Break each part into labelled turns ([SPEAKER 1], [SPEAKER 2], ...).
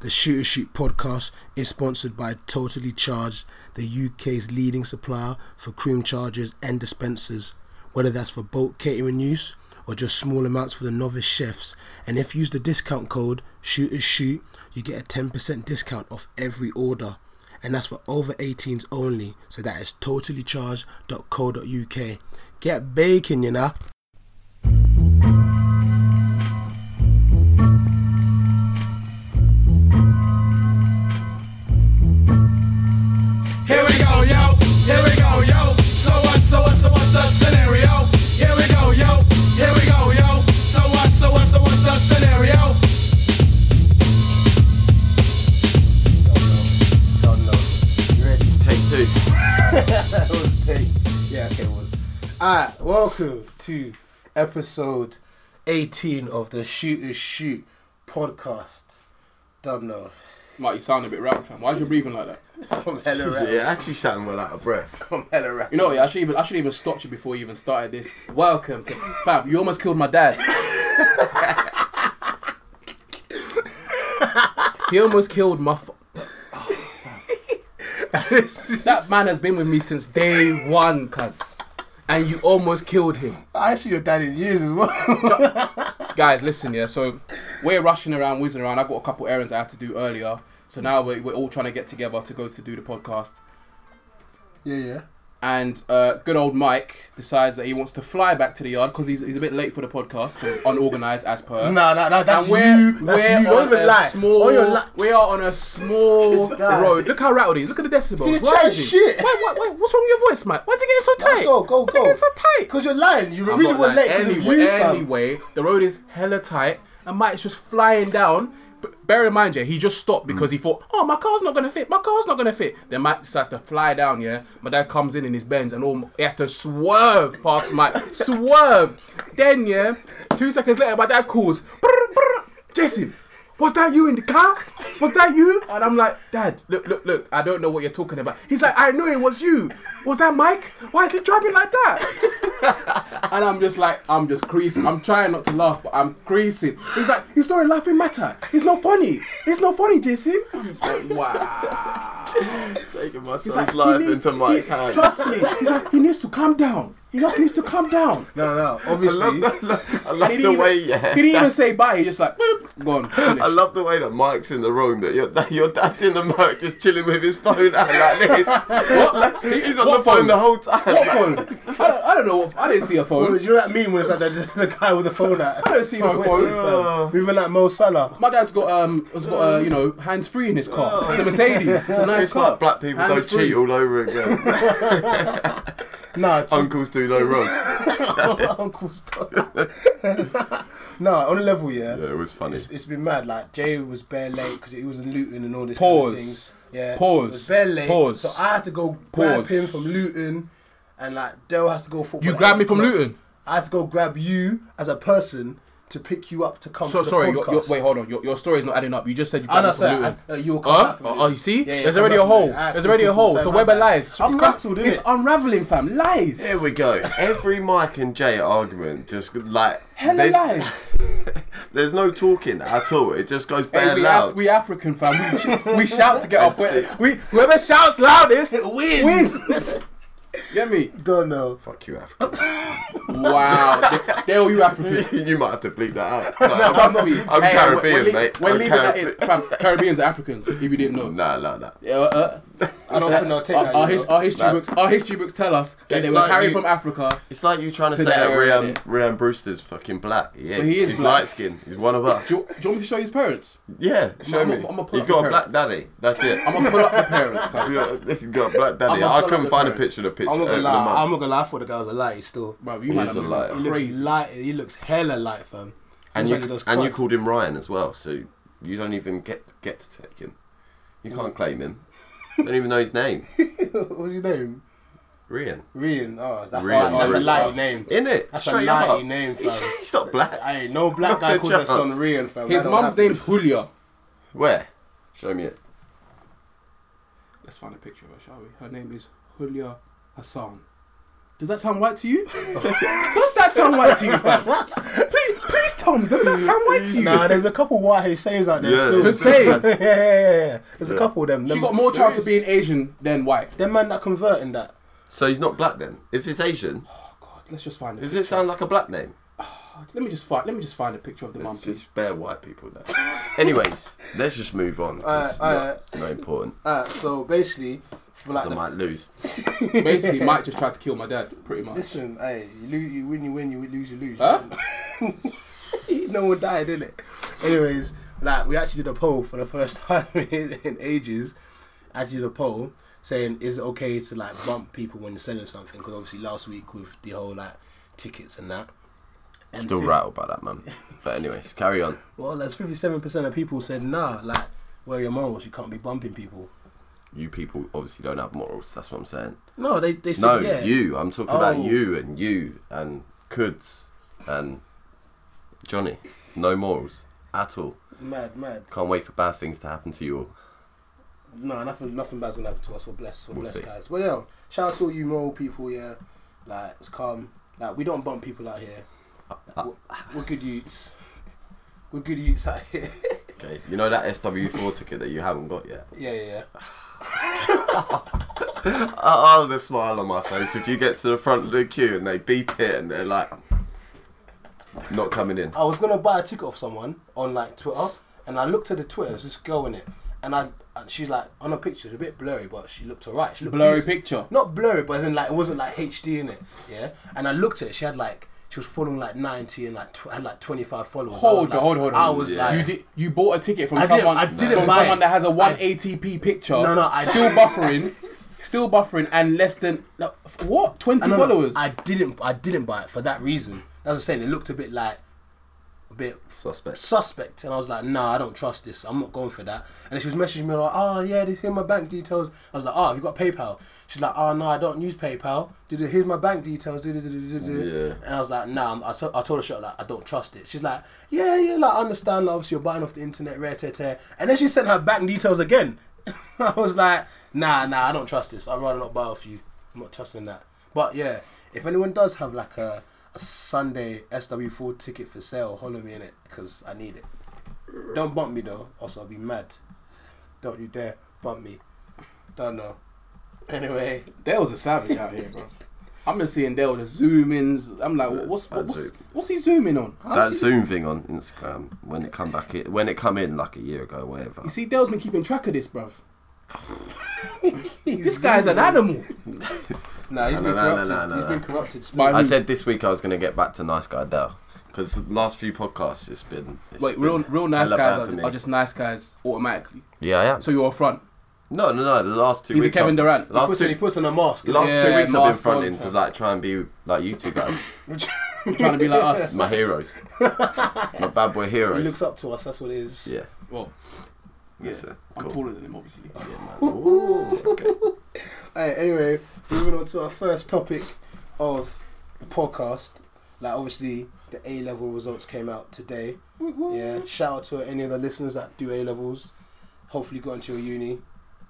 [SPEAKER 1] The Shooter Shoot podcast is sponsored by Totally Charged, the UK's leading supplier for cream chargers and dispensers, whether that's for bulk catering use or just small amounts for the novice chefs. And if you use the discount code Shooter Shoot, you get a 10% discount off every order. And that's for over 18s only. So that is totallycharged.co.uk. Get baking, you know.
[SPEAKER 2] Here we go, yo. Here we go, yo. So what? So what? So what's the scenario? Here we go, yo. Here we go, yo. So what? So what? So what's the scenario?
[SPEAKER 1] Don't know. You ready?
[SPEAKER 3] Take two.
[SPEAKER 1] that was a take. Yeah, okay, it was. Alright, welcome to episode 18 of the Shooters Shoot podcast. Don't know.
[SPEAKER 4] Mike, you sound a bit rap, fam. Why'd you breathing like that?
[SPEAKER 1] I'm hella
[SPEAKER 3] Yeah,
[SPEAKER 1] rap.
[SPEAKER 3] it actually sounded well out of breath.
[SPEAKER 1] I'm hella rap.
[SPEAKER 4] You know, what, yeah, I should even I should even stopped you before you even started this. Welcome to fam. You almost killed my dad. he almost killed my. F- that man has been with me since day one, cuz. And you almost killed him.
[SPEAKER 1] I see your dad in years as well.
[SPEAKER 4] guys, listen, yeah. So we're rushing around, whizzing around. I've got a couple errands I had to do earlier. So now we're, we're all trying to get together to go to do the podcast.
[SPEAKER 1] yeah, yeah.
[SPEAKER 4] And uh, good old Mike decides that he wants to fly back to the yard because he's, he's a bit late for the podcast because he's unorganized as per.
[SPEAKER 1] Nah, nah, nah, that's
[SPEAKER 4] and we're,
[SPEAKER 1] you. That's
[SPEAKER 4] we're
[SPEAKER 1] you. Don't
[SPEAKER 4] on
[SPEAKER 1] even
[SPEAKER 4] a
[SPEAKER 1] lie.
[SPEAKER 4] small.
[SPEAKER 1] On your li-
[SPEAKER 4] we are on a small
[SPEAKER 1] This guy.
[SPEAKER 4] road. Look how rattled he is. Look at the
[SPEAKER 1] You
[SPEAKER 4] decibels.
[SPEAKER 1] chat
[SPEAKER 4] Why is he?
[SPEAKER 1] shit.
[SPEAKER 4] Why, why, why, what's wrong with your voice, Mike? Why's it getting so tight?
[SPEAKER 1] Go, go,
[SPEAKER 4] Why's
[SPEAKER 1] go.
[SPEAKER 4] it getting so tight?
[SPEAKER 1] Because you're lying. You're the
[SPEAKER 4] I'm
[SPEAKER 1] reason
[SPEAKER 4] not
[SPEAKER 1] we're
[SPEAKER 4] lying.
[SPEAKER 1] late because of
[SPEAKER 4] Anyway,
[SPEAKER 1] you, fam.
[SPEAKER 4] anyway, the road is hella tight, and Mike's just flying down. But bear in mind, yeah, he just stopped because
[SPEAKER 1] Mm.
[SPEAKER 4] he thought, "Oh, my car's not gonna fit. My car's not gonna fit." Then Mike decides to fly down. Yeah, my dad comes in in his Benz, and all he has to swerve past Mike. swerve. Then yeah, two seconds later, my dad calls, "Brr, brr, "Jason, was that you in the car? Was that you?" And I'm like, "Dad, look, look, look. I don't know what you're talking about." He's like, "I know it was you. Was that Mike? Why is he driving like that?" And I'm just like, I'm just creasing. I'm trying not to laugh, but I'm creasing. He's like, it's not a laughing matter. It's not funny. It's not funny, Jason. I'm just like, wow.
[SPEAKER 3] Taking my son's
[SPEAKER 4] He's like,
[SPEAKER 3] life
[SPEAKER 4] "You need-
[SPEAKER 3] into Mike's
[SPEAKER 4] he-
[SPEAKER 3] hands.
[SPEAKER 4] Trust me. He's like, he needs to calm down. He just needs to calm down.
[SPEAKER 1] No, no,
[SPEAKER 3] I
[SPEAKER 1] obviously.
[SPEAKER 3] love, that, look, I love
[SPEAKER 4] He
[SPEAKER 3] the
[SPEAKER 4] didn't even-
[SPEAKER 3] way, yeah.
[SPEAKER 4] He didn't even say bye. He just like, boop, gone.
[SPEAKER 3] I love the way that Mike's in the room. That your, that your dad's in the moat just chilling with his phone out like this.
[SPEAKER 4] What?
[SPEAKER 3] He's on the phone, the whole time.
[SPEAKER 4] What phone? I don't, I don't know. What, I didn't see a
[SPEAKER 1] Do
[SPEAKER 4] phone.
[SPEAKER 1] you know that meme when it's like the, the guy with the phone out?
[SPEAKER 4] I don't see no phone.
[SPEAKER 1] uh, Moving like Mo Salah.
[SPEAKER 4] My dad's got um, has got uh, you know, hands free in his car. It's a Mercedes. It's a nice
[SPEAKER 3] Oh. it's
[SPEAKER 4] car.
[SPEAKER 3] like black people
[SPEAKER 4] Hands
[SPEAKER 3] don't
[SPEAKER 4] free.
[SPEAKER 3] cheat all over again.
[SPEAKER 1] Nah, to
[SPEAKER 3] Uncles do no wrong.
[SPEAKER 1] Uncle Star. nah, on a level, yeah.
[SPEAKER 3] Yeah, it was funny.
[SPEAKER 1] It's, it's been mad. Like Jay was bare late because he was in Luton and all this. Kind
[SPEAKER 4] Pause.
[SPEAKER 1] of things. Yeah.
[SPEAKER 4] Pause.
[SPEAKER 1] Was bare late.
[SPEAKER 4] Pause.
[SPEAKER 1] So I had to go grab
[SPEAKER 4] Pause.
[SPEAKER 1] him from Luton, and like Dale has to go football.
[SPEAKER 4] You
[SPEAKER 1] at
[SPEAKER 4] grabbed
[SPEAKER 1] eight
[SPEAKER 4] me from
[SPEAKER 1] o'clock.
[SPEAKER 4] Luton?
[SPEAKER 1] I had to go grab you as a person to pick you up to come.
[SPEAKER 4] So
[SPEAKER 1] to
[SPEAKER 4] sorry,
[SPEAKER 1] The
[SPEAKER 4] your,
[SPEAKER 1] podcast.
[SPEAKER 4] your, wait, hold on. Your, your story's not adding up. You just said you
[SPEAKER 1] I
[SPEAKER 4] got
[SPEAKER 1] know,
[SPEAKER 4] it from
[SPEAKER 1] sorry,
[SPEAKER 4] Luton.
[SPEAKER 1] I- uh, you will come
[SPEAKER 4] Huh?
[SPEAKER 1] back from
[SPEAKER 4] Oh,
[SPEAKER 1] Luton.
[SPEAKER 4] oh, you
[SPEAKER 1] Yeah,
[SPEAKER 4] see?
[SPEAKER 1] yeah,
[SPEAKER 4] There's
[SPEAKER 1] come
[SPEAKER 4] already
[SPEAKER 1] back
[SPEAKER 4] a
[SPEAKER 1] from
[SPEAKER 4] hole.
[SPEAKER 1] Luton. Alright,
[SPEAKER 4] There's
[SPEAKER 1] cool,
[SPEAKER 4] already a
[SPEAKER 1] cool,
[SPEAKER 4] hole.
[SPEAKER 1] sorry,
[SPEAKER 4] So
[SPEAKER 1] my
[SPEAKER 4] where my
[SPEAKER 1] bad.
[SPEAKER 4] lies? It's
[SPEAKER 1] I'm
[SPEAKER 4] con-
[SPEAKER 1] rattled,
[SPEAKER 4] It's
[SPEAKER 1] innit?
[SPEAKER 4] unraveling, fam. Lies.
[SPEAKER 3] Here we go. Every Mike and Jay argument just like
[SPEAKER 4] Hella
[SPEAKER 3] there's,
[SPEAKER 4] lies.
[SPEAKER 3] there's no talking at all. It just goes bare
[SPEAKER 4] Hey, we,
[SPEAKER 3] loud.
[SPEAKER 4] Af- we African, fam. We, sh- we shout to get up. We, we, whoever shouts loudest
[SPEAKER 1] wins.
[SPEAKER 4] wins. Get me?
[SPEAKER 1] Don't know.
[SPEAKER 3] Fuck you, Africa.
[SPEAKER 4] Wow. They- They're all you African.
[SPEAKER 3] you might have to bleep that out.
[SPEAKER 4] Trust me.
[SPEAKER 3] I'm
[SPEAKER 4] Hey, we're- we're
[SPEAKER 3] Caribbean,
[SPEAKER 4] lea-
[SPEAKER 3] mate.
[SPEAKER 4] We're
[SPEAKER 3] I'm
[SPEAKER 4] leaving
[SPEAKER 3] Caribbean.
[SPEAKER 4] that in. Fam, Caribbeans are Africans, if you didn't know.
[SPEAKER 3] Nah, nah, nah.
[SPEAKER 4] Yeah, uh, uh,
[SPEAKER 1] I don't think I'll take
[SPEAKER 4] our,
[SPEAKER 1] that.
[SPEAKER 4] our
[SPEAKER 1] you
[SPEAKER 4] Uh, his-
[SPEAKER 1] know.
[SPEAKER 4] our history
[SPEAKER 3] Nah.
[SPEAKER 4] books, our history books tell us that
[SPEAKER 3] It's
[SPEAKER 4] they were
[SPEAKER 3] like
[SPEAKER 4] carried
[SPEAKER 3] you-
[SPEAKER 4] from Africa.
[SPEAKER 3] It's like you trying to say
[SPEAKER 4] Today,
[SPEAKER 3] that Rian,
[SPEAKER 4] innit?
[SPEAKER 3] Rian Brewster's fucking black. Yeah,
[SPEAKER 4] But he is
[SPEAKER 3] he's
[SPEAKER 4] black.
[SPEAKER 3] light skinned. He's one of us.
[SPEAKER 4] Do you, do you want me to show you his parents?
[SPEAKER 3] Yeah, show
[SPEAKER 4] I'm-
[SPEAKER 3] me.
[SPEAKER 4] I'm- I'm gonna pull
[SPEAKER 3] he's
[SPEAKER 4] up
[SPEAKER 3] got
[SPEAKER 4] the
[SPEAKER 3] a black
[SPEAKER 4] parents.
[SPEAKER 3] daddy. That's it.
[SPEAKER 4] I'm gonna pull up the parents. Cause,
[SPEAKER 3] he's got a black daddy.
[SPEAKER 4] I'm gonna
[SPEAKER 3] I
[SPEAKER 4] pull
[SPEAKER 3] couldn't
[SPEAKER 4] up the
[SPEAKER 3] find a
[SPEAKER 4] parents.
[SPEAKER 3] picture of the picture.
[SPEAKER 1] I'm not
[SPEAKER 3] uh,
[SPEAKER 1] gonna
[SPEAKER 3] the
[SPEAKER 1] lie.
[SPEAKER 3] mum.
[SPEAKER 1] I'm not gonna lie for the guy's a lie still.
[SPEAKER 4] bruv, you might
[SPEAKER 3] is
[SPEAKER 4] have
[SPEAKER 3] a liar.
[SPEAKER 1] He looks
[SPEAKER 4] crazy.
[SPEAKER 1] light. He looks hella light, fam.
[SPEAKER 3] and
[SPEAKER 1] Looks
[SPEAKER 3] you
[SPEAKER 1] like he does
[SPEAKER 3] and you
[SPEAKER 1] crack.
[SPEAKER 3] called him Ryan as well, so you don't even get get to take him. You
[SPEAKER 1] Mm.
[SPEAKER 3] can't claim him. don't even know his name.
[SPEAKER 1] What's his name?
[SPEAKER 3] Rian.
[SPEAKER 1] Rian. Oh, that's,
[SPEAKER 3] Rian,
[SPEAKER 1] a, that's a
[SPEAKER 4] Rian.
[SPEAKER 1] light name.
[SPEAKER 3] In it.
[SPEAKER 1] That's
[SPEAKER 3] Straight
[SPEAKER 1] a naughty
[SPEAKER 3] up.
[SPEAKER 1] name,
[SPEAKER 3] He's,
[SPEAKER 1] fam.
[SPEAKER 3] he's not black.
[SPEAKER 1] I ain't no black
[SPEAKER 3] Not
[SPEAKER 1] guy
[SPEAKER 3] a
[SPEAKER 1] calls their son
[SPEAKER 3] chance.
[SPEAKER 1] Rian, fam.
[SPEAKER 4] His
[SPEAKER 1] That don't
[SPEAKER 4] mum's
[SPEAKER 1] happen.
[SPEAKER 4] name's Julia.
[SPEAKER 3] Where? Show me it.
[SPEAKER 4] Let's find a picture of her, shall we? Her name is Julia Hassan. Does that sound white to you? Does that sound white to you, fam? Please, please
[SPEAKER 5] Tom, does that sound white to you?
[SPEAKER 1] Nah, there's a couple white Husseins out there
[SPEAKER 3] Yeah,
[SPEAKER 1] still.
[SPEAKER 3] there's-
[SPEAKER 4] Husseins.
[SPEAKER 1] yeah, yeah, yeah, yeah. There's a
[SPEAKER 3] Yeah.
[SPEAKER 1] couple of them.
[SPEAKER 4] She
[SPEAKER 1] Them-
[SPEAKER 4] got more chance of being Asian than white.
[SPEAKER 1] Them man that convert in that.
[SPEAKER 3] So he's not black then. If he's Asian,
[SPEAKER 4] God, let's just find a
[SPEAKER 3] does
[SPEAKER 4] picture.
[SPEAKER 3] it sound like a black name?
[SPEAKER 4] Let me just find. Let me just find a picture of the mum,
[SPEAKER 3] It's
[SPEAKER 4] please.
[SPEAKER 3] just bare white people there. Anyways, let's just move on.
[SPEAKER 1] Uh,
[SPEAKER 3] 'cause It's
[SPEAKER 1] Alright,
[SPEAKER 3] not, not important.
[SPEAKER 1] Uh, so basically, for like
[SPEAKER 3] I
[SPEAKER 1] uh, the
[SPEAKER 3] might lose.
[SPEAKER 4] Basically, Mike just tried to kill my dad, pretty much.
[SPEAKER 1] Listen, hey, you, lose, you win, you win, you lose, you lose.
[SPEAKER 4] Huh?
[SPEAKER 1] no one died, did it? Anyways, like we actually did a poll for the first time in, in ages. Actually, did a poll saying, is it okay to like bump people when you're selling something? Because obviously, last week with the whole like tickets and that. And
[SPEAKER 3] Still
[SPEAKER 1] fif-
[SPEAKER 3] rattled by that, man. But anyways, carry on.
[SPEAKER 1] Well, that's fifty-seven percent of people said nah. Like, where are your morals? You can't be bumping people.
[SPEAKER 3] You people obviously don't have morals. That's what I'm saying.
[SPEAKER 1] No, they they said
[SPEAKER 3] No,
[SPEAKER 1] yeah.
[SPEAKER 3] you. I'm talking
[SPEAKER 1] Oh.
[SPEAKER 3] about you and you and Kuds and Johnny. No morals at all.
[SPEAKER 1] Mad, mad.
[SPEAKER 3] Can't wait for bad things to happen to you all.
[SPEAKER 1] No, nothing, nothing bad's gonna happen to us. We're blessed. We're
[SPEAKER 3] We'll
[SPEAKER 1] blessed,
[SPEAKER 3] see.
[SPEAKER 1] guys. Well, yeah, shout out to all you moral people. Yeah, like it's calm. Like we don't bump people out here.
[SPEAKER 3] Uh,
[SPEAKER 1] We're, we're good youths. We're good youths out here.
[SPEAKER 3] Okay, you know that SW4 ticket that you haven't got yet.
[SPEAKER 1] yeah, yeah, yeah.
[SPEAKER 3] Oh, the smile on my face. If you get to the front of the queue and they beep it and they're like, not coming in.
[SPEAKER 1] I was gonna buy a ticket off someone on like Twitter, and I looked at the Twitter. It was this girl in it, and I, and she's like on her picture. It's a bit blurry, but she looked alright. She looked
[SPEAKER 4] Blurry
[SPEAKER 1] decent.
[SPEAKER 4] picture.
[SPEAKER 1] Not blurry, but as in like it wasn't like HD in it. Yeah, and I looked at it. She had like. She was following like ninety and like tw- had like twenty five followers. I was
[SPEAKER 4] Hold on,
[SPEAKER 1] like-
[SPEAKER 4] hold on, hold on.
[SPEAKER 1] I was like,
[SPEAKER 4] you did, you bought a ticket from
[SPEAKER 1] I didn't-
[SPEAKER 4] someone,
[SPEAKER 1] I didn't
[SPEAKER 4] from
[SPEAKER 1] buy
[SPEAKER 4] someone
[SPEAKER 1] it.
[SPEAKER 4] that has a
[SPEAKER 1] I-
[SPEAKER 4] 180p picture.
[SPEAKER 1] No, no, I-
[SPEAKER 4] still buffering, still buffering, and less than like, f- what 20
[SPEAKER 1] No, no,
[SPEAKER 4] followers.
[SPEAKER 1] I didn't. I didn't buy it for that reason. That's what I'm saying. It looked a bit like a bit
[SPEAKER 3] Suspect.
[SPEAKER 1] suspect, and I was like, nah, I don't trust this. I'm not going for that. And she was messaging me like, oh yeah, this- here are my bank details. I was like, oh, have you got PayPal? She's like, oh no, I don't use PayPal. Duh, duh, Here's my bank details. duh, duh, duh, duh, duh, duh."
[SPEAKER 3] Yeah.
[SPEAKER 1] And I was like, nah. I'm- I to- I told her shot like, I don't trust it. She's like, yeah, yeah, like I understand. Like, obviously, you're buying off the internet, rare, tear, tear. And then she sent her bank details again. I was like, nah, nah, I don't trust this. I'd rather not buy off you. I'm not trusting that. But yeah, if anyone does have like a, a Sunday SW4 ticket for sale, holler me in it because I need it. Don't bump me though, else I'll be mad. Don't you dare bump me. Don't know. Anyway,
[SPEAKER 4] Dale was a savage out here, bro. I'm just seeing Dale the zoom ins. I'm like, what's
[SPEAKER 3] bad
[SPEAKER 4] what's,
[SPEAKER 3] zoom.
[SPEAKER 4] what's he zooming on?
[SPEAKER 3] That Zoom thing on Instagram when it come back in, when it come in like a year ago, whatever.
[SPEAKER 4] You see, Dale's been keeping track of this, bro. this guy's an animal.
[SPEAKER 1] nah, he's
[SPEAKER 3] Nah,
[SPEAKER 1] been
[SPEAKER 3] nah, nah,
[SPEAKER 1] corrupted.
[SPEAKER 3] nah, nah,
[SPEAKER 1] he's been
[SPEAKER 3] nah.
[SPEAKER 1] corrupted. Still.
[SPEAKER 4] By
[SPEAKER 3] I
[SPEAKER 4] who?
[SPEAKER 3] said this week I was gonna get back to nice guy Dell because the last few podcasts it's been it's
[SPEAKER 4] Wait,
[SPEAKER 3] been
[SPEAKER 4] real real nice
[SPEAKER 3] hella
[SPEAKER 4] guys
[SPEAKER 3] bad for
[SPEAKER 4] are,
[SPEAKER 3] me.
[SPEAKER 4] are just nice guys automatically.
[SPEAKER 3] yeah, I am.
[SPEAKER 4] So you're a front.
[SPEAKER 3] no, no, no. The last two
[SPEAKER 4] He's a
[SPEAKER 3] weeks,
[SPEAKER 4] Kevin
[SPEAKER 3] I've-
[SPEAKER 4] Durant. He
[SPEAKER 1] He
[SPEAKER 3] Last
[SPEAKER 1] puts, on, he
[SPEAKER 3] two,
[SPEAKER 1] puts on a mask.
[SPEAKER 3] last two
[SPEAKER 4] Yeah,
[SPEAKER 3] weeks I've been
[SPEAKER 4] mask on,
[SPEAKER 3] fronting to
[SPEAKER 4] fam.
[SPEAKER 3] like try and be like you two guys,
[SPEAKER 4] You're trying to be like us.
[SPEAKER 3] my heroes, my bad boy heroes.
[SPEAKER 1] He looks up to us. That's what it is.
[SPEAKER 3] Yeah,
[SPEAKER 4] Well, yeah,
[SPEAKER 3] Yes, sir.
[SPEAKER 4] I'm
[SPEAKER 3] Cool.
[SPEAKER 4] taller than him, obviously.
[SPEAKER 3] yeah, man. Ooh, okay.
[SPEAKER 1] Hey, anyway, moving on to our first topic of the podcast. Like, obviously, the A level results came out today. Yeah, shout out to any of the listeners that do A levels. Hopefully, you got into your uni.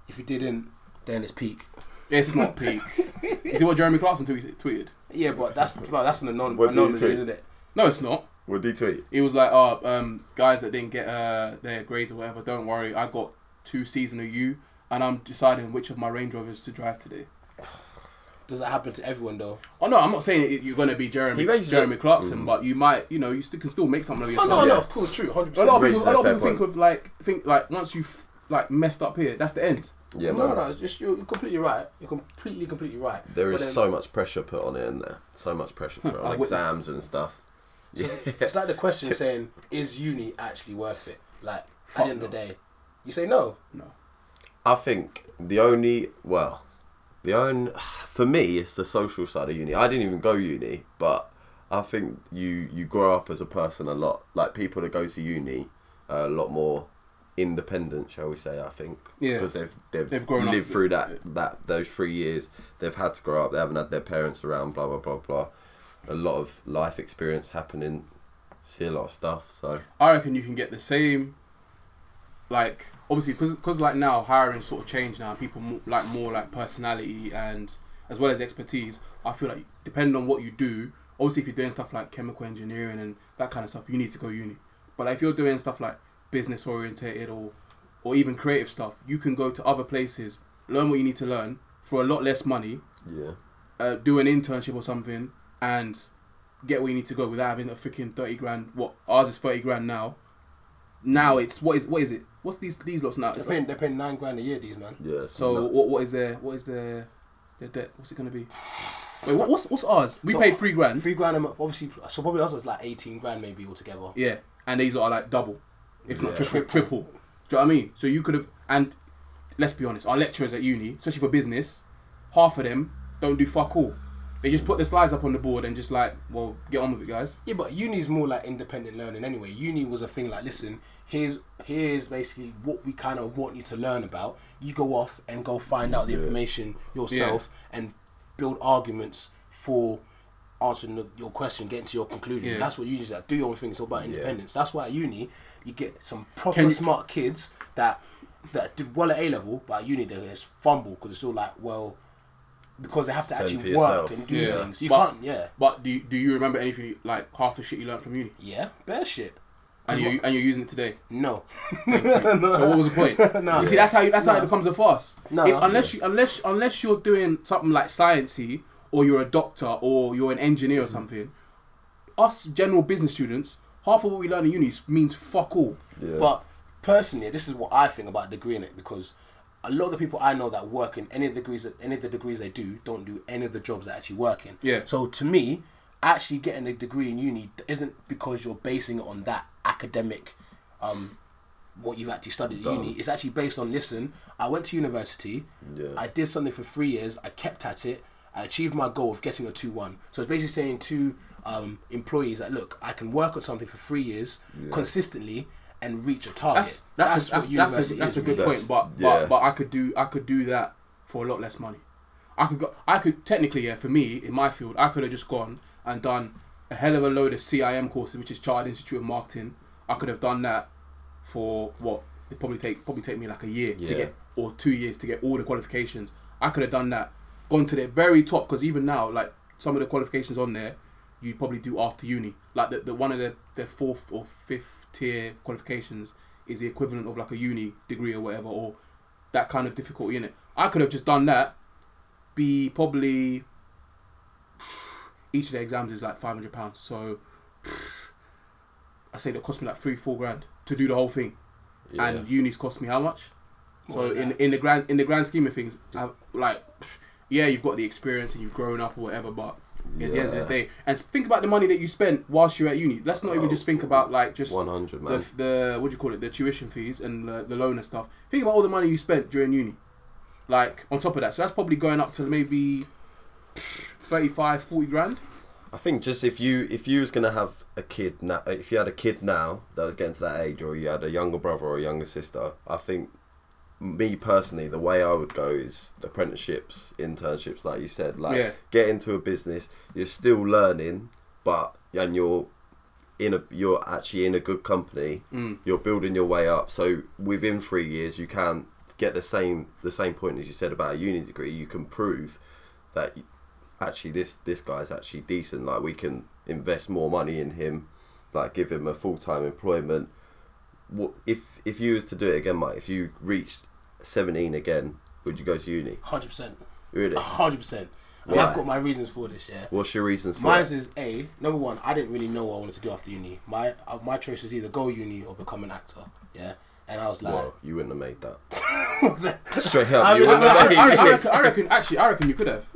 [SPEAKER 1] If you didn't, then it's peak.
[SPEAKER 4] It's not peak. you see what Jeremy Clarkson tweet- tweeted?
[SPEAKER 1] Yeah, but that's bro, that's an anon-
[SPEAKER 3] What do you
[SPEAKER 1] anomaly,
[SPEAKER 3] think?
[SPEAKER 1] isn't it?
[SPEAKER 4] No, it's not.
[SPEAKER 3] What did he tweet?
[SPEAKER 4] It was like, oh, um, guys that didn't get uh, their grades or whatever, don't worry. I got two seasonal U, and I'm deciding which of my Range Rovers to drive today.
[SPEAKER 1] Does that happen to everyone though?
[SPEAKER 4] Oh no, I'm not saying it- you're going to be Jeremy
[SPEAKER 3] He raises
[SPEAKER 4] Jeremy
[SPEAKER 3] it. Mm.
[SPEAKER 4] Clarkson, but you might, you know, you still, can still make something of
[SPEAKER 1] Oh
[SPEAKER 4] yourself.
[SPEAKER 1] no, no,
[SPEAKER 3] yeah.
[SPEAKER 1] of course, true, hundred
[SPEAKER 4] A
[SPEAKER 1] percent.
[SPEAKER 4] lot of
[SPEAKER 3] Raises
[SPEAKER 4] people, a lot
[SPEAKER 3] a
[SPEAKER 4] of people
[SPEAKER 3] fair
[SPEAKER 4] think of like think like once you've like messed up here, that's the end.
[SPEAKER 3] Yeah,
[SPEAKER 1] No,
[SPEAKER 3] man.
[SPEAKER 1] no, it's just, you're you're completely right. You're completely, completely right.
[SPEAKER 3] There
[SPEAKER 1] But
[SPEAKER 3] is
[SPEAKER 1] then-
[SPEAKER 3] so much pressure put on it in there. So much pressure put on
[SPEAKER 4] um, witnessed
[SPEAKER 3] exams and stuff.
[SPEAKER 1] So it's like the question saying, is uni actually worth it? Like, at the end of the day, you say no.
[SPEAKER 4] No,
[SPEAKER 3] I think the only well, the only for me it's the social side of uni. I didn't even go uni, but I think you you grow up as a person a lot. Like people that go to uni are a lot more independent, shall we say? I think
[SPEAKER 4] Yeah.
[SPEAKER 3] because they've they've,
[SPEAKER 4] They've grown up
[SPEAKER 3] lived
[SPEAKER 4] with-
[SPEAKER 3] through that that those three years. They've had to grow up. They haven't had their parents around. Blah blah blah blah. A lot of life experience happening. See a lot of stuff. So
[SPEAKER 4] I reckon you can get the same, like obviously because like now hiring sort of changed now. People more, like more like personality and as well as expertise. I feel like depending on what you do, obviously if you're doing stuff like chemical engineering and that kind of stuff, you need to go uni. But like, if you're doing stuff like business orientated or or even creative stuff, you can go to other places, learn what you need to learn for a lot less money,
[SPEAKER 3] Yeah.
[SPEAKER 4] uh, do an internship or something, and get where you need to go without having a freaking thirty grand. What ours is thirty grand now. Now it's what is what is it? What's these these lots now? It's
[SPEAKER 1] They're paying, they're paying nine grand a year, these man.
[SPEAKER 3] Yeah. it's
[SPEAKER 4] so
[SPEAKER 3] nuts.
[SPEAKER 4] what, what is their what is their their debt? What's it gonna be? Wait, what, what's what's ours? We paid three grand.
[SPEAKER 1] Three grand a month, obviously. So probably us is like 18 grand maybe altogether.
[SPEAKER 4] Yeah, and these are like double, if not
[SPEAKER 3] Yeah.
[SPEAKER 4] triple, triple. Do you know what I mean? So you could have and let's be honest, our lecturers at uni, especially for business, half of them don't do fuck all. They just put the slides up on the board and just like, well, get on with it, guys.
[SPEAKER 1] Yeah, but uni's more like independent learning anyway. Uni was a thing like, listen, here's here's basically what we kind of want you to learn about. You go off and go find out the information yourself and build arguments for answering the, your question, getting to your conclusion.
[SPEAKER 4] Yeah.
[SPEAKER 1] That's what uni's like. Do your own thing. It's all about independence. That's why at uni you get some proper
[SPEAKER 4] Can you-
[SPEAKER 1] smart kids that that did well at A level, but at uni they just fumble because it's all like, well, because they have to
[SPEAKER 3] Fend for
[SPEAKER 1] actually
[SPEAKER 3] yourself.
[SPEAKER 1] work and do
[SPEAKER 4] Yeah.
[SPEAKER 1] things. You
[SPEAKER 4] But-
[SPEAKER 1] can't, yeah,
[SPEAKER 4] But do you, do you remember anything like half the shit you learned from uni?
[SPEAKER 1] yeah, bear shit.
[SPEAKER 4] And you and you're using it today.
[SPEAKER 1] No.
[SPEAKER 4] So what was the point?
[SPEAKER 1] Nah.
[SPEAKER 4] you see, that's how you, that's how it becomes a farce.
[SPEAKER 1] Nah.
[SPEAKER 4] If- unless you unless unless you're doing something like sciencey, or you're a doctor, or you're an
[SPEAKER 1] Mm.
[SPEAKER 4] engineer or something. Us general business students, half of what we learn in uni s- means fuck all.
[SPEAKER 3] Yeah.
[SPEAKER 1] But personally, this is what I think about degree in it because a lot of the people I know that work in any of the degrees that any of the degrees they do don't do any of the jobs they actually work in.
[SPEAKER 4] Yeah.
[SPEAKER 1] So to me, actually getting a degree in uni isn't because you're basing it on that academic um what you've actually studied at uni. It's actually based on listen, I went to university,
[SPEAKER 3] Yeah.
[SPEAKER 1] I did something for three years, I kept at it, I achieved my goal of getting a 2 1. So it's basically saying to um, employees that look, I can work on something for three years consistently and reach a target.
[SPEAKER 4] That's that's that's that's, a, that's a good
[SPEAKER 1] really.
[SPEAKER 3] That's-
[SPEAKER 4] point. But
[SPEAKER 3] yeah.
[SPEAKER 4] but but I could do I could do that for a lot less money. I could go, I could technically yeah for me in my field I could have just gone and done a hell of a load of CIM courses which is Child Institute of Marketing. I could have done that for what it probably take probably take me like a year to
[SPEAKER 3] Yeah.
[SPEAKER 4] get or two years to get all the qualifications. I could have done that, gone to the very top because even now like some of the qualifications on there you probably do after uni. Like the, the one of the the fourth or fifth tier qualifications is the equivalent of like a uni degree or whatever or that kind of difficulty in it. I could have just done that, be probably each of the exams is like five hundred pounds. So I say that cost me like three, four grand to do the whole thing,
[SPEAKER 3] Yeah.
[SPEAKER 4] and uni's cost me how much?
[SPEAKER 1] More
[SPEAKER 4] So
[SPEAKER 1] than
[SPEAKER 4] in
[SPEAKER 1] that.
[SPEAKER 4] in the grand in the grand scheme of things, I, like yeah, you've got the experience and you've grown up or whatever, but. At the end of the
[SPEAKER 3] Yeah.
[SPEAKER 4] day, and think about the money that you spent whilst you're at uni. Let's not even
[SPEAKER 3] Oh,
[SPEAKER 4] just think about like just
[SPEAKER 3] 100,
[SPEAKER 4] the,
[SPEAKER 3] man.
[SPEAKER 4] the what do you call it, the tuition fees and the, the loan and stuff. Think about all the money you spent during uni like on top of that. So that's probably going up to maybe 35, 40 grand.
[SPEAKER 3] I think just if you if you was gonna have a kid now, if you had a kid now that was getting to that age, or you had a younger brother or a younger sister, I think me personally, the way I would go is apprenticeships, internships, like you said, like
[SPEAKER 4] Yeah.
[SPEAKER 3] get into a business. You're still learning, but and you're in a you're actually in a good company. You're building your way up. So within three years, you can get the same the same point as you said about a uni degree. You can prove that you- actually this this guy's actually decent. Like we can invest more money in him, like give him a full time employment. What if if you was to do it again, Mike? If you reached seventeen again, would you go to uni?
[SPEAKER 1] 100%.
[SPEAKER 3] Really?
[SPEAKER 1] 100%. And
[SPEAKER 3] Why?
[SPEAKER 1] I've got my reasons for this, yeah.
[SPEAKER 3] What's your reasons for
[SPEAKER 1] Mine
[SPEAKER 3] it?
[SPEAKER 1] is A, number one, I didn't really know what I wanted to do after uni. My uh, my choice was either go uni or become an actor, yeah. And I was like,
[SPEAKER 3] Whoa, you wouldn't have made that. Straight up,
[SPEAKER 1] I
[SPEAKER 3] you
[SPEAKER 1] mean,
[SPEAKER 3] wouldn't
[SPEAKER 1] I-
[SPEAKER 3] have
[SPEAKER 4] I,
[SPEAKER 3] made
[SPEAKER 4] I- I
[SPEAKER 3] it.
[SPEAKER 4] reckon, I reckon, actually, I reckon you could have.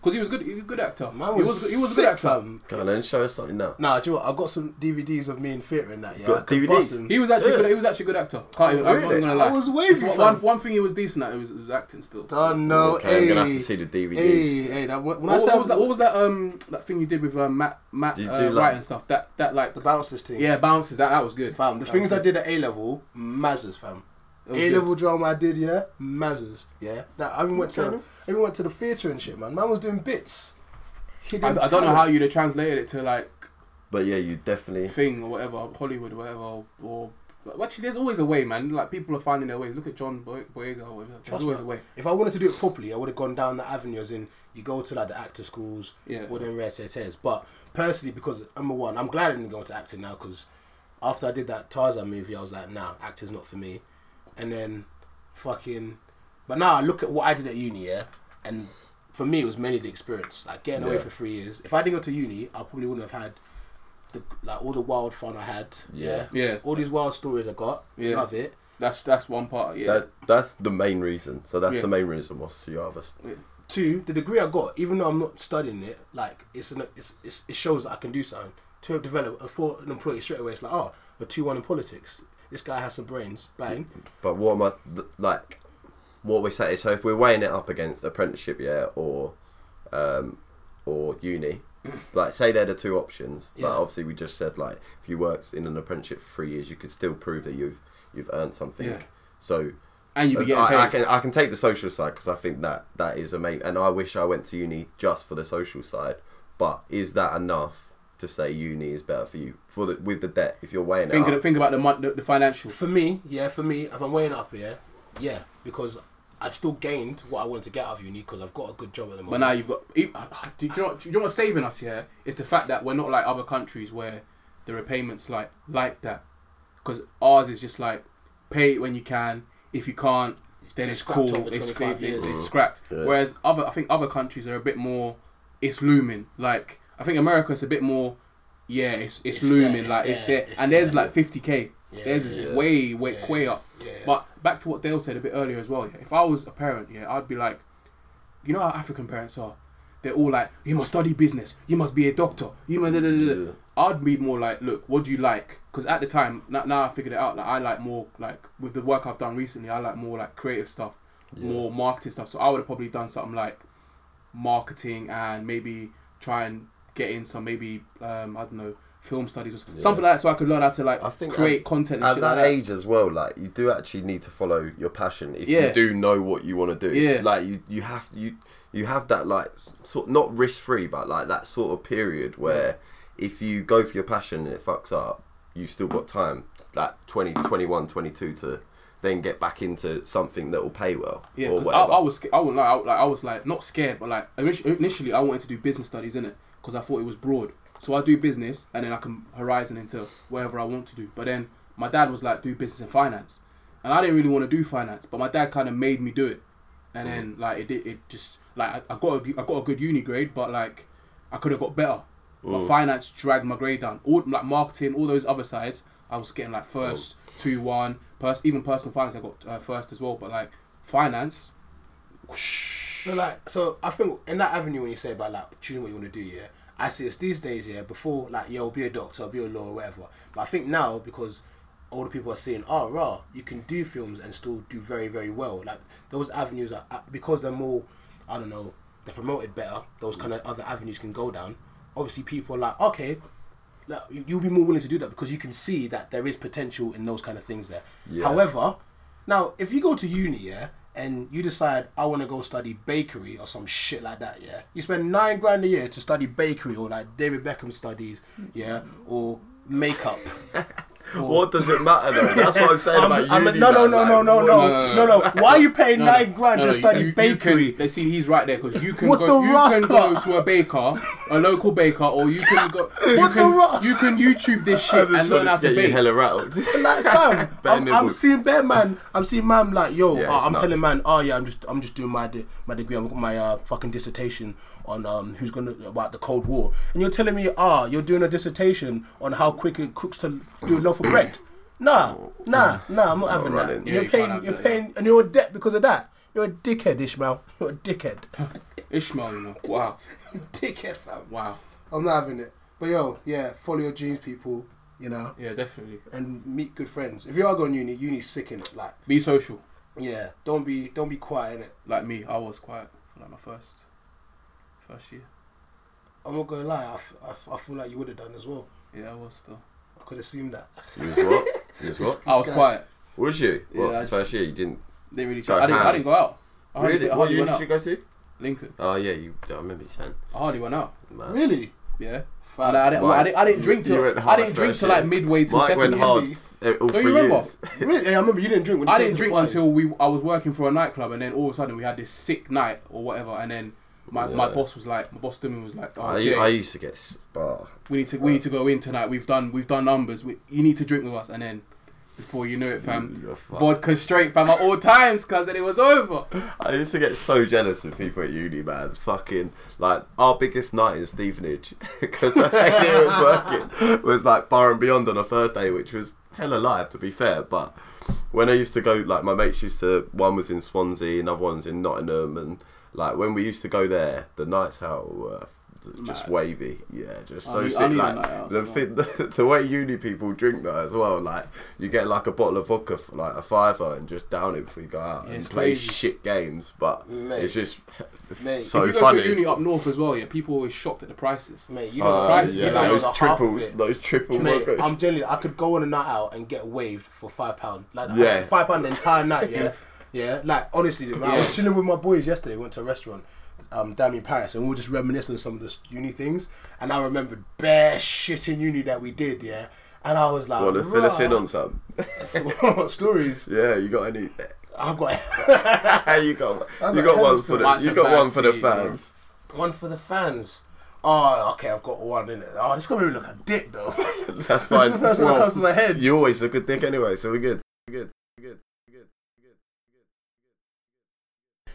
[SPEAKER 4] Because he was good, he was a good actor.
[SPEAKER 1] man
[SPEAKER 4] he
[SPEAKER 1] was,
[SPEAKER 4] was, he was a
[SPEAKER 1] sick,
[SPEAKER 4] good actor.
[SPEAKER 1] fam.
[SPEAKER 3] Go on then, show us something now.
[SPEAKER 1] Nah, do you know what? I've got some DVDs of me in theatre and that, yeah.
[SPEAKER 3] Got
[SPEAKER 1] I could
[SPEAKER 3] DVDs?
[SPEAKER 1] bust 'em.
[SPEAKER 4] He was actually, good, he was actually a good actor. Can't even, I'm not
[SPEAKER 3] Really?
[SPEAKER 4] gonna lie.
[SPEAKER 1] I was wavy,
[SPEAKER 4] It's one,
[SPEAKER 1] fam.
[SPEAKER 4] one- one thing he was decent at was, was acting still.
[SPEAKER 1] Oh no!
[SPEAKER 3] Okay, I'm gonna have
[SPEAKER 1] hey,
[SPEAKER 3] to see the DVDs.
[SPEAKER 1] Hey, hey, that, when I
[SPEAKER 4] What,
[SPEAKER 1] said
[SPEAKER 4] what was that? What was that? Um, that thing you did with uh, Matt, Matt
[SPEAKER 3] Did you
[SPEAKER 4] uh,
[SPEAKER 3] do,
[SPEAKER 4] Wright
[SPEAKER 3] like-
[SPEAKER 4] and stuff. That that like
[SPEAKER 1] the bounces thing,
[SPEAKER 4] yeah bounces. That that was good.
[SPEAKER 1] fam. The
[SPEAKER 4] That
[SPEAKER 1] things
[SPEAKER 4] was
[SPEAKER 1] I
[SPEAKER 4] good.
[SPEAKER 1] did at A level, mazzers, fam.
[SPEAKER 4] That was
[SPEAKER 1] A level drama I did, yeah, mazzers, yeah. That I even went
[SPEAKER 3] Okay.
[SPEAKER 1] to, I even went to the theatre and shit, man. Man was doing bits. He
[SPEAKER 4] I, I don't know how you'd have translated it to like
[SPEAKER 3] But yeah, you definitely.
[SPEAKER 4] thing or whatever, Hollywood, or whatever, or, or Actually, there's always a way, man. Like people are finding their ways. Look at John Boy- Boyega. or whatever. There's
[SPEAKER 1] Trust
[SPEAKER 4] always
[SPEAKER 1] me,
[SPEAKER 4] a way.
[SPEAKER 1] If I wanted to do it properly, I would have gone down that avenue. As in, you go to like the actor schools,
[SPEAKER 4] Yeah.
[SPEAKER 1] all them rare tetes. But personally, because number one, I'm glad I didn't go into acting now. Because after I did that Tarzan movie, I was like, nah, acting's not for me. And then, fucking, but now I look at what I did at uni, yeah, and for me, it was mainly the experience, like getting away
[SPEAKER 3] Yeah.
[SPEAKER 1] for three years. If I didn't go to uni, I probably wouldn't have had. The, like all the wild fun I had,
[SPEAKER 3] Yeah.
[SPEAKER 4] Yeah.
[SPEAKER 1] All these wild stories I got,
[SPEAKER 4] Yeah.
[SPEAKER 1] love it.
[SPEAKER 4] That's that's one part. Yeah.
[SPEAKER 3] That that's the main reason. So that's
[SPEAKER 4] Yeah.
[SPEAKER 3] the main reason why Ciavis.
[SPEAKER 1] Two, the degree I got, even though I'm not studying it, like it's an it's, it's it shows that I can do something to help develop. And for an employee straight away, it's like, oh, a two-one in politics. This guy has some brains. Bang.
[SPEAKER 3] But what am I th- like? What we say. So if we're weighing it up against apprenticeship, yeah, or um, or uni, like say they're the two options.
[SPEAKER 1] Yeah.
[SPEAKER 3] Like obviously we just said like if you worked in an apprenticeship for three years, you could still prove that you've you've earned something.
[SPEAKER 4] Yeah.
[SPEAKER 3] So
[SPEAKER 4] and you be getting paid.
[SPEAKER 3] I, I can I can take the social side because I think that that is amazing, and I wish I went to uni just for the social side. But is that enough to say uni is better for you for the, with the debt? If you're weighing
[SPEAKER 4] think,
[SPEAKER 3] it
[SPEAKER 4] of,
[SPEAKER 3] up,
[SPEAKER 4] think about the, mon- the the financial.
[SPEAKER 1] For me, yeah, for me, if I'm weighing up here, yeah, because I've still gained what I wanted to get out of uni because I've got a good job at the
[SPEAKER 4] But
[SPEAKER 1] moment.
[SPEAKER 4] now you've got. e- Do you know, what- do you know what's saving us here? It's the fact that we're not like other countries where the repayments like like that, because ours is just like pay it when you can. If you can't, then
[SPEAKER 1] Get
[SPEAKER 4] it's
[SPEAKER 1] scrapped
[SPEAKER 4] cool.
[SPEAKER 1] over
[SPEAKER 4] It's,
[SPEAKER 1] 25
[SPEAKER 4] they- they-
[SPEAKER 1] years.
[SPEAKER 4] it's scrapped.
[SPEAKER 3] Yeah.
[SPEAKER 4] Whereas other, I think other countries are a bit more. It's looming. Like I think America is a bit more. Yeah, it's it's,
[SPEAKER 1] It's
[SPEAKER 4] looming.
[SPEAKER 1] there, it's
[SPEAKER 4] like it's
[SPEAKER 1] there,
[SPEAKER 4] there,
[SPEAKER 1] it's
[SPEAKER 4] and there's
[SPEAKER 1] there.
[SPEAKER 4] like fifty k.
[SPEAKER 1] Yeah,
[SPEAKER 4] There's is
[SPEAKER 1] yeah,
[SPEAKER 4] way way
[SPEAKER 1] yeah,
[SPEAKER 4] way up.
[SPEAKER 1] yeah.
[SPEAKER 4] But back to what Dale said a bit earlier as well. Yeah, if I was a parent, yeah, I'd be like, you know how African parents are. They're all like, you must study business. You must be a doctor. You must. Da, da, da, da.
[SPEAKER 3] Yeah.
[SPEAKER 4] I'd be more like, look, what do you like? Because at the time, now, now I figured it out. Like I like more like with the work I've done recently, I like more like creative stuff, more marketing stuff. So I would have probably done something like marketing and maybe try and get in some maybe um, I don't know film studies or s- something like that, so I could learn how to like
[SPEAKER 3] I think
[SPEAKER 4] create
[SPEAKER 3] at-
[SPEAKER 4] content and
[SPEAKER 3] at
[SPEAKER 4] shit
[SPEAKER 3] that
[SPEAKER 4] like that.
[SPEAKER 3] age as well, like you do actually need to follow your passion if
[SPEAKER 4] Yeah.
[SPEAKER 3] you do know what you want to do.
[SPEAKER 4] Yeah.
[SPEAKER 3] Like you, you have you you have that like sort not risk free, but like that sort of period where if you go for your passion and it fucks up, you've still got time like 20, 21, 22 to then get back into something that will pay well.
[SPEAKER 4] Yeah,
[SPEAKER 3] or
[SPEAKER 4] because I,
[SPEAKER 3] whatever.
[SPEAKER 4] I was sca- I was like I, like I was like not scared, but like init- initially I wanted to do business studies in it because I thought it was broad. So I do business and then I can horizon into wherever I want to do. But then my dad was like do business and finance, and I didn't really want to do finance, but my dad kind of made me do it. And
[SPEAKER 3] Mm.
[SPEAKER 4] then like it did, it just like I, I got a, I got a good uni grade, but like I could have got better. But finance dragged my grade down. All like marketing, all those other sides, I was getting like first, two one, pers- even personal finance I got uh, first as well. But like finance,
[SPEAKER 1] So like, so I think in that avenue when you say about like choosing what you want to do, yeah, I see it's these days, yeah. Before like, yo, be a doctor, be a lawyer, whatever. But I think now because all the people are seeing, oh, rah, you can do films and still do very, very well. Like those avenues are uh, because they're more, I don't know, they're promoted better. Those kind of other avenues can go down. Obviously, people are like, okay, like, you- you'll be more willing to do that because you can see that there is potential in those kind of things there.
[SPEAKER 3] Yeah.
[SPEAKER 1] However, now if you go to uni, yeah, and you decide I want to go study bakery or some shit like that, yeah, you spend nine grand a year to study bakery or like David Beckham studies, yeah, or makeup.
[SPEAKER 3] what does it matter though? That's what I'm saying
[SPEAKER 1] I'm-
[SPEAKER 3] about
[SPEAKER 1] I'm-
[SPEAKER 3] uni.
[SPEAKER 1] no, no,
[SPEAKER 3] man,
[SPEAKER 1] no,
[SPEAKER 3] like,
[SPEAKER 1] no, no, no,
[SPEAKER 3] what-
[SPEAKER 1] no, no, Why are you paying
[SPEAKER 4] No, no.
[SPEAKER 1] nine grand
[SPEAKER 4] No, no,
[SPEAKER 1] to study
[SPEAKER 4] you- you
[SPEAKER 1] bakery?
[SPEAKER 4] can- They see he's right there because you can
[SPEAKER 1] What
[SPEAKER 4] go.
[SPEAKER 1] the
[SPEAKER 4] you
[SPEAKER 1] rascal?
[SPEAKER 4] can go to a baker, a local baker, or you can go. You
[SPEAKER 1] What the
[SPEAKER 4] can,
[SPEAKER 1] rascal?
[SPEAKER 4] You can YouTube this
[SPEAKER 3] I
[SPEAKER 4] shit
[SPEAKER 3] just
[SPEAKER 4] and
[SPEAKER 3] wanted
[SPEAKER 4] learn how
[SPEAKER 3] to
[SPEAKER 4] to
[SPEAKER 3] get you
[SPEAKER 4] bake.
[SPEAKER 3] hella rattled.
[SPEAKER 1] like fam,
[SPEAKER 3] Bare
[SPEAKER 1] I'm, I'm
[SPEAKER 3] nibbles.
[SPEAKER 1] seeing bear man. I'm seeing man like yo.
[SPEAKER 3] Yeah,
[SPEAKER 1] uh,
[SPEAKER 3] it's
[SPEAKER 1] I'm
[SPEAKER 3] nuts.
[SPEAKER 1] telling man, oh yeah, I'm just I'm just doing my de- my degree. I've got my uh, fucking dissertation on um who's gonna about the Cold War, and you're telling me ah you're doing a dissertation on how quick it cooks to do a loaf of bread. Nah, nah, nah. I'm not having that.
[SPEAKER 3] running.
[SPEAKER 1] And
[SPEAKER 3] Yeah,
[SPEAKER 1] you're
[SPEAKER 4] you can't
[SPEAKER 1] paying,
[SPEAKER 4] have
[SPEAKER 1] you're
[SPEAKER 4] that,
[SPEAKER 1] paying, and you're in debt because of that. You're a dickhead, Ishmael. You're a dickhead.
[SPEAKER 4] Ishmael, you know. Wow,
[SPEAKER 1] dickhead, fam.
[SPEAKER 4] wow.
[SPEAKER 1] I'm not having it. But yo, yeah, follow your dreams, people. You know,
[SPEAKER 4] Yeah, definitely.
[SPEAKER 1] and meet good friends. If you are going uni, uni's sick in it. Like.
[SPEAKER 4] Be social,
[SPEAKER 1] Yeah, don't be don't be quiet in it.
[SPEAKER 4] like me. I was quiet for like my first, first year.
[SPEAKER 1] I'm not gonna lie, I, f- I, f- I feel like you would have done as well.
[SPEAKER 4] Yeah, I was still.
[SPEAKER 1] I could assume that.
[SPEAKER 3] You was what? You was what?
[SPEAKER 4] I was
[SPEAKER 1] guy-
[SPEAKER 4] quiet.
[SPEAKER 3] Would you?
[SPEAKER 4] Yeah,
[SPEAKER 3] What,
[SPEAKER 4] I just-
[SPEAKER 3] first year you didn't.
[SPEAKER 4] Didn't really.
[SPEAKER 3] So
[SPEAKER 4] I didn't. I
[SPEAKER 3] how?
[SPEAKER 4] didn't go out. I hardly,
[SPEAKER 3] Really?
[SPEAKER 4] I
[SPEAKER 3] What
[SPEAKER 4] hardly
[SPEAKER 3] uni
[SPEAKER 4] went
[SPEAKER 3] did
[SPEAKER 4] out.
[SPEAKER 3] you go to?
[SPEAKER 4] Lincoln.
[SPEAKER 3] Oh yeah, you. I remember you saying.
[SPEAKER 4] I hardly went out.
[SPEAKER 3] Man.
[SPEAKER 1] Really?
[SPEAKER 4] Yeah.
[SPEAKER 1] Fam,
[SPEAKER 4] Like, I, didn't, well, I
[SPEAKER 3] Mike,
[SPEAKER 4] didn't. I didn't drink
[SPEAKER 3] you
[SPEAKER 4] till.
[SPEAKER 3] went
[SPEAKER 4] I
[SPEAKER 3] hard
[SPEAKER 4] didn't drink
[SPEAKER 3] first
[SPEAKER 4] till like
[SPEAKER 3] year.
[SPEAKER 4] midway till
[SPEAKER 3] Mike
[SPEAKER 4] second
[SPEAKER 3] went
[SPEAKER 4] year.
[SPEAKER 3] hard eh, all
[SPEAKER 4] you
[SPEAKER 3] three
[SPEAKER 4] remember?
[SPEAKER 3] years.
[SPEAKER 6] Really? Yeah, I remember you didn't drink. When you
[SPEAKER 4] I
[SPEAKER 6] came to
[SPEAKER 4] didn't
[SPEAKER 6] the
[SPEAKER 4] drink
[SPEAKER 6] parties.
[SPEAKER 4] until we I was working for a nightclub, and then all of a sudden we had this sick night or whatever, and then my, my
[SPEAKER 3] Yeah.
[SPEAKER 4] boss was like, my boss Dumi was like, oh,
[SPEAKER 3] I,
[SPEAKER 4] Jay,
[SPEAKER 3] I used to get. s- Oh,
[SPEAKER 4] we need to we need to go in tonight. We've done we've done numbers. We, you need to drink with us, and then. Before you knew it, fam,
[SPEAKER 3] You're fucked.
[SPEAKER 4] vodka straight, fam, at all times, cause then it was over.
[SPEAKER 3] I used to get so jealous of people at uni, man. Fucking like our biggest night in Stevenage because that's how it was working. Was like Bar and Beyond on a Thursday, which was hella live to be fair. But when I used to go, like my mates used to, one was in Swansea, another one's in Nottingham, and like when we used to go there, the nights out were just
[SPEAKER 4] Mad.
[SPEAKER 3] wavy, yeah, just so
[SPEAKER 4] I need- I
[SPEAKER 3] sick.
[SPEAKER 4] need a
[SPEAKER 3] like
[SPEAKER 4] night out,
[SPEAKER 3] the,
[SPEAKER 4] so-
[SPEAKER 3] thi- the the way uni people drink that as well, like you get like a bottle of vodka for like a fiver and just down it before you go out and
[SPEAKER 4] it's
[SPEAKER 3] play
[SPEAKER 4] crazy.
[SPEAKER 3] shit games, but
[SPEAKER 1] Mate.
[SPEAKER 3] it's just
[SPEAKER 1] Mate.
[SPEAKER 3] so
[SPEAKER 4] if you go
[SPEAKER 3] funny.
[SPEAKER 4] to uni up north as well, yeah, people always shocked at the prices.
[SPEAKER 1] Mate, you
[SPEAKER 3] Uh,
[SPEAKER 1] don't know prices.
[SPEAKER 3] yeah,
[SPEAKER 1] You don't know
[SPEAKER 3] those
[SPEAKER 1] the
[SPEAKER 3] triples,
[SPEAKER 1] half of it.
[SPEAKER 3] those triple
[SPEAKER 1] Mate,
[SPEAKER 3] workers.
[SPEAKER 1] I'm genuinely, I could go on a night out and get waved for five pound. Like
[SPEAKER 3] Yeah.
[SPEAKER 1] five pound the entire night. Yeah, yeah. Like honestly, when I was chilling with my boys yesterday. We went to a restaurant, um, down in Paris, and we were just reminiscing some of the uni things. And I remembered bare shit in uni that we did. Yeah, and I was like,
[SPEAKER 3] Want to fill us in
[SPEAKER 1] "Rah."
[SPEAKER 3] on some?
[SPEAKER 1] what stories?
[SPEAKER 3] yeah, you got any?
[SPEAKER 1] I've got
[SPEAKER 3] you got you
[SPEAKER 1] like,
[SPEAKER 3] got one
[SPEAKER 1] hell's
[SPEAKER 3] for the
[SPEAKER 4] That's
[SPEAKER 3] you
[SPEAKER 4] a
[SPEAKER 3] got
[SPEAKER 4] bad
[SPEAKER 3] one for the
[SPEAKER 4] scene, bro.
[SPEAKER 3] fans.
[SPEAKER 1] one for the fans. Oh, okay, I've got one in it. Oh, this gonna make me look a dick though.
[SPEAKER 3] That's
[SPEAKER 1] this is
[SPEAKER 3] fine.
[SPEAKER 1] the first one that
[SPEAKER 3] Well,
[SPEAKER 1] comes to my head.
[SPEAKER 3] you always look a dick anyway, so we're good. We're good. We're good. We're good.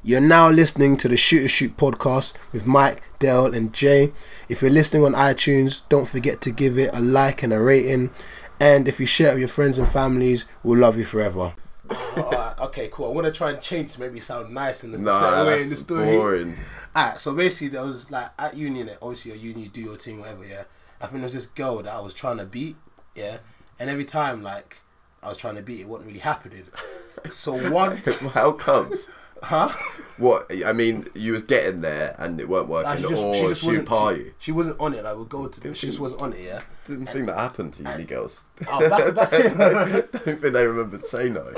[SPEAKER 6] You're now listening to the Shooter Shoot podcast with Mike, Dale, and Jay. If you're listening on iTunes, don't forget to give it a like and a rating. And if you share it with your friends and families, we'll love you forever.
[SPEAKER 1] Alright, okay, cool. I'm gonna try and change to maybe sound nice in this
[SPEAKER 3] Nah,
[SPEAKER 1] certain way in the
[SPEAKER 3] that's
[SPEAKER 1] story.
[SPEAKER 3] boring.
[SPEAKER 1] Alright, so basically there was like at uni, like, obviously at uni you do your thing, whatever, yeah. I think there was this girl that I was trying to beat, yeah. And every time like I was trying to beat it wasn't really happening. So one
[SPEAKER 3] How comes?
[SPEAKER 1] huh?
[SPEAKER 3] What I mean, you was getting there and it weren't
[SPEAKER 1] Like,
[SPEAKER 3] working,
[SPEAKER 1] she just,
[SPEAKER 3] or
[SPEAKER 1] she just
[SPEAKER 3] she
[SPEAKER 1] wasn't
[SPEAKER 3] par
[SPEAKER 1] she,
[SPEAKER 3] you.
[SPEAKER 1] she wasn't on it, like we'll go to she just wasn't on it, yeah.
[SPEAKER 3] Didn't think that happened to uni girls.
[SPEAKER 1] Oh, back, back.
[SPEAKER 3] don't think they remembered saying no.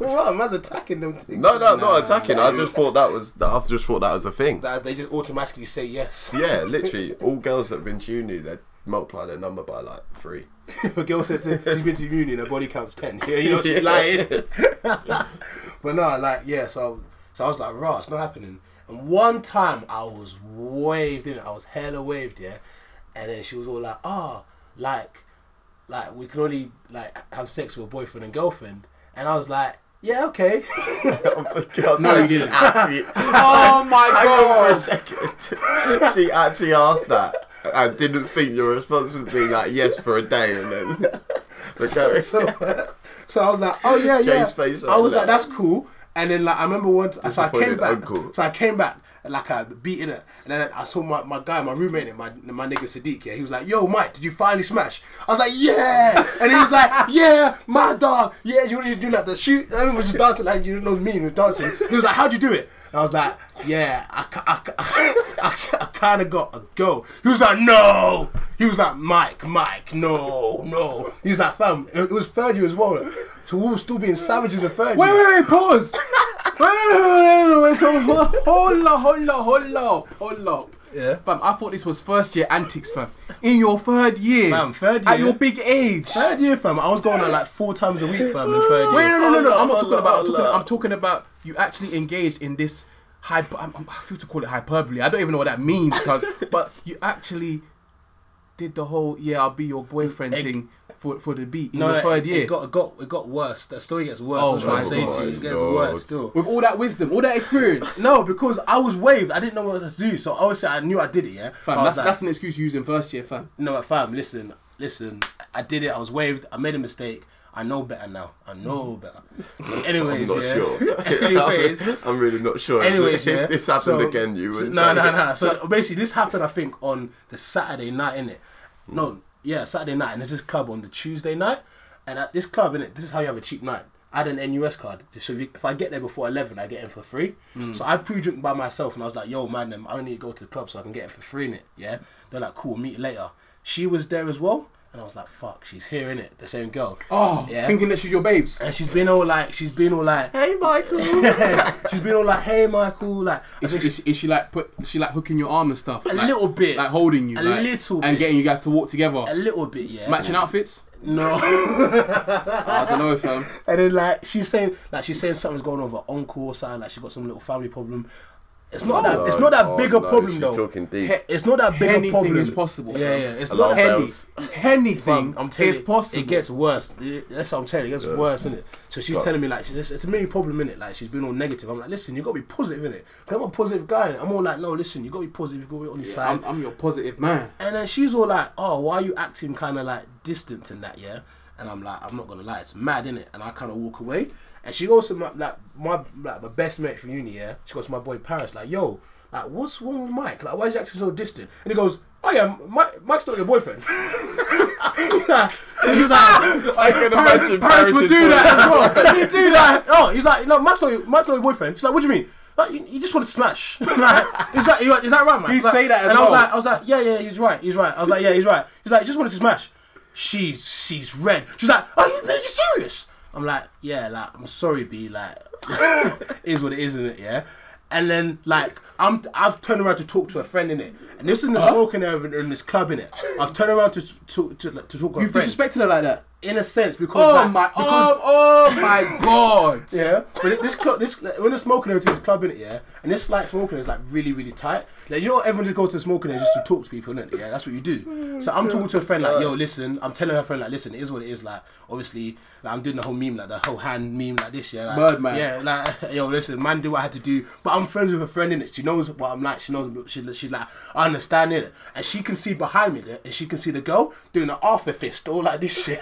[SPEAKER 1] Right, man's attacking them things.
[SPEAKER 3] No, no, not attacking. I just thought that was. I just thought that was a thing.
[SPEAKER 1] That they just automatically say yes.
[SPEAKER 3] Yeah, literally, all girls that have been to uni, they multiply their number by like three.
[SPEAKER 1] a girl says she's been to uni and her body count's ten. Yeah, you know she's
[SPEAKER 3] Yeah.
[SPEAKER 1] lying. but no, like yeah, so so I was like, rah, it's not happening. And one time I was waved in, I was hella waved, yeah. And then she was all like, ah, like, like we can only like have sex with a boyfriend and girlfriend. And I was like, yeah, okay.
[SPEAKER 4] No, you didn't.
[SPEAKER 3] Actually,
[SPEAKER 4] Oh my
[SPEAKER 3] hang on for a
[SPEAKER 4] god!
[SPEAKER 3] second. she actually asked that. I didn't think your response would be like yes for a day and then. the girl-
[SPEAKER 1] so, so I was like, oh yeah, yeah.
[SPEAKER 3] Jay's face
[SPEAKER 1] I was
[SPEAKER 3] right
[SPEAKER 1] like,
[SPEAKER 3] now.
[SPEAKER 1] that's cool. And then like I remember once, so I came
[SPEAKER 3] Disappointed
[SPEAKER 1] back.
[SPEAKER 3] uncle.
[SPEAKER 1] So I came back like I beat in it, and then I saw my, my guy, my roommate, and my my nigga Sadiq. Yeah, he was like, yo, Mike, did you finally smash? I was like, yeah. And he was like, yeah, my dog. Yeah, you really doing like the shoot. Everyone was just dancing like you know me. We were dancing. He was like, how'd you do it? And I was like, yeah, I, ki- I, ki- I, ki- I kind of got a go. He was like, no. He was like, Mike, Mike, no, no. He was like, fam, it it was third year as well. So we were still being savages in third
[SPEAKER 4] Wait,
[SPEAKER 1] year.
[SPEAKER 4] wait, wait, pause. wait, wait, wait, wait, wait, wait, wait, hold up, hold up, hold up, hold up.
[SPEAKER 1] Yeah.
[SPEAKER 4] Fam, I thought this was first year antics, fam. In your third year.
[SPEAKER 1] Fam, third
[SPEAKER 4] At
[SPEAKER 1] year.
[SPEAKER 4] your big age. Wait,
[SPEAKER 1] Third year, fam. I was going out like four times a week, fam, in third year.
[SPEAKER 4] no, no, no, no.
[SPEAKER 3] Hold
[SPEAKER 4] I'm not
[SPEAKER 3] up,
[SPEAKER 4] talking about. I'm
[SPEAKER 3] hold
[SPEAKER 4] talking,
[SPEAKER 3] up.
[SPEAKER 4] I'm talking about you actually engaged in this. Hyper, I'm, I'm- I feel to call it hyperbole. I don't even know what that means, cause but you actually did the whole yeah I'll be your boyfriend thing for for the beat in
[SPEAKER 1] No,
[SPEAKER 4] your
[SPEAKER 1] no, it,
[SPEAKER 4] third year.
[SPEAKER 1] It got, it got, it got worse. The story gets worse.
[SPEAKER 4] Oh
[SPEAKER 1] I was trying to
[SPEAKER 4] my
[SPEAKER 1] say to you,
[SPEAKER 3] God.
[SPEAKER 1] it gets
[SPEAKER 3] Lord.
[SPEAKER 1] worse still.
[SPEAKER 4] With all that wisdom, all that experience.
[SPEAKER 1] No, because I was waved. I didn't know what to do. So obviously, I knew I did it. Yeah,
[SPEAKER 4] Fam,
[SPEAKER 1] I
[SPEAKER 4] that's,
[SPEAKER 1] was like,
[SPEAKER 4] that's an excuse you use in first year, fam.
[SPEAKER 1] no, but fam. Listen, listen. I did it. I was waved. I made a mistake. I know better now. I know better. Anyways,
[SPEAKER 3] I'm not
[SPEAKER 1] yeah.
[SPEAKER 3] sure.
[SPEAKER 1] Anyways,
[SPEAKER 3] I'm really not sure.
[SPEAKER 1] Anyways,
[SPEAKER 3] if
[SPEAKER 1] yeah.
[SPEAKER 3] this happened
[SPEAKER 1] so,
[SPEAKER 3] again, you
[SPEAKER 1] so-
[SPEAKER 3] would.
[SPEAKER 1] No,
[SPEAKER 3] say-
[SPEAKER 1] no, no. So basically, this happened, I think, on the Saturday night, innit? No, yeah, Saturday night, and there's this club on the Tuesday night. And at this club, innit, this is how you have a cheap night. I had an NUS card. So if you- if I get there before 11, I get in for free.
[SPEAKER 4] Mm.
[SPEAKER 1] So I pre drink by myself, and I was like, yo, man, them, I only need to go to the club so I can get it for free, innit? Yeah? They're like, cool, meet later. She was there as well. And I was like, fuck, she's here, innit? The same girl.
[SPEAKER 4] Oh,
[SPEAKER 1] yeah. Eh?
[SPEAKER 4] thinking that she's your babes.
[SPEAKER 1] and she's been all like, she's been all like,
[SPEAKER 3] Hey, Michael.
[SPEAKER 1] she's been all like, hey, Michael, like, I
[SPEAKER 4] Is
[SPEAKER 1] think
[SPEAKER 4] she, is, she, is she like put? Is she like hooking your arm and stuff? A
[SPEAKER 1] little bit.
[SPEAKER 4] Like holding you.
[SPEAKER 1] A
[SPEAKER 4] like,
[SPEAKER 1] little
[SPEAKER 4] And
[SPEAKER 1] bit.
[SPEAKER 4] getting you guys to walk together.
[SPEAKER 1] a little bit, yeah.
[SPEAKER 4] Matching outfits. Ah,
[SPEAKER 1] No.
[SPEAKER 4] I don't know, fam.
[SPEAKER 1] and then like she's saying like she's saying something's going on with her uncle or something, like she got some little family problem. It's not that it's not that
[SPEAKER 3] Oh,
[SPEAKER 1] big a
[SPEAKER 3] no,
[SPEAKER 1] problem
[SPEAKER 3] she's
[SPEAKER 1] though.
[SPEAKER 3] Talking deep.
[SPEAKER 4] Heck,
[SPEAKER 1] It's not that big a
[SPEAKER 4] Anything
[SPEAKER 1] problem.
[SPEAKER 4] is possible.
[SPEAKER 1] Yeah, yeah. It's
[SPEAKER 3] Alarm
[SPEAKER 1] not that
[SPEAKER 4] Any,
[SPEAKER 3] bells.
[SPEAKER 4] anything
[SPEAKER 1] I'm telling
[SPEAKER 4] is
[SPEAKER 1] you,
[SPEAKER 4] possible.
[SPEAKER 1] It gets worse. It- That's what I'm telling you. It gets worse, isn't it? So she's telling me like she's, it's- it's a mini problem in it. Like she's been all negative. I'm like, listen, you got to be positive in it. I'm a positive guy. innit? I'm all like, no, listen, you got to be positive. You got to be on your side.
[SPEAKER 4] I'm, I'm your positive man.
[SPEAKER 1] And then she's all like, "Oh, why are you acting kind of like distant and that, yeah?" And I'm like, "I'm not gonna lie, it's mad, innit?" And I kind of walk away. And she goes to my like my like my best mate from uni, yeah. She goes to my boy Paris, like, "Yo, like, what's wrong with Mike? Like, why is he acting so distant?" And he goes, "Oh yeah, Mike, Mike's not your boyfriend." And he's like,
[SPEAKER 3] I can imagine
[SPEAKER 4] Paris would do that as well.
[SPEAKER 1] you do that? Oh, he's like, no, Mike's not your, Mike's not your boyfriend. She's like, what do you mean? Like, you, you just wanted to smash. like, is that, you like, is that right, man?
[SPEAKER 4] He'd
[SPEAKER 1] Like-
[SPEAKER 4] say that as
[SPEAKER 1] and
[SPEAKER 4] well.
[SPEAKER 1] I was like, I was like, yeah, yeah, he's right, he's right. I was like, yeah, he's right. He's like, "You just wanted to smash. She's she's red. She's like, are you, are you serious? I'm like, yeah, like, I'm sorry, B. Like, is what it is, isn't it? Yeah. And then like I'm, I've turned around to talk to a friend in it, and this is in the smoking area in this club in it. I've turned around to to to, to talk to a
[SPEAKER 4] You've
[SPEAKER 1] friend
[SPEAKER 4] disrespected her like that.
[SPEAKER 1] in a sense because
[SPEAKER 4] Oh
[SPEAKER 1] like,
[SPEAKER 4] my!
[SPEAKER 1] because
[SPEAKER 4] Oh, oh my God!
[SPEAKER 1] yeah, but it- this club, this when the smoking area to this club in it, yeah, and this like smoking is like really, really tight. Like you know, everyone just goes to the smoking area just to talk to people, innit? Yeah, that's what you do. So I'm talking to a friend like, yo, listen, I'm telling her friend like, listen, it is what it is. Like, obviously, like I'm doing the whole meme, like the whole hand meme, like this, yeah, like,
[SPEAKER 4] Birdman.
[SPEAKER 1] yeah, like yo, listen, man, do what I had to do. But I'm friends with a friend in it. She knows what I'm like. She knows. She, she's like, I understand it, and she can see behind me, that- and she can see the girl doing the Arthur fist, all like this shit.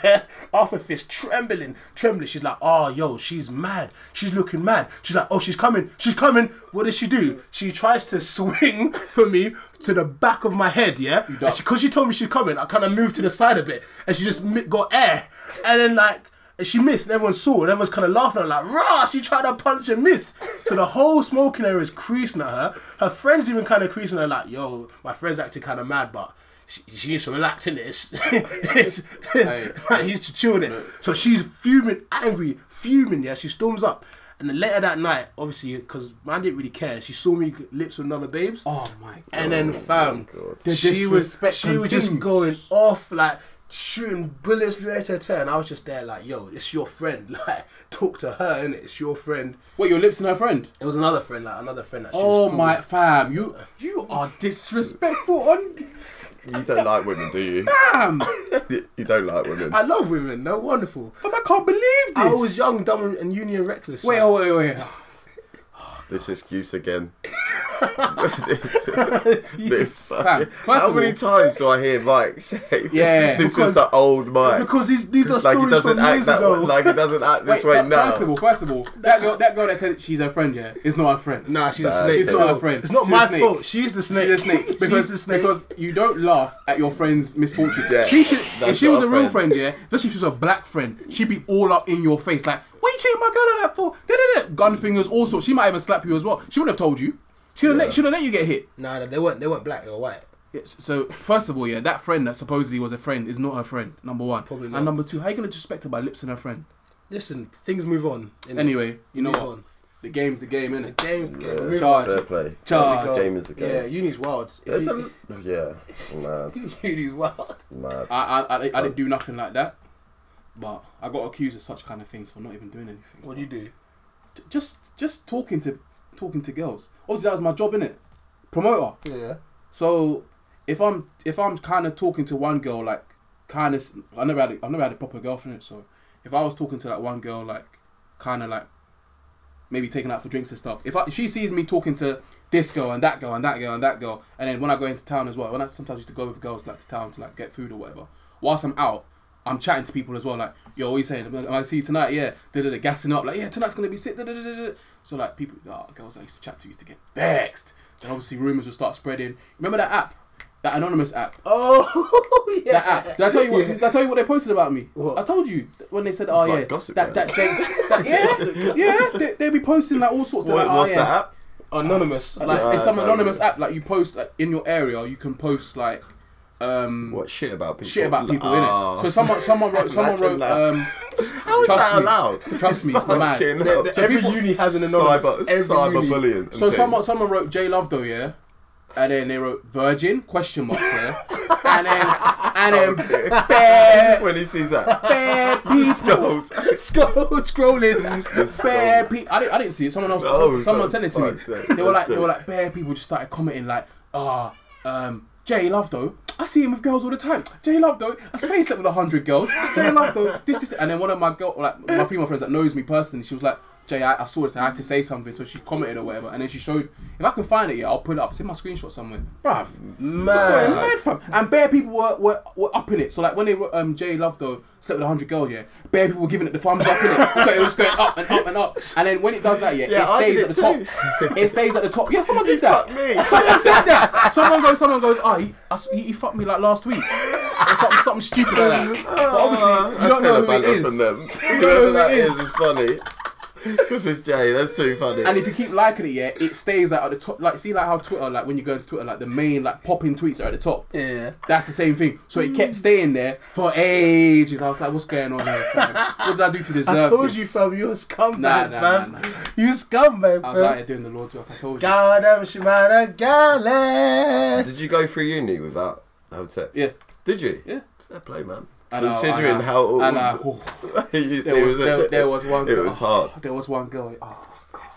[SPEAKER 1] Arthur fist, trembling, trembling. She's like, oh, yo, she's mad. She's looking mad. She's like, oh, she's coming. She's coming. What does she do? She tries to swing for me to the back of my head, yeah.
[SPEAKER 4] duck.
[SPEAKER 1] Because she told me she's coming, I kind of moved to the side a bit, and she just mi- got air, and then like. And she missed, and everyone saw, and everyone's kind of laughing at her, like, rah, she tried to punch and miss. So the whole smoking area is creasing at her. Her friends even kind of creasing her, like, yo, my friend's acting kind of mad, but she, she needs to relax in this. like, he needs to chill in it. So she's fuming, angry, fuming, yeah, she storms up. And then later that night, obviously, because man didn't really care, she saw me g- lips with another babes.
[SPEAKER 4] Oh my! God.
[SPEAKER 1] And then, fam,
[SPEAKER 4] The
[SPEAKER 1] she was
[SPEAKER 4] disrespect
[SPEAKER 1] she was just
[SPEAKER 4] continues.
[SPEAKER 1] going off like shooting bullets right at her, and I was just there like, yo, it's your friend, like talk to her, and it's your friend.
[SPEAKER 4] What your lips and her friend?
[SPEAKER 1] It was another friend, like another friend that she
[SPEAKER 4] Oh
[SPEAKER 1] was cool
[SPEAKER 4] my
[SPEAKER 1] with.
[SPEAKER 4] fam! You you are disrespectful on
[SPEAKER 3] You don't like women, do you?
[SPEAKER 4] fam.
[SPEAKER 3] You don't like women.
[SPEAKER 1] I love women, they're wonderful.
[SPEAKER 4] Fam, I can't believe this.
[SPEAKER 1] I was young, dumb, and union reckless.
[SPEAKER 4] Wait,
[SPEAKER 1] like,
[SPEAKER 4] oh, wait, wait.
[SPEAKER 3] This excuse again. this,
[SPEAKER 4] Fam, first
[SPEAKER 3] how
[SPEAKER 4] of
[SPEAKER 3] many
[SPEAKER 4] all-
[SPEAKER 3] times do I hear Mike say,
[SPEAKER 4] Yeah.
[SPEAKER 3] this
[SPEAKER 1] Because-
[SPEAKER 3] was the old Mike"?
[SPEAKER 1] because these these are
[SPEAKER 3] like he
[SPEAKER 1] stories
[SPEAKER 3] doesn't
[SPEAKER 1] from
[SPEAKER 3] act
[SPEAKER 1] years
[SPEAKER 3] that
[SPEAKER 1] ago.
[SPEAKER 3] way, like he doesn't act this way
[SPEAKER 4] fir-
[SPEAKER 3] now.
[SPEAKER 4] First of all, first of all, that girl, that girl that said she's her friend, yeah, is not her friend.
[SPEAKER 1] Nah, she's a
[SPEAKER 3] Nah,
[SPEAKER 1] snake.
[SPEAKER 3] it's
[SPEAKER 1] still.
[SPEAKER 4] not her friend.
[SPEAKER 1] It's not
[SPEAKER 4] She's
[SPEAKER 1] my
[SPEAKER 4] a snake.
[SPEAKER 1] fault. She's the snake.
[SPEAKER 4] She's a snake because
[SPEAKER 1] She's the snake.
[SPEAKER 4] because you don't laugh at your friend's misfortune.
[SPEAKER 3] Yeah,
[SPEAKER 4] she should, if
[SPEAKER 3] that's
[SPEAKER 4] she was
[SPEAKER 3] not
[SPEAKER 4] a
[SPEAKER 3] a
[SPEAKER 4] real
[SPEAKER 3] friend.
[SPEAKER 4] friend, yeah, especially if she was a black friend, she'd be all up in your face like, "What you treating my girl like that for?" Da-da-da. Gun fingers, all sorts. She might even slap you as well. She wouldn't have told you. She'd have let, she'd have let you get hit.
[SPEAKER 1] nah, they weren't they weren't black. They were white.
[SPEAKER 4] Yes, So first of all, yeah, that friend that supposedly was a friend is not her friend. Number one.
[SPEAKER 1] Probably not.
[SPEAKER 4] And number two, how you gonna disrespect her by lips and her friend?
[SPEAKER 1] Listen, things move on. innit?
[SPEAKER 4] Anyway, you know
[SPEAKER 1] move
[SPEAKER 4] what?
[SPEAKER 1] on.
[SPEAKER 4] The game's the game, innit?
[SPEAKER 1] Games, games. move on.
[SPEAKER 4] Charge.
[SPEAKER 3] Fair play.
[SPEAKER 4] Charge.
[SPEAKER 3] The game is the game.
[SPEAKER 1] Yeah, uni's wild. If
[SPEAKER 3] There's
[SPEAKER 1] you-
[SPEAKER 3] a, yeah, mad,
[SPEAKER 1] uni's wild.
[SPEAKER 3] mad.
[SPEAKER 4] I, I, I, I didn't do nothing like that, but I got accused of such kind of things for not even doing anything.
[SPEAKER 1] What do you do?
[SPEAKER 4] J- Just just talking to talking to girls. Obviously, that was my job, innit? Promoter.
[SPEAKER 1] Yeah.
[SPEAKER 4] So if I'm if I'm kind of talking to one girl, like kind of, I never had a, I never had a proper girlfriend. So if I was talking to that one girl, like kind of like maybe taking out for drinks and stuff. If I, she sees me talking to this girl and that girl and that girl and that girl, and then when I go into town as well, when I sometimes used to go with girls like to town to like get food or whatever. Whilst I'm out. I'm chatting to people as well, like, yo, what you saying? Am I see you tonight, yeah. Da da da, gassing up, like, yeah, tonight's gonna be sick. Da da da da. da. So like, people, ah, girls I used to chat to used to get vexed. Then obviously rumors would start spreading. Remember that app, that anonymous app?
[SPEAKER 1] Oh, yeah.
[SPEAKER 4] that app. Did I tell you what? Did I tell you what they posted about me?
[SPEAKER 1] What?
[SPEAKER 4] I told you when they said, "Oh
[SPEAKER 3] like
[SPEAKER 4] yeah,
[SPEAKER 3] gossip, man.
[SPEAKER 4] that that Jane, that, yeah, yeah." They, they be posting like all sorts
[SPEAKER 3] What,
[SPEAKER 4] of. Like,
[SPEAKER 3] what's
[SPEAKER 4] oh, yeah.
[SPEAKER 3] that app?
[SPEAKER 1] Anonymous.
[SPEAKER 4] It's,
[SPEAKER 1] Like,
[SPEAKER 4] it's some
[SPEAKER 3] Yeah,
[SPEAKER 4] anonymous
[SPEAKER 3] yeah.
[SPEAKER 4] app like you post like, in your area. You can post like um
[SPEAKER 3] What shit about people?
[SPEAKER 4] shit about people
[SPEAKER 3] oh.
[SPEAKER 4] in it. So someone someone wrote someone
[SPEAKER 3] Imagine
[SPEAKER 4] wrote
[SPEAKER 3] that.
[SPEAKER 4] um
[SPEAKER 3] How is
[SPEAKER 4] trust
[SPEAKER 3] that
[SPEAKER 4] me.
[SPEAKER 3] allowed?
[SPEAKER 4] Trust me, it's mad.
[SPEAKER 3] Fucking hell.
[SPEAKER 1] so every
[SPEAKER 4] people-
[SPEAKER 1] uni has an anonymous.
[SPEAKER 3] cyber,
[SPEAKER 1] every uni.
[SPEAKER 3] cyberbullying. and
[SPEAKER 4] So
[SPEAKER 3] thing.
[SPEAKER 4] someone someone wrote J Love though, yeah, and then they wrote Virgin question mark, yeah, and then and
[SPEAKER 3] Oh,
[SPEAKER 4] then bad,
[SPEAKER 3] when he sees that.
[SPEAKER 4] bad people.
[SPEAKER 3] Gold.
[SPEAKER 1] Scroll, scrolling.
[SPEAKER 3] Just
[SPEAKER 4] Bare
[SPEAKER 3] gold.
[SPEAKER 4] people. I didn't, I didn't see it. Someone else.
[SPEAKER 3] Oh,
[SPEAKER 4] someone
[SPEAKER 3] so-
[SPEAKER 4] sent it to
[SPEAKER 3] fuck's sake.
[SPEAKER 4] me. They were like, they were like, bare people just started commenting like, ah, um, Jay Love though. I see him with girls all the time. Jay Love though. I swear he slept with a hundred girls. Jay Love though. This, this, and then one of my girl, like my female friends that knows me personally, she was like, Jay, I, I saw this. and I had to say something, so she commented or whatever, and then she showed. If I can find it, yeah, I'll put it up. It's in my screenshot somewhere, bruv. What's going
[SPEAKER 1] Man.
[SPEAKER 4] mad, fam? And bare people were, were, were up in it. So like when they were, um Jay Love though slept with hundred girls, yeah, bare people were giving it the thumbs up in it. So it was going up and up and up. And then when it does that, yeah,
[SPEAKER 3] Yeah,
[SPEAKER 4] it
[SPEAKER 3] I
[SPEAKER 4] stays
[SPEAKER 3] did
[SPEAKER 4] at the
[SPEAKER 3] it
[SPEAKER 4] top. It stays at the top. Yeah, someone did that.
[SPEAKER 3] Fuck me.
[SPEAKER 4] Someone said that. Someone goes, someone goes. Oh, he, I s- he, he fucked me like last week. Or something, something stupid like that. But obviously, you
[SPEAKER 3] That's
[SPEAKER 4] don't know who it
[SPEAKER 3] kinda
[SPEAKER 4] is.
[SPEAKER 3] valid from them.
[SPEAKER 4] You don't know
[SPEAKER 3] Whoever
[SPEAKER 4] who
[SPEAKER 3] that
[SPEAKER 4] it
[SPEAKER 3] is
[SPEAKER 4] is.
[SPEAKER 3] is funny. Because it's Jay, that's too funny.
[SPEAKER 4] And if you keep liking it, yeah, it stays like at the top. Like, see, like how Twitter, like when you go into Twitter, like the main like popping tweets are at the top.
[SPEAKER 1] Yeah.
[SPEAKER 4] That's the same thing. So it
[SPEAKER 1] Hmm.
[SPEAKER 4] kept staying there for ages. I was like, what's going on here? Fam? What did I do to deserve
[SPEAKER 1] I told
[SPEAKER 4] this?
[SPEAKER 1] you, fam, you a scumbag,
[SPEAKER 4] Nah, nah,
[SPEAKER 1] fam.
[SPEAKER 4] nah, nah.
[SPEAKER 1] You a scumbag,
[SPEAKER 4] I was out
[SPEAKER 1] fam.
[SPEAKER 4] here doing the Lord's work. I told you.
[SPEAKER 1] Goddamn Shimada Galley.
[SPEAKER 3] Uh, Did you go through uni without having sex?
[SPEAKER 4] Yeah.
[SPEAKER 3] Did you?
[SPEAKER 4] Yeah. uh,
[SPEAKER 3] Fair play, man.
[SPEAKER 4] I know, I
[SPEAKER 3] Considering
[SPEAKER 4] know,
[SPEAKER 3] how old
[SPEAKER 4] I know.
[SPEAKER 3] You-
[SPEAKER 4] There
[SPEAKER 3] it
[SPEAKER 4] was,
[SPEAKER 3] a-
[SPEAKER 4] there, there was one.
[SPEAKER 3] It
[SPEAKER 4] girl-
[SPEAKER 3] was
[SPEAKER 4] oh,
[SPEAKER 3] hard.
[SPEAKER 4] There was one girl. Oh,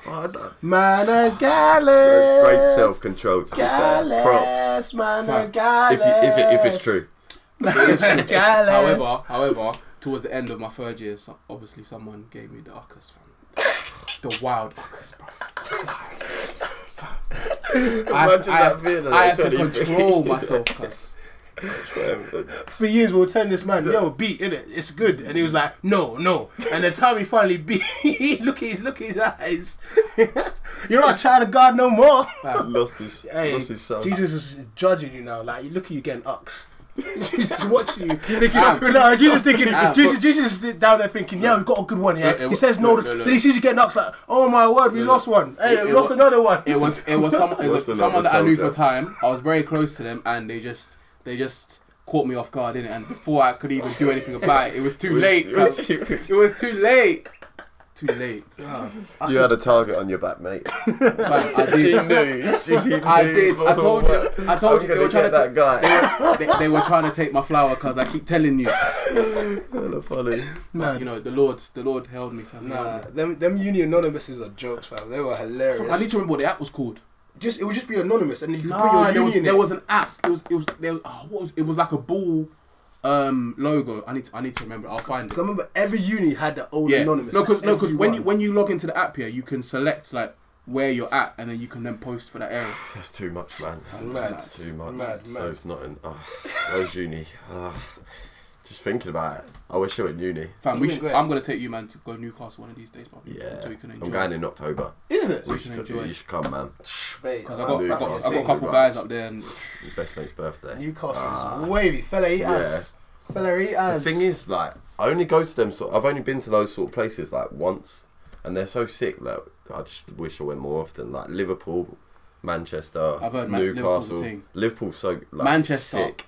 [SPEAKER 3] Hard.
[SPEAKER 1] Managales.
[SPEAKER 3] Great self control. To be fair. Props.
[SPEAKER 1] Gallus, Managales.
[SPEAKER 3] If, you, if, it, if it's true.
[SPEAKER 1] Gallus.
[SPEAKER 4] however, however, towards the end of my third year, so obviously someone gave me the uckers, fam. The wild uckers, bro. I had to, I
[SPEAKER 3] Imagine that
[SPEAKER 4] had to-
[SPEAKER 3] being at
[SPEAKER 4] I had to
[SPEAKER 3] 23.
[SPEAKER 4] control myself, cuz.
[SPEAKER 1] for years we were telling this man, yo, beat in it, it's good, and he was like, no, no. And the time he finally beat, look at his look at his eyes. You're not a child of God no more.
[SPEAKER 3] Lost his,
[SPEAKER 1] Hey,
[SPEAKER 3] lost his soul.
[SPEAKER 1] Jesus is judging you now. Like, look at you getting ucks. Jesus watching you. Thinking,
[SPEAKER 4] Am.
[SPEAKER 1] no, Jesus thinking.
[SPEAKER 4] Am.
[SPEAKER 1] Jesus, Jesus is down there thinking, yeah, we've got a good one. Yeah,
[SPEAKER 4] No, it
[SPEAKER 1] he
[SPEAKER 4] wa-
[SPEAKER 1] says
[SPEAKER 4] no,
[SPEAKER 1] no.
[SPEAKER 4] no, no.
[SPEAKER 1] Then he sees you getting ucks. Like, oh my word, we
[SPEAKER 4] No, no.
[SPEAKER 1] lost one. Hey,
[SPEAKER 4] It-
[SPEAKER 1] we
[SPEAKER 4] it
[SPEAKER 1] lost
[SPEAKER 4] wa-
[SPEAKER 1] another one.
[SPEAKER 4] It was it was some it
[SPEAKER 3] Lost
[SPEAKER 4] was
[SPEAKER 3] another
[SPEAKER 4] someone that I knew for
[SPEAKER 3] soldier.
[SPEAKER 4] a time. I was very close to them, and they just they just caught me off guard in it. And before I could even do anything about it, it was too late. cuz. It was too late. Too late.
[SPEAKER 3] You had a target on your back, mate.
[SPEAKER 4] Fam, I
[SPEAKER 3] She
[SPEAKER 4] did.
[SPEAKER 3] knew. She knew.
[SPEAKER 4] I did. I told you. I told
[SPEAKER 3] I'm
[SPEAKER 4] you they
[SPEAKER 3] gonna
[SPEAKER 4] were trying to
[SPEAKER 3] get that
[SPEAKER 4] ta-
[SPEAKER 3] guy.
[SPEAKER 4] they, they were trying to take my flower because I keep telling you,
[SPEAKER 3] Hella funny.
[SPEAKER 4] you know, the Lord, the Lord held me. fam.
[SPEAKER 1] Nah, them them uni anonymouses are jokes, fam. They were hilarious.
[SPEAKER 4] I need to remember what the app was called.
[SPEAKER 1] just it would just be anonymous, and you could put your
[SPEAKER 4] Nah,
[SPEAKER 1] uni
[SPEAKER 4] there was
[SPEAKER 1] in
[SPEAKER 4] there
[SPEAKER 1] it.
[SPEAKER 4] was an app. It was it was there. Was, oh, what was it? Was like a ball um logo. I need to, I need to remember. It. I'll find it.
[SPEAKER 1] 'Cause I remember every uni had their own
[SPEAKER 4] yeah.
[SPEAKER 1] anonymous.
[SPEAKER 4] No, because
[SPEAKER 1] Every
[SPEAKER 4] when
[SPEAKER 1] one.
[SPEAKER 4] you when you log into the app here, you can select like where you're at, and then you can then post for that area.
[SPEAKER 3] That's too much, man.
[SPEAKER 1] Mad.
[SPEAKER 3] That's too much.
[SPEAKER 1] Mad,
[SPEAKER 3] so
[SPEAKER 1] mad.
[SPEAKER 3] it's not in. Oh, where's uni? Ah, just thinking about it. I wish I were in uni.
[SPEAKER 4] Fam, we
[SPEAKER 1] Yeah,
[SPEAKER 4] should,
[SPEAKER 1] go ahead.
[SPEAKER 4] I'm gonna take you, man, to go Newcastle one of these days, bro.
[SPEAKER 3] Yeah.
[SPEAKER 4] So you can enjoy.
[SPEAKER 3] I'm going in October.
[SPEAKER 1] is it?
[SPEAKER 4] So you
[SPEAKER 3] You
[SPEAKER 4] can
[SPEAKER 3] should-
[SPEAKER 4] enjoy.
[SPEAKER 3] You should come, man.
[SPEAKER 1] Mate,
[SPEAKER 4] Cause I got, I got, I got a couple
[SPEAKER 3] Right.
[SPEAKER 4] guys up there, and
[SPEAKER 3] Your best mate's birthday.
[SPEAKER 1] Newcastle is wavy. Fella eat us. Fella eat
[SPEAKER 3] Ah. The
[SPEAKER 1] us.
[SPEAKER 3] thing is, like, I only go to them sort. I've only been to those sort of places like once, and they're so sick that I just wish I went more often. Like Liverpool, Manchester,
[SPEAKER 4] I've heard Ma- Liverpool's the
[SPEAKER 3] Newcastle.
[SPEAKER 4] thing.
[SPEAKER 3] Liverpool's so like,
[SPEAKER 4] Manchester.
[SPEAKER 3] Sick.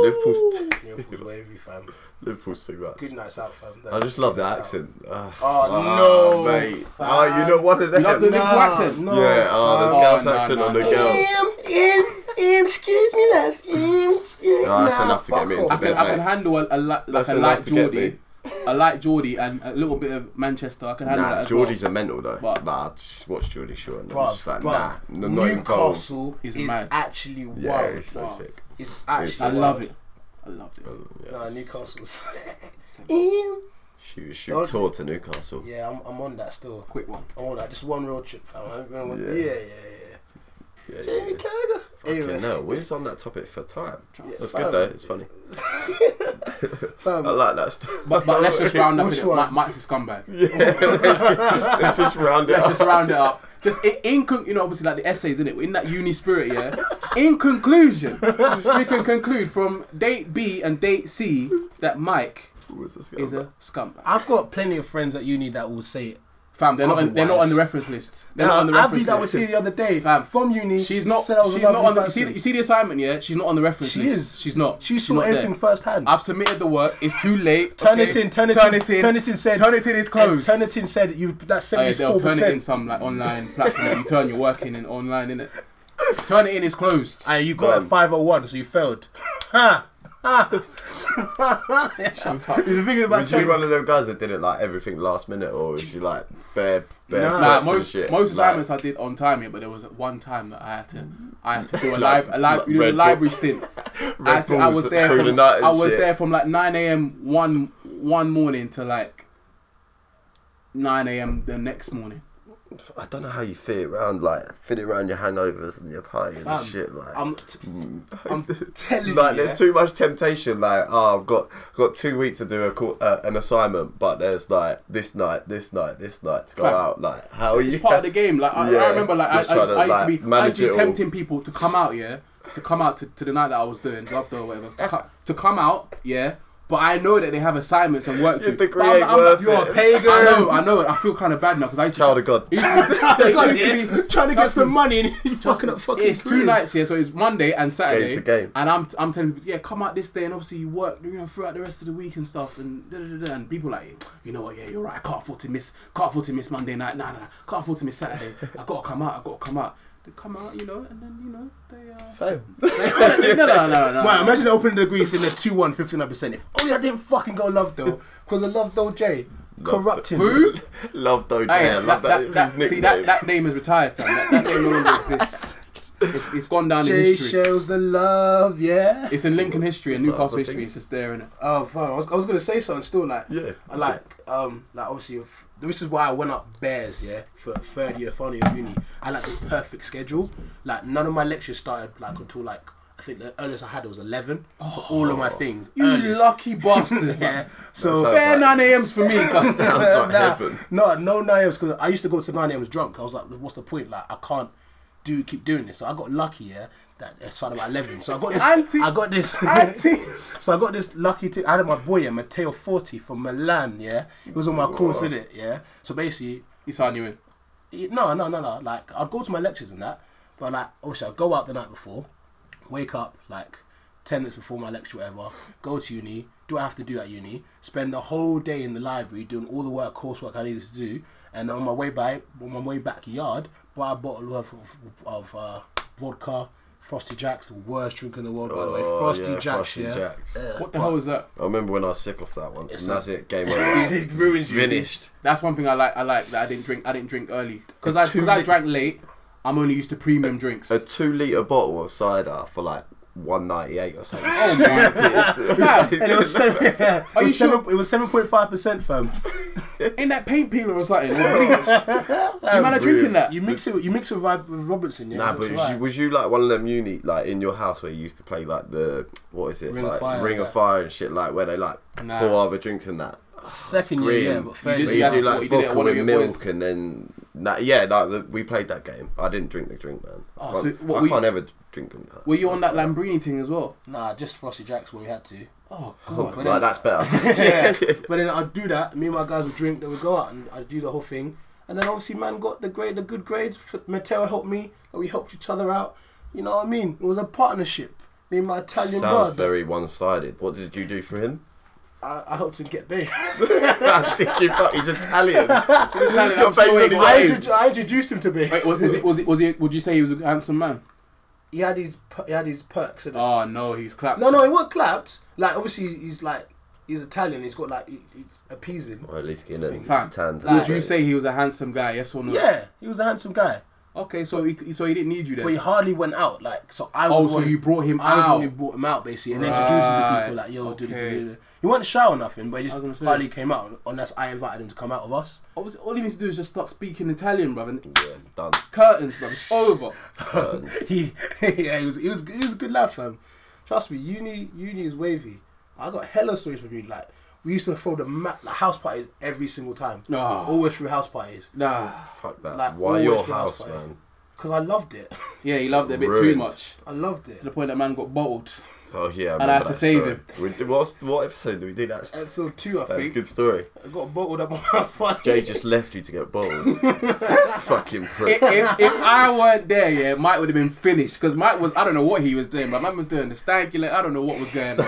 [SPEAKER 3] Liverpool's t-
[SPEAKER 1] Liverpool's wavy, fam.
[SPEAKER 3] Liverpool's too much.
[SPEAKER 1] Good nights out, fam.
[SPEAKER 3] I just love the
[SPEAKER 1] Good nights
[SPEAKER 3] accent. Oh,
[SPEAKER 1] Oh, no,
[SPEAKER 3] mate.
[SPEAKER 1] fam.
[SPEAKER 3] Oh, you know one of them.
[SPEAKER 4] you like the
[SPEAKER 1] Nah,
[SPEAKER 4] Liverpool accent?
[SPEAKER 1] no.
[SPEAKER 3] yeah, oh, the
[SPEAKER 4] fam.
[SPEAKER 3] Scouse
[SPEAKER 4] Oh, no,
[SPEAKER 3] accent
[SPEAKER 4] no,
[SPEAKER 3] on the
[SPEAKER 4] no.
[SPEAKER 3] girl.
[SPEAKER 1] excuse me, love.
[SPEAKER 3] Nah, that's enough to get me into
[SPEAKER 4] I can,
[SPEAKER 3] bed,
[SPEAKER 4] I can
[SPEAKER 3] mate.
[SPEAKER 4] handle a, a li- like
[SPEAKER 3] That's
[SPEAKER 4] a
[SPEAKER 3] enough
[SPEAKER 4] light
[SPEAKER 3] to get
[SPEAKER 4] Geordie,
[SPEAKER 3] me.
[SPEAKER 4] a light Geordie, and a little bit of Manchester. I can handle that
[SPEAKER 3] Nah,
[SPEAKER 4] as
[SPEAKER 3] Geordie's
[SPEAKER 4] well.
[SPEAKER 3] a mental though.
[SPEAKER 4] But-
[SPEAKER 3] nah, I just watched Geordie Shore and I'm
[SPEAKER 1] Bruv,
[SPEAKER 3] just like, nah,
[SPEAKER 1] bruv,
[SPEAKER 3] no, not involved.
[SPEAKER 1] Newcastle
[SPEAKER 4] He's
[SPEAKER 1] is
[SPEAKER 4] mad.
[SPEAKER 1] actually
[SPEAKER 3] Yeah,
[SPEAKER 1] wild.
[SPEAKER 3] it's so
[SPEAKER 4] Wow.
[SPEAKER 3] sick.
[SPEAKER 1] It's actually
[SPEAKER 4] I
[SPEAKER 1] wild.
[SPEAKER 4] love it. I loved it.
[SPEAKER 1] Nah, Newcastle's.
[SPEAKER 3] She was
[SPEAKER 1] That
[SPEAKER 3] shoot
[SPEAKER 1] was-
[SPEAKER 3] tour to Newcastle.
[SPEAKER 1] yeah, I'm, I'm on that still.
[SPEAKER 4] Quick one.
[SPEAKER 1] I want that. Just one road trip, fam. I'm going one-
[SPEAKER 3] Yeah.
[SPEAKER 1] Yeah, yeah, yeah.
[SPEAKER 3] Yeah, yeah,
[SPEAKER 1] Jamie
[SPEAKER 3] yeah.
[SPEAKER 1] Carragher.
[SPEAKER 3] Fucking
[SPEAKER 1] Anyway,
[SPEAKER 3] no, we was on that topic for time. That's
[SPEAKER 1] fam.
[SPEAKER 3] good though. It's funny.
[SPEAKER 1] fam,
[SPEAKER 3] I like that stuff.
[SPEAKER 4] But, but let's just round up.
[SPEAKER 1] Which
[SPEAKER 4] It.
[SPEAKER 1] one?
[SPEAKER 4] Ma- Mike's a scumbag.
[SPEAKER 3] Let's just round it
[SPEAKER 4] Let's
[SPEAKER 3] up.
[SPEAKER 4] just round it up. Just in, in con- you know, obviously like the essays in it, in that uni spirit, yeah. In conclusion, we can conclude from date B and date C that Mike
[SPEAKER 3] Was this guy?
[SPEAKER 4] is a scumbag.
[SPEAKER 1] I've got plenty of friends at uni that will say it.
[SPEAKER 4] Fam, they're not on, they're not on the
[SPEAKER 1] Otherwise-
[SPEAKER 4] reference list. They're not
[SPEAKER 1] Now,
[SPEAKER 4] on the
[SPEAKER 1] Abby
[SPEAKER 4] reference
[SPEAKER 1] that was
[SPEAKER 4] list.
[SPEAKER 1] here the other day
[SPEAKER 4] Fam,
[SPEAKER 1] from uni.
[SPEAKER 4] She's not.
[SPEAKER 1] Said I was
[SPEAKER 4] She's
[SPEAKER 1] a lovely
[SPEAKER 4] not on. The, you, see,
[SPEAKER 1] person.
[SPEAKER 4] the- you see the assignment, yeah? She's not on the reference
[SPEAKER 1] She
[SPEAKER 4] list.
[SPEAKER 1] is.
[SPEAKER 4] She's not.
[SPEAKER 1] She
[SPEAKER 4] She's
[SPEAKER 1] saw
[SPEAKER 4] not there.
[SPEAKER 1] everything firsthand.
[SPEAKER 4] I've submitted the work. It's too late.
[SPEAKER 1] Turnitin,
[SPEAKER 4] okay?
[SPEAKER 1] Turnitin,
[SPEAKER 4] Turnitin,
[SPEAKER 1] Turnitin said-
[SPEAKER 4] Turnitin is closed.
[SPEAKER 1] Turnitin said you that
[SPEAKER 4] Oh, yeah, they'll
[SPEAKER 1] seventy-four
[SPEAKER 4] turn it in
[SPEAKER 1] percent.
[SPEAKER 4] some like online platform. that you turn your work in and online in it. Turn it in is closed.
[SPEAKER 1] And you got a
[SPEAKER 3] Man.
[SPEAKER 1] five hundred one, so you failed. Ha!
[SPEAKER 4] Shut up.
[SPEAKER 1] The thing is about
[SPEAKER 3] Would you be
[SPEAKER 1] Chelsea-
[SPEAKER 3] one of them guys that did it like everything last minute, or was you like bare, bare
[SPEAKER 1] Nah.
[SPEAKER 4] Nah,
[SPEAKER 3] first
[SPEAKER 4] most
[SPEAKER 3] and shit?
[SPEAKER 4] most
[SPEAKER 3] Like,
[SPEAKER 4] assignments I did on time, yeah, but there was one time that I had to I had to do a,
[SPEAKER 3] Like-
[SPEAKER 4] lib- a, lib- you know,
[SPEAKER 3] Red
[SPEAKER 4] the
[SPEAKER 3] Bull.
[SPEAKER 4] library stint. I, had to, I
[SPEAKER 3] Bulls
[SPEAKER 4] was there
[SPEAKER 3] through the
[SPEAKER 4] from
[SPEAKER 3] night and
[SPEAKER 4] I was
[SPEAKER 3] shit.
[SPEAKER 4] there from like nine a.m. one one morning to like nine a.m. the next morning.
[SPEAKER 3] I don't know how you fit it around, like fit it around your hangovers and your party and
[SPEAKER 1] Fam,
[SPEAKER 3] shit. Like,
[SPEAKER 1] I'm, t- I'm telling
[SPEAKER 3] Mm. like
[SPEAKER 1] you. yeah.
[SPEAKER 3] there's too much temptation. Like, oh, I've got got two weeks to do a cour- uh, an assignment, but there's like this night, this night, this night to go
[SPEAKER 4] Fam,
[SPEAKER 3] out. Like, how are you?
[SPEAKER 4] It's part of the game. Like I,
[SPEAKER 3] Yeah,
[SPEAKER 4] I remember, like I, I,
[SPEAKER 3] just
[SPEAKER 4] used, I
[SPEAKER 3] trying to,
[SPEAKER 4] used to be,
[SPEAKER 3] like,
[SPEAKER 4] I used
[SPEAKER 3] manage
[SPEAKER 4] to be
[SPEAKER 3] it all.
[SPEAKER 4] tempting people to come out, yeah, to come out to, to the night that I was doing laughter or whatever, to, co- to come out, yeah. But I know that they have assignments and work to.
[SPEAKER 3] Your degree
[SPEAKER 4] But I'm-
[SPEAKER 3] ain't
[SPEAKER 4] I'm-
[SPEAKER 3] worth
[SPEAKER 1] You're
[SPEAKER 3] it.
[SPEAKER 1] a pagan.
[SPEAKER 4] I know, I know. I feel kind of bad now because I used to.
[SPEAKER 3] Child of God.
[SPEAKER 4] It used to be- it used to be-
[SPEAKER 1] trying to get some money and you fucking up fucking
[SPEAKER 4] It's two
[SPEAKER 1] careers.
[SPEAKER 4] nights here, so it's Monday and Saturday.
[SPEAKER 3] for game.
[SPEAKER 4] And I'm, I'm telling people, yeah, come out this day, and obviously you work, you know, throughout the rest of the week and stuff, and da, da, da, da, and people like, you know what, yeah, you're right. I can't afford to miss, can't afford to miss Monday night. Nah, nah, nah can't afford to miss Saturday. I gotta come out. I gotta come out. They come out, you know, and then you know they. Uh, they- no, no, no,
[SPEAKER 1] Man,
[SPEAKER 4] no. no.
[SPEAKER 1] imagine opening the degrees in the 2 1 59%. If only I didn't fucking go love though. Because I love though J. Corrupting.
[SPEAKER 4] Who?
[SPEAKER 3] Love Doja.
[SPEAKER 4] Hey,
[SPEAKER 3] I
[SPEAKER 4] that,
[SPEAKER 3] love
[SPEAKER 4] that,
[SPEAKER 3] that.
[SPEAKER 4] that,
[SPEAKER 3] His
[SPEAKER 4] see, that,
[SPEAKER 3] nickname.
[SPEAKER 4] that name is retired, fam. That, that name no longer exists. It's, it's gone down in
[SPEAKER 1] J
[SPEAKER 4] history.
[SPEAKER 1] shows the love, yeah.
[SPEAKER 4] It's in Lincoln history and
[SPEAKER 3] It's
[SPEAKER 4] Newcastle
[SPEAKER 3] like the
[SPEAKER 4] history.
[SPEAKER 3] thing.
[SPEAKER 4] It's just there, innit?
[SPEAKER 1] Oh, fuck. I was, I was gonna say something still, like,
[SPEAKER 3] Yeah.
[SPEAKER 1] I like, um, like obviously, if, this is why I went up bears, yeah, for third year, final year of uni. I like the perfect schedule. Like, none of my lectures started like until like I think the earliest I had was eleven. for all of
[SPEAKER 4] Oh.
[SPEAKER 1] my things.
[SPEAKER 4] You
[SPEAKER 1] earliest.
[SPEAKER 4] lucky bastard.
[SPEAKER 1] Yeah.
[SPEAKER 4] man.
[SPEAKER 1] So
[SPEAKER 3] That sounds
[SPEAKER 4] Bare 9 a.m.s for me, cuz.
[SPEAKER 3] Sounds like heaven.
[SPEAKER 1] Uh, No, no 9 a.m. because I used to go to 9 a.m. drunk. I was like, what's the point? Like, I can't do keep doing this. So I got lucky, yeah, that it started about 11. So I got this.
[SPEAKER 4] Auntie.
[SPEAKER 1] I got this.
[SPEAKER 4] Auntie.
[SPEAKER 1] so I got this lucky thing. I had my boy, yeah, Matteo Forti from Milan, yeah. He was on my course, in it, yeah. So basically,
[SPEAKER 4] You sign you in.
[SPEAKER 1] yeah, No, no, no, no. Like I'd go to my lectures and that, but like obviously I'd go out the night before, wake up like ten minutes before my lecture, whatever. Go to uni, do what I have to do at uni, spend the whole day in the library doing all the work, coursework I needed to do, and on my way by, on my way backyard, buy a bottle of of, of uh, vodka. Frosty Jacks, worst drink in the world, by the way.
[SPEAKER 3] Oh,
[SPEAKER 1] Frosty
[SPEAKER 3] yeah,
[SPEAKER 1] Jacks,
[SPEAKER 3] Frosty
[SPEAKER 1] yeah.
[SPEAKER 3] Jacks.
[SPEAKER 4] What the hell is that?
[SPEAKER 3] I remember when I was sick off that once, and that's it. Game over.
[SPEAKER 1] It ruins you, see.
[SPEAKER 3] Finished.
[SPEAKER 4] That's one thing I like. I like that I didn't drink. I didn't drink early because I
[SPEAKER 3] Too
[SPEAKER 4] because I
[SPEAKER 3] late.
[SPEAKER 4] drank late. I'm only used to premium drinks.
[SPEAKER 3] A two liter bottle of cider for like one ninety eight or something.
[SPEAKER 4] Oh my god!
[SPEAKER 1] And it was seven. it
[SPEAKER 4] Are you
[SPEAKER 1] was
[SPEAKER 4] sure?
[SPEAKER 1] seven. It was seven point five percent, fam.
[SPEAKER 4] In that paint peeler or something. Or bleach. you man are drinking that?
[SPEAKER 1] You mix it. with- You mix it with, Rob- with Robertson, yeah.
[SPEAKER 3] Nah,
[SPEAKER 1] that's
[SPEAKER 3] but was
[SPEAKER 1] right.
[SPEAKER 3] you, was you like one of them uni like in your house where you used to play like the what is it
[SPEAKER 1] Ring of
[SPEAKER 3] like
[SPEAKER 1] Fire,
[SPEAKER 3] ring
[SPEAKER 1] yeah.
[SPEAKER 3] of fire and shit like where they like
[SPEAKER 4] Nah.
[SPEAKER 3] pour other drinks and that.
[SPEAKER 1] Second year,
[SPEAKER 3] Green.
[SPEAKER 1] yeah, but third
[SPEAKER 4] You
[SPEAKER 3] Where
[SPEAKER 1] year.
[SPEAKER 4] did-
[SPEAKER 3] you
[SPEAKER 4] yeah,
[SPEAKER 3] do
[SPEAKER 4] what
[SPEAKER 3] like
[SPEAKER 4] you did at
[SPEAKER 3] vodka
[SPEAKER 4] one of
[SPEAKER 3] with
[SPEAKER 4] your
[SPEAKER 3] milk
[SPEAKER 4] boys.
[SPEAKER 3] and then nah, yeah, like the, we played that game. I didn't drink the drink man. I
[SPEAKER 4] Oh, so
[SPEAKER 3] can't,
[SPEAKER 4] what
[SPEAKER 3] I
[SPEAKER 4] we-
[SPEAKER 3] can't ever drink them.
[SPEAKER 4] Were you on that Lambrini thing as well?
[SPEAKER 1] Nah, just Frosty Jacks when we had to.
[SPEAKER 4] Oh
[SPEAKER 3] Oh,
[SPEAKER 4] god!
[SPEAKER 3] like, that's better.
[SPEAKER 1] Yeah. but then I'd do that. Me and my guys would drink. Then we'd go out and I'd do the whole thing. And then obviously, man, got the grade, the good grades. F- Mateo helped me. and we helped each other out. You know what I mean? It was a partnership. Me and my Italian
[SPEAKER 3] Sounds
[SPEAKER 1] brother.
[SPEAKER 3] very one sided. What did you do for him?
[SPEAKER 1] I, I helped him get baked.
[SPEAKER 3] did you? fuck- He's Italian.
[SPEAKER 4] Italian,
[SPEAKER 3] Your
[SPEAKER 4] I'm sure
[SPEAKER 3] face
[SPEAKER 4] he
[SPEAKER 3] on his
[SPEAKER 4] was.
[SPEAKER 1] I,
[SPEAKER 3] Hey.
[SPEAKER 1] intro- I introduced him to me.
[SPEAKER 4] Wait, was, was it? Was it? Was it? Would you say he was a handsome man?
[SPEAKER 1] He had his per- he had his perks. innit?
[SPEAKER 4] Oh no, he's clapped.
[SPEAKER 1] no, no, he wasn't clapped. Like obviously, he's like he's Italian. He's got like he, he's appeasing.
[SPEAKER 3] Or at least get a
[SPEAKER 4] Fam,
[SPEAKER 3] tan.
[SPEAKER 4] would you
[SPEAKER 3] Like-
[SPEAKER 4] say he was a handsome guy? Yes or no?
[SPEAKER 1] Yeah, he was a handsome guy.
[SPEAKER 4] Okay, so he, so he didn't need you then.
[SPEAKER 1] But he hardly went out. Like so, I
[SPEAKER 4] Oh,
[SPEAKER 1] was.
[SPEAKER 4] so
[SPEAKER 1] one-
[SPEAKER 4] you brought him
[SPEAKER 1] I was
[SPEAKER 4] out.
[SPEAKER 1] one who brought him out basically, and introduced him to people.
[SPEAKER 4] Right.
[SPEAKER 1] Like yo, do do-
[SPEAKER 4] Okay.
[SPEAKER 1] do do. he wasn't shy or nothing, but he
[SPEAKER 4] was gonna
[SPEAKER 1] just
[SPEAKER 4] say.
[SPEAKER 1] hardly came out unless I invited him to come out with us.
[SPEAKER 4] Obviously, all he needs to do is just start speaking Italian, brother. and
[SPEAKER 3] Yeah, done.
[SPEAKER 4] Curtains, brother. It's over.
[SPEAKER 1] he, yeah, he was, he was, he was a good lad, fam. Trust me, uni, uni is wavy. I got hella stories from uni. Like we used to throw the ma- like, house parties every single time.
[SPEAKER 4] Ah.
[SPEAKER 1] Always through house parties.
[SPEAKER 4] Nah.
[SPEAKER 3] Fuck that.
[SPEAKER 1] Like,
[SPEAKER 3] Why
[SPEAKER 1] always
[SPEAKER 3] your
[SPEAKER 1] for house
[SPEAKER 3] house,
[SPEAKER 1] party.
[SPEAKER 3] man?
[SPEAKER 1] Cause I loved it.
[SPEAKER 4] Yeah, he loved it a bit too
[SPEAKER 3] Ruined.
[SPEAKER 4] much.
[SPEAKER 1] I loved it.
[SPEAKER 4] To the point that man got bottled.
[SPEAKER 3] Oh yeah, I
[SPEAKER 4] And I had
[SPEAKER 3] remember
[SPEAKER 4] to
[SPEAKER 3] that
[SPEAKER 4] save
[SPEAKER 3] story.
[SPEAKER 4] him.
[SPEAKER 3] We did, what's, what episode did we do that? st-
[SPEAKER 1] Episode two, I
[SPEAKER 3] That's a
[SPEAKER 1] think.
[SPEAKER 3] good story.
[SPEAKER 1] I got bottled at my house party.
[SPEAKER 3] Jay just left you to get bottled. Fucking prick.
[SPEAKER 4] If, if, if I weren't there, yeah, Mike would have been finished. Because Mike was, I don't know what he was doing, but Mike was doing the stanky leg. I don't know what was going on.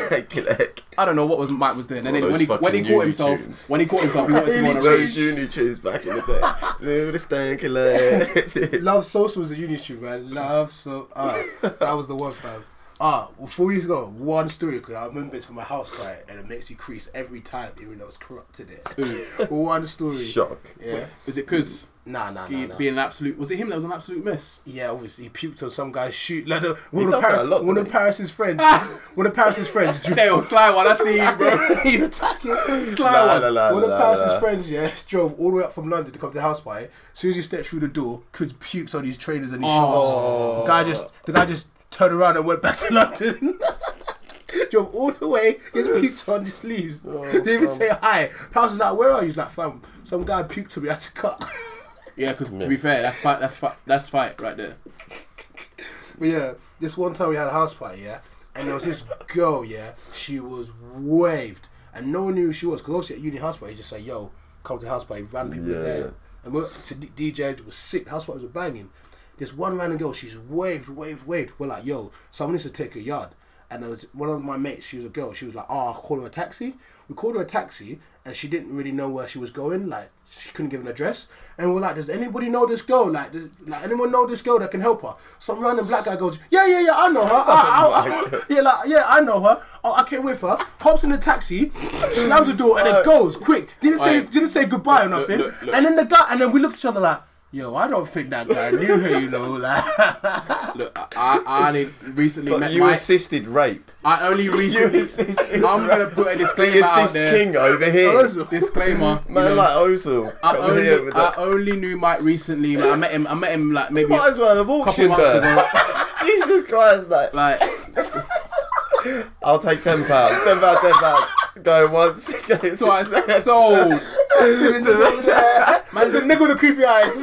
[SPEAKER 4] I don't know what was Mike was doing. And
[SPEAKER 3] All
[SPEAKER 4] then when he,
[SPEAKER 3] those
[SPEAKER 4] when he
[SPEAKER 3] fucking
[SPEAKER 4] caught
[SPEAKER 3] uni
[SPEAKER 4] himself,
[SPEAKER 3] tunes.
[SPEAKER 4] when he caught himself, he wanted to go on a
[SPEAKER 3] Those
[SPEAKER 4] rage.
[SPEAKER 3] uni tunes back in the day. Little stanky leg.
[SPEAKER 1] Love Social ah, was a uni tune, man. Love So. Uh, that was the one, fam. Ah, well, four years ago, one story because I remember it's from my house cry and it makes you crease every time, even though it's corrupted it. one story.
[SPEAKER 3] Shock.
[SPEAKER 1] Yeah.
[SPEAKER 4] Is it Kuds?
[SPEAKER 1] Nah, nah,
[SPEAKER 4] He
[SPEAKER 1] nah, nah.
[SPEAKER 4] being an absolute. Was it him that was an absolute mess?
[SPEAKER 1] Yeah, obviously he puked on some guy's shoe. Like the, one,
[SPEAKER 3] does
[SPEAKER 1] of, Par-
[SPEAKER 3] that a lot,
[SPEAKER 1] one of
[SPEAKER 3] doesn't he?
[SPEAKER 1] Paris's friends. one of Paris's friends. dro-
[SPEAKER 4] Dale, sly one. I see you, bro.
[SPEAKER 1] He's attacking.
[SPEAKER 4] Sly
[SPEAKER 3] Nah,
[SPEAKER 4] one.
[SPEAKER 3] nah, nah,
[SPEAKER 1] One of
[SPEAKER 3] nah,
[SPEAKER 1] Paris's
[SPEAKER 3] nah.
[SPEAKER 1] friends, yeah, drove all the way up from London to come to the house party. As soon as he stepped through the door, could pukes on his trainers and his shorts. The guy just, the guy just turned around and went back to London. drove all the way, gets puked on, just leaves.
[SPEAKER 3] Oh,
[SPEAKER 1] Didn't even say hi. Paris was like, "Where are you?" He's like, "Fam, some guy puked to me. I had to cut."
[SPEAKER 4] Yeah, because to be fair, that's fight. That's fight. That's fight right there.
[SPEAKER 1] But yeah, this one time we had a house party, yeah, and there was this girl, yeah, she was waved, and no one knew who she was because obviously at uni house party, you just say, "Yo, come to the house party." Random people were
[SPEAKER 3] Yeah.
[SPEAKER 1] there, and we're, to D- DJ was sick. House parties were banging. This one random girl, she's waved, waved, waved. We're like, "Yo, someone needs to take a yard." And there was one of my mates. She was a girl. She was like, "Oh, I'll call her a taxi." We called her a taxi, and she didn't really know where she was going. Like, she couldn't give an address. And we're like, "Does anybody know this girl? Like, does, like anyone know this girl that can help her?" Some random black guy goes, "Yeah, yeah, yeah, I know her. I, I, I, yeah, like, yeah, I know her. Oh, I came with her." Hops in the taxi, slams the door, and it goes quick. Didn't say,
[SPEAKER 4] Right.
[SPEAKER 1] didn't say goodbye or
[SPEAKER 4] Look,
[SPEAKER 1] nothing.
[SPEAKER 4] look, look.
[SPEAKER 1] And then the guy, and then we look at each other like. Yo, I don't think that guy knew her, you know. Like,
[SPEAKER 4] Look, I I, I only recently
[SPEAKER 3] But
[SPEAKER 4] met
[SPEAKER 3] you
[SPEAKER 4] my.
[SPEAKER 3] assisted rape.
[SPEAKER 4] I only recently.
[SPEAKER 3] assisted
[SPEAKER 4] I'm gonna put a disclaimer out
[SPEAKER 3] assist
[SPEAKER 4] there.
[SPEAKER 3] king over here.
[SPEAKER 4] Disclaimer. you
[SPEAKER 3] Man
[SPEAKER 4] know,
[SPEAKER 3] like Ozil.
[SPEAKER 4] I
[SPEAKER 3] over here
[SPEAKER 4] only,
[SPEAKER 3] with
[SPEAKER 4] I
[SPEAKER 3] that.
[SPEAKER 4] only knew Mike recently. Like, I met him. I met him like maybe
[SPEAKER 3] Might as
[SPEAKER 4] a
[SPEAKER 3] well have
[SPEAKER 4] couple
[SPEAKER 3] auctioned
[SPEAKER 4] months
[SPEAKER 3] her.
[SPEAKER 4] ago.
[SPEAKER 3] Jesus Christ, like,
[SPEAKER 4] Like,
[SPEAKER 3] I'll take ten pounds. Ten pounds, ten pounds. Go once.
[SPEAKER 4] twice sold.
[SPEAKER 1] the nigga with the creepy eyes.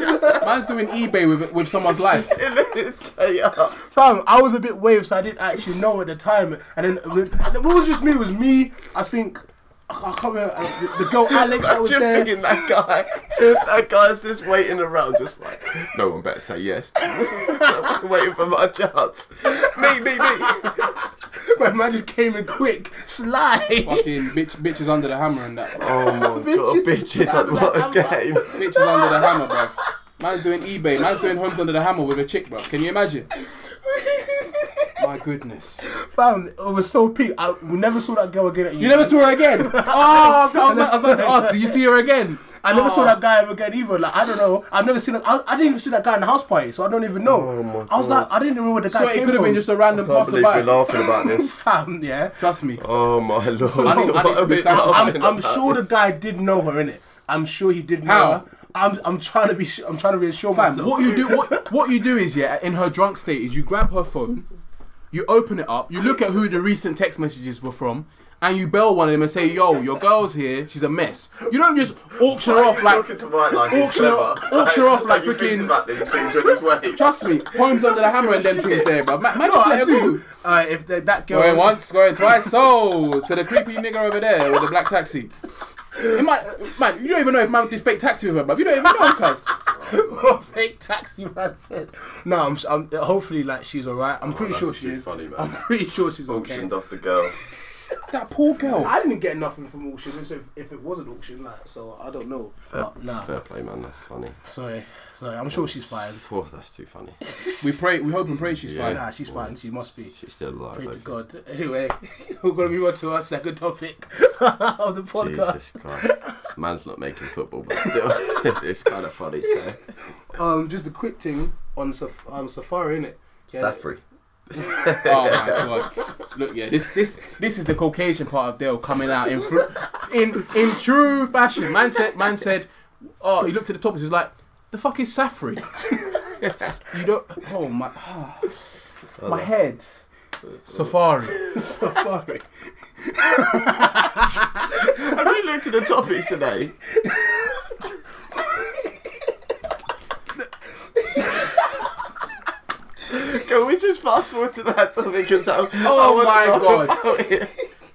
[SPEAKER 4] Man's doing eBay with with someone's life.
[SPEAKER 3] Straight up.
[SPEAKER 1] Fam, I was a bit waved, so I didn't actually know at the time. And then, and then what was just me was me. I think I can't- I can't remember uh, the, the girl Alex that was
[SPEAKER 3] Imagine
[SPEAKER 1] there.
[SPEAKER 3] thinking that guy, that guy's just waiting around, just like no one better say yes. waiting for my chance. Me, me, me.
[SPEAKER 1] My man just came in quick, sly.
[SPEAKER 4] Fucking bitch, bitches under the hammer and that. Bro.
[SPEAKER 3] Oh my god, bitches! At what a game.
[SPEAKER 4] Bitches under the hammer, bro. Man's doing eBay. Man's doing homes under the hammer with a chick, bro. Can you imagine? My goodness.
[SPEAKER 1] Fam, it was so peak. I we never saw that girl again. At
[SPEAKER 4] You never saw her again. Oh, I was, I was about- I was about to ask. Do you see her again?
[SPEAKER 1] I never saw
[SPEAKER 4] Oh.
[SPEAKER 1] that guy ever again either. Like I don't know. I've never seen. I, I didn't even see that guy in the house party, so I don't even know. I was like, I didn't even know where the guy
[SPEAKER 4] So
[SPEAKER 1] came
[SPEAKER 4] it could have
[SPEAKER 1] from.
[SPEAKER 4] been just a random
[SPEAKER 3] Can't believe
[SPEAKER 4] passerby.
[SPEAKER 3] we're laughing about this.
[SPEAKER 1] Fam, yeah.
[SPEAKER 4] Trust me.
[SPEAKER 3] Oh my lord!
[SPEAKER 4] need- I need
[SPEAKER 3] What
[SPEAKER 4] to
[SPEAKER 3] are
[SPEAKER 4] be
[SPEAKER 3] we
[SPEAKER 4] sanctified.
[SPEAKER 3] laughing
[SPEAKER 1] I'm, I'm
[SPEAKER 3] about?
[SPEAKER 1] sure the guy did know her in it. I'm sure he did know
[SPEAKER 4] How?
[SPEAKER 1] her. I'm, I'm trying to be. su- I'm trying to reassure
[SPEAKER 4] Fam,
[SPEAKER 1] myself.
[SPEAKER 4] what you do, what, what you do is yeah, in her drunk state, is you grab her phone, you open it up, you look at who the recent text messages were from, and you bell one of them and say, "Yo, your girl's here. She's a mess." You don't just auction her off like.
[SPEAKER 3] Talking to Mike like he's
[SPEAKER 4] auction her-
[SPEAKER 3] clever.
[SPEAKER 4] auction her off like
[SPEAKER 3] you think
[SPEAKER 4] freaking-
[SPEAKER 3] about these things when it's way.
[SPEAKER 4] Trust me, homes under the hammer and them things there, bro. Man, man
[SPEAKER 1] No,
[SPEAKER 4] just
[SPEAKER 1] I
[SPEAKER 4] let her
[SPEAKER 1] do.
[SPEAKER 4] go.
[SPEAKER 1] Uh, if that, that girl.
[SPEAKER 4] Going once, going twice, sold to the creepy nigga over there with the black taxi. It might, man, you don't even know if man did fake taxi with her, bruv. You don't even know, cuz.
[SPEAKER 1] fake taxi man said. No, I'm, I'm. Hopefully, like she's alright. I'm pretty
[SPEAKER 3] Oh, that's
[SPEAKER 1] sure she
[SPEAKER 3] too
[SPEAKER 1] is.
[SPEAKER 3] funny, man.
[SPEAKER 1] I'm pretty sure she's okay.
[SPEAKER 3] Auctioned off the girl.
[SPEAKER 4] That poor girl.
[SPEAKER 1] I didn't get nothing from auction. so If, if it was an auction, like so, I don't know. But, nah,
[SPEAKER 3] Fair play, man. That's funny.
[SPEAKER 1] sorry, sorry. I'm sure she's fine.
[SPEAKER 3] Oh, that's too funny.
[SPEAKER 4] We pray, we hope and pray she's fine.
[SPEAKER 1] Nah, she's fine. She must be.
[SPEAKER 3] She's still alive.
[SPEAKER 1] Pray to
[SPEAKER 3] hopefully.
[SPEAKER 1] God. Anyway, we're gonna move on to our second topic of the podcast.
[SPEAKER 3] Jesus Christ. Man's not making football, but still, it's kind of funny. So.
[SPEAKER 1] Um, just a quick thing on Saf- um, Safari, innit? Yeah,
[SPEAKER 3] Safri.
[SPEAKER 4] Oh my god! Look, yeah, this this this is the Caucasian part of Dale coming out in fru- in in true fashion. Man said, man said, oh, he looked at the top. He was like, the fuck is Safri? you don't. Oh my, ah. my head. Safari.
[SPEAKER 1] Safari.
[SPEAKER 3] Have you looked at the topics today? Can we just fast forward to that topic? Because I, I
[SPEAKER 4] Oh
[SPEAKER 3] wanna
[SPEAKER 4] my
[SPEAKER 3] know
[SPEAKER 1] Oh
[SPEAKER 4] God.
[SPEAKER 3] about it.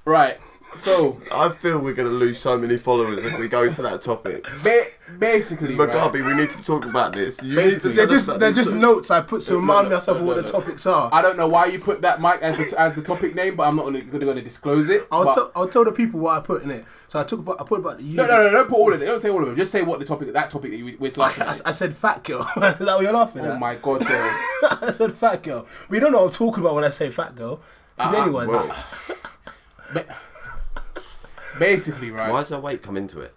[SPEAKER 4] Right. So
[SPEAKER 3] I feel we're gonna lose so many followers if we go to that topic.
[SPEAKER 4] ba- basically, right,
[SPEAKER 3] Mugabe, we need to talk about this. You need to
[SPEAKER 4] Basically.
[SPEAKER 3] tell
[SPEAKER 1] They're
[SPEAKER 3] us
[SPEAKER 1] just
[SPEAKER 3] that
[SPEAKER 1] they're
[SPEAKER 3] this
[SPEAKER 1] just
[SPEAKER 3] is-
[SPEAKER 1] notes I put to remind
[SPEAKER 4] no,
[SPEAKER 1] myself of
[SPEAKER 4] no,
[SPEAKER 1] what
[SPEAKER 4] no,
[SPEAKER 1] the
[SPEAKER 4] no.
[SPEAKER 1] topics are.
[SPEAKER 4] I don't know why you put that mic as the, as the topic name, but I'm not gonna, gonna, gonna disclose it.
[SPEAKER 1] I'll
[SPEAKER 4] but-
[SPEAKER 1] tell I'll tell the people what I put in it. So I took about I put about the
[SPEAKER 4] no, no, no, don't put all of it. Don't say all of them. Just say what the topic, that topic that you was laughing
[SPEAKER 1] I,
[SPEAKER 4] at.
[SPEAKER 1] I said fat girl. Is that what you're laughing
[SPEAKER 4] Oh
[SPEAKER 1] at?
[SPEAKER 4] my god, bro.
[SPEAKER 1] I said fat girl. We don't know what I'm talking about when I say fat girl.
[SPEAKER 4] Ah,
[SPEAKER 1] Could anyone?
[SPEAKER 3] Whoa.
[SPEAKER 4] Ba- basically, right.
[SPEAKER 3] Why does her weight come into it?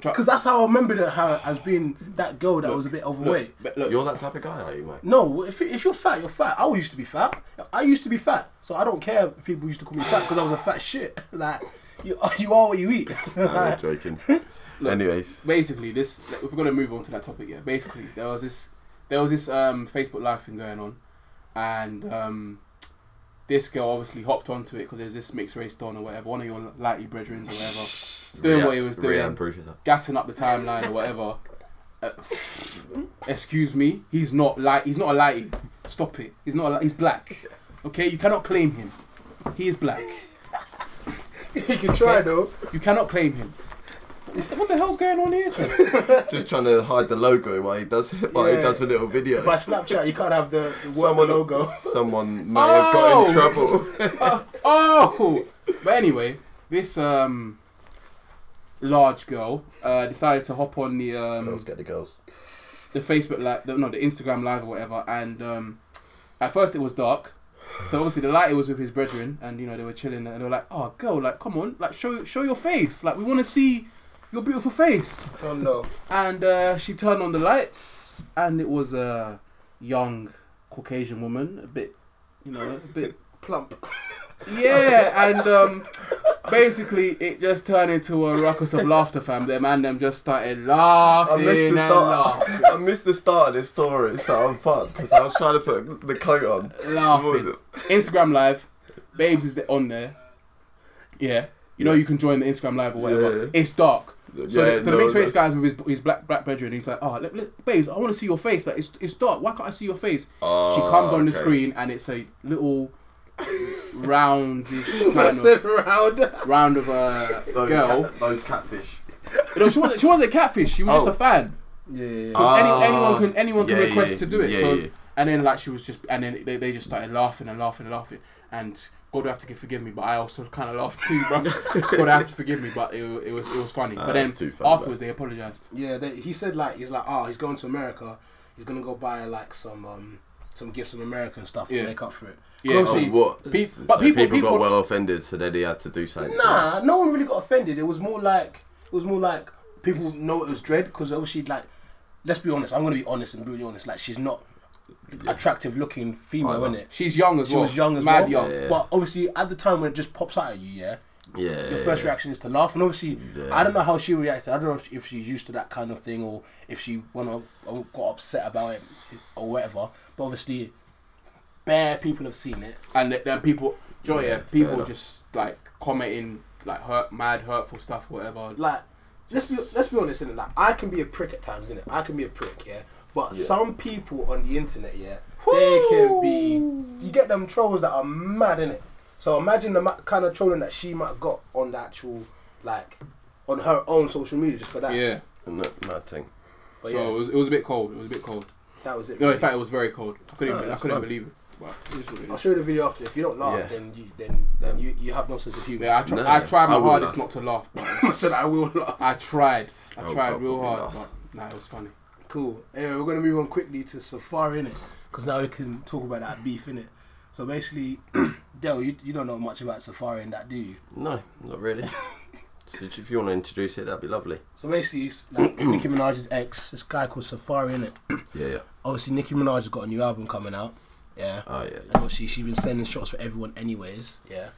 [SPEAKER 1] Because that's how I remembered her as being that girl that was a bit overweight.
[SPEAKER 4] Ba- Look,
[SPEAKER 3] You're that type of guy, are you, mate?
[SPEAKER 1] No, if, if you're fat, you're fat. I used to be fat. I used to be fat, so I don't care if people used to call me fat because I was a fat shit. Like you, you are what you eat.
[SPEAKER 3] I'm
[SPEAKER 1] Like,
[SPEAKER 3] joking. Anyways,
[SPEAKER 4] basically this if we're gonna move on to that topic yeah basically there was this there was this um, facebook live thing going on and um, this girl obviously hopped onto it because there's this mixed race don or whatever one of your lightly brethren or whatever doing what he was doing
[SPEAKER 3] Rihanna Bruges.
[SPEAKER 4] gassing up the timeline or whatever Uh, excuse me he's not light he's not a lighty stop it he's not a, li- he's black okay you cannot claim him he is black
[SPEAKER 1] you can try though.
[SPEAKER 4] you cannot claim him what the hell's going on here cuz?
[SPEAKER 3] Just trying to hide the logo while he does while
[SPEAKER 1] Yeah.
[SPEAKER 3] he does a little video.
[SPEAKER 1] By Snapchat, you can't have the, the word
[SPEAKER 3] Someone
[SPEAKER 1] logo.
[SPEAKER 3] Someone may have got in
[SPEAKER 4] Oh!
[SPEAKER 3] trouble.
[SPEAKER 4] Oh, but anyway, this um large girl uh, decided to hop on the um,
[SPEAKER 3] get the girls.
[SPEAKER 4] the Facebook live, the, no, the Instagram live or whatever. And um, at first it was dark, so obviously the light was with his brethren, and you know they were chilling, and they were like, "Oh, girl, like come on, like show show your face, like we want to see your beautiful face."
[SPEAKER 1] Oh no.
[SPEAKER 4] And uh, she turned on the lights, and it was a young Caucasian woman, a bit, you know, a bit
[SPEAKER 1] Plump.
[SPEAKER 4] yeah, and um, basically it just turned into a ruckus of laughter, fam. Them and them just started
[SPEAKER 3] I
[SPEAKER 4] laughing
[SPEAKER 3] missed
[SPEAKER 4] and
[SPEAKER 3] the start.
[SPEAKER 4] laugh-
[SPEAKER 3] I missed the start of this story, so I'm fucked because I was trying to put the coat on.
[SPEAKER 4] laughing. Instagram live, babes is the- on there. Yeah, you know you can join the Instagram live or whatever.
[SPEAKER 3] Yeah.
[SPEAKER 4] It's dark. So,
[SPEAKER 3] Yeah,
[SPEAKER 4] the, so
[SPEAKER 3] no,
[SPEAKER 4] the mixed race
[SPEAKER 3] no.
[SPEAKER 4] guys with his, his black black brethren, he's like, oh, look, look, babes, I want to see your face. Like, it's, it's dark. Why can't I see your face?
[SPEAKER 3] Oh,
[SPEAKER 4] she comes on the
[SPEAKER 3] okay.
[SPEAKER 4] screen and it's a little roundish kind
[SPEAKER 1] I
[SPEAKER 4] of,
[SPEAKER 1] said round.
[SPEAKER 4] round of a girl.
[SPEAKER 3] those catfish.
[SPEAKER 4] No, she wasn't. She wasn't a catfish. She was
[SPEAKER 3] Oh.
[SPEAKER 4] just a fan.
[SPEAKER 1] Yeah.
[SPEAKER 3] Ah.
[SPEAKER 4] Because any, anyone can anyone can
[SPEAKER 3] Yeah,
[SPEAKER 4] request
[SPEAKER 3] yeah,
[SPEAKER 4] to do it.
[SPEAKER 3] yeah,
[SPEAKER 4] so
[SPEAKER 3] yeah.
[SPEAKER 4] and then like she was just and then they, they just started laughing and laughing and laughing and God would have to give- forgive me, but I also kind of laughed too, bro. God would have to forgive me, but it, wa- it was it was funny. but then
[SPEAKER 3] Ah, that's too funny,
[SPEAKER 4] afterwards they apologized.
[SPEAKER 1] Yeah, they, he said like he's like, oh, he's going to America. He's gonna go buy like some um some gifts from America and stuff to
[SPEAKER 4] Yeah.
[SPEAKER 1] make up for it.
[SPEAKER 4] Yeah.
[SPEAKER 3] Oh,
[SPEAKER 1] Obviously-
[SPEAKER 3] what?
[SPEAKER 4] Pe-
[SPEAKER 3] So
[SPEAKER 4] but people-
[SPEAKER 3] people
[SPEAKER 4] people-
[SPEAKER 3] got well offended, so then he had to do something.
[SPEAKER 1] Nah, no one really got offended. It was more like it was more like people know it was dread because obviously like let's be honest. I'm gonna be honest and brutally honest. Like she's not attractive looking female,
[SPEAKER 3] I
[SPEAKER 1] is
[SPEAKER 3] know.
[SPEAKER 1] it?
[SPEAKER 4] She's young as
[SPEAKER 1] She
[SPEAKER 4] well.
[SPEAKER 1] was young as
[SPEAKER 4] Mad
[SPEAKER 1] well.
[SPEAKER 4] young.
[SPEAKER 3] Yeah.
[SPEAKER 1] But obviously at the time when it just pops out at you, yeah.
[SPEAKER 3] Yeah.
[SPEAKER 1] Your first reaction is to laugh, and obviously,
[SPEAKER 3] Yeah.
[SPEAKER 1] I don't know how she reacted. I don't know if- if she's used to that kind of thing, or if she went up, or got upset about it, or whatever. But obviously, bare people have seen it.
[SPEAKER 4] And th- then people, joy, yeah,
[SPEAKER 3] Yeah, fair
[SPEAKER 4] people
[SPEAKER 3] enough.
[SPEAKER 4] just like commenting like hurt, mad, hurtful stuff, whatever.
[SPEAKER 1] like let's be let's be honest in it. Like I can be a prick at times in it. I can be a prick, yeah. But some people on the internet, yeah, they can be. You get them trolls that are mad in it. So imagine the ma- kind of trolling that she might have got on the actual, like, on her own social media just for that.
[SPEAKER 4] yeah.
[SPEAKER 3] No, nothing.
[SPEAKER 1] But
[SPEAKER 4] so
[SPEAKER 1] yeah,
[SPEAKER 4] It, was, it was a bit cold. It was a bit cold.
[SPEAKER 1] that was it.
[SPEAKER 4] No, in fact, it was very cold. I couldn't, even, I
[SPEAKER 3] Oh, that's Oh,
[SPEAKER 4] couldn't
[SPEAKER 3] fun.
[SPEAKER 4] believe it. But it is what it is.
[SPEAKER 1] I'll show you the video after. If you don't laugh,
[SPEAKER 3] Yeah.
[SPEAKER 1] then you then,
[SPEAKER 4] Um,
[SPEAKER 1] then you, you have no sense of humor.
[SPEAKER 4] Yeah, I, tr-
[SPEAKER 3] No,
[SPEAKER 4] I tried my
[SPEAKER 3] I will
[SPEAKER 4] hardest
[SPEAKER 3] laugh.
[SPEAKER 4] not to laugh. But
[SPEAKER 1] I said I will laugh.
[SPEAKER 4] I tried. I
[SPEAKER 3] I'll-
[SPEAKER 4] tried
[SPEAKER 3] I'll
[SPEAKER 4] real
[SPEAKER 3] probably
[SPEAKER 4] hard,
[SPEAKER 3] laugh.
[SPEAKER 4] but nah, it was funny.
[SPEAKER 1] Cool. Anyway, we're gonna move on quickly to Safari innit? because now we can talk about that beef in it. So basically, Dell, you, you don't know much about Safari and that, do you?
[SPEAKER 3] No, not really. so if you want to introduce it, that'd be lovely.
[SPEAKER 1] So basically, it's like Nicki Minaj's ex, this guy called Safari in it.
[SPEAKER 3] Yeah, yeah.
[SPEAKER 1] Obviously, Nicki Minaj has got a new album coming out. Yeah.
[SPEAKER 3] Oh yeah.
[SPEAKER 1] And obviously, she's been sending shots for everyone, anyways. Yeah.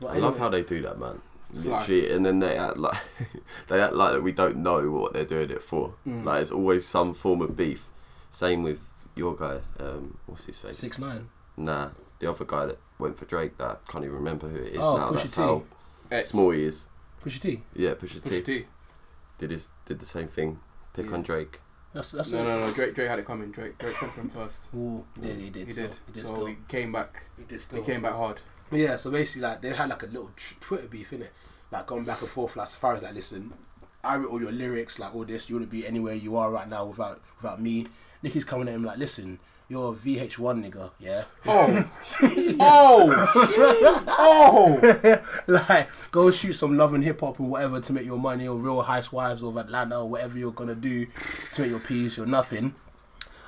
[SPEAKER 1] But
[SPEAKER 3] I love how they do that, man.
[SPEAKER 4] Sly.
[SPEAKER 3] Literally, and then they act like they act like that we don't know what they're doing it for. Like it's always some form of beef. Same with your guy. Um, what's his face?
[SPEAKER 1] six nine.
[SPEAKER 3] Nah, the other guy that went for Drake. That I can't even remember who it is
[SPEAKER 1] Oh,
[SPEAKER 3] now.
[SPEAKER 1] Pusha
[SPEAKER 3] That's
[SPEAKER 1] T.
[SPEAKER 3] how
[SPEAKER 4] X.
[SPEAKER 3] small he is.
[SPEAKER 1] Pusha T.
[SPEAKER 3] Yeah, Pusha,
[SPEAKER 4] Pusha
[SPEAKER 3] T
[SPEAKER 4] T.
[SPEAKER 3] did his did the same thing. Pick
[SPEAKER 4] Yeah.
[SPEAKER 3] on Drake.
[SPEAKER 1] That's that's
[SPEAKER 4] No,
[SPEAKER 1] it.
[SPEAKER 4] no, no. Drake, Drake had it coming. Drake, Drake sent for him first.
[SPEAKER 1] Ooh, he did he did
[SPEAKER 4] He
[SPEAKER 1] still.
[SPEAKER 4] did.
[SPEAKER 1] he did
[SPEAKER 4] so
[SPEAKER 1] still.
[SPEAKER 4] he came back.
[SPEAKER 1] he did still.
[SPEAKER 4] He came back hard.
[SPEAKER 1] But yeah, so basically, like they had like a little tr- Twitter beef in it. like going back and forth. Like Safari's like, listen, I wrote all your lyrics, like all this. You wouldn't be anywhere you are right now without without me. Nicky's coming at him like, listen, you're a VH1 nigga, yeah.
[SPEAKER 4] Oh, oh, oh!
[SPEAKER 1] like go shoot some love and hip hop and whatever to make your money or real housewives of Atlanta or whatever you're gonna do to make your peas, your nothing.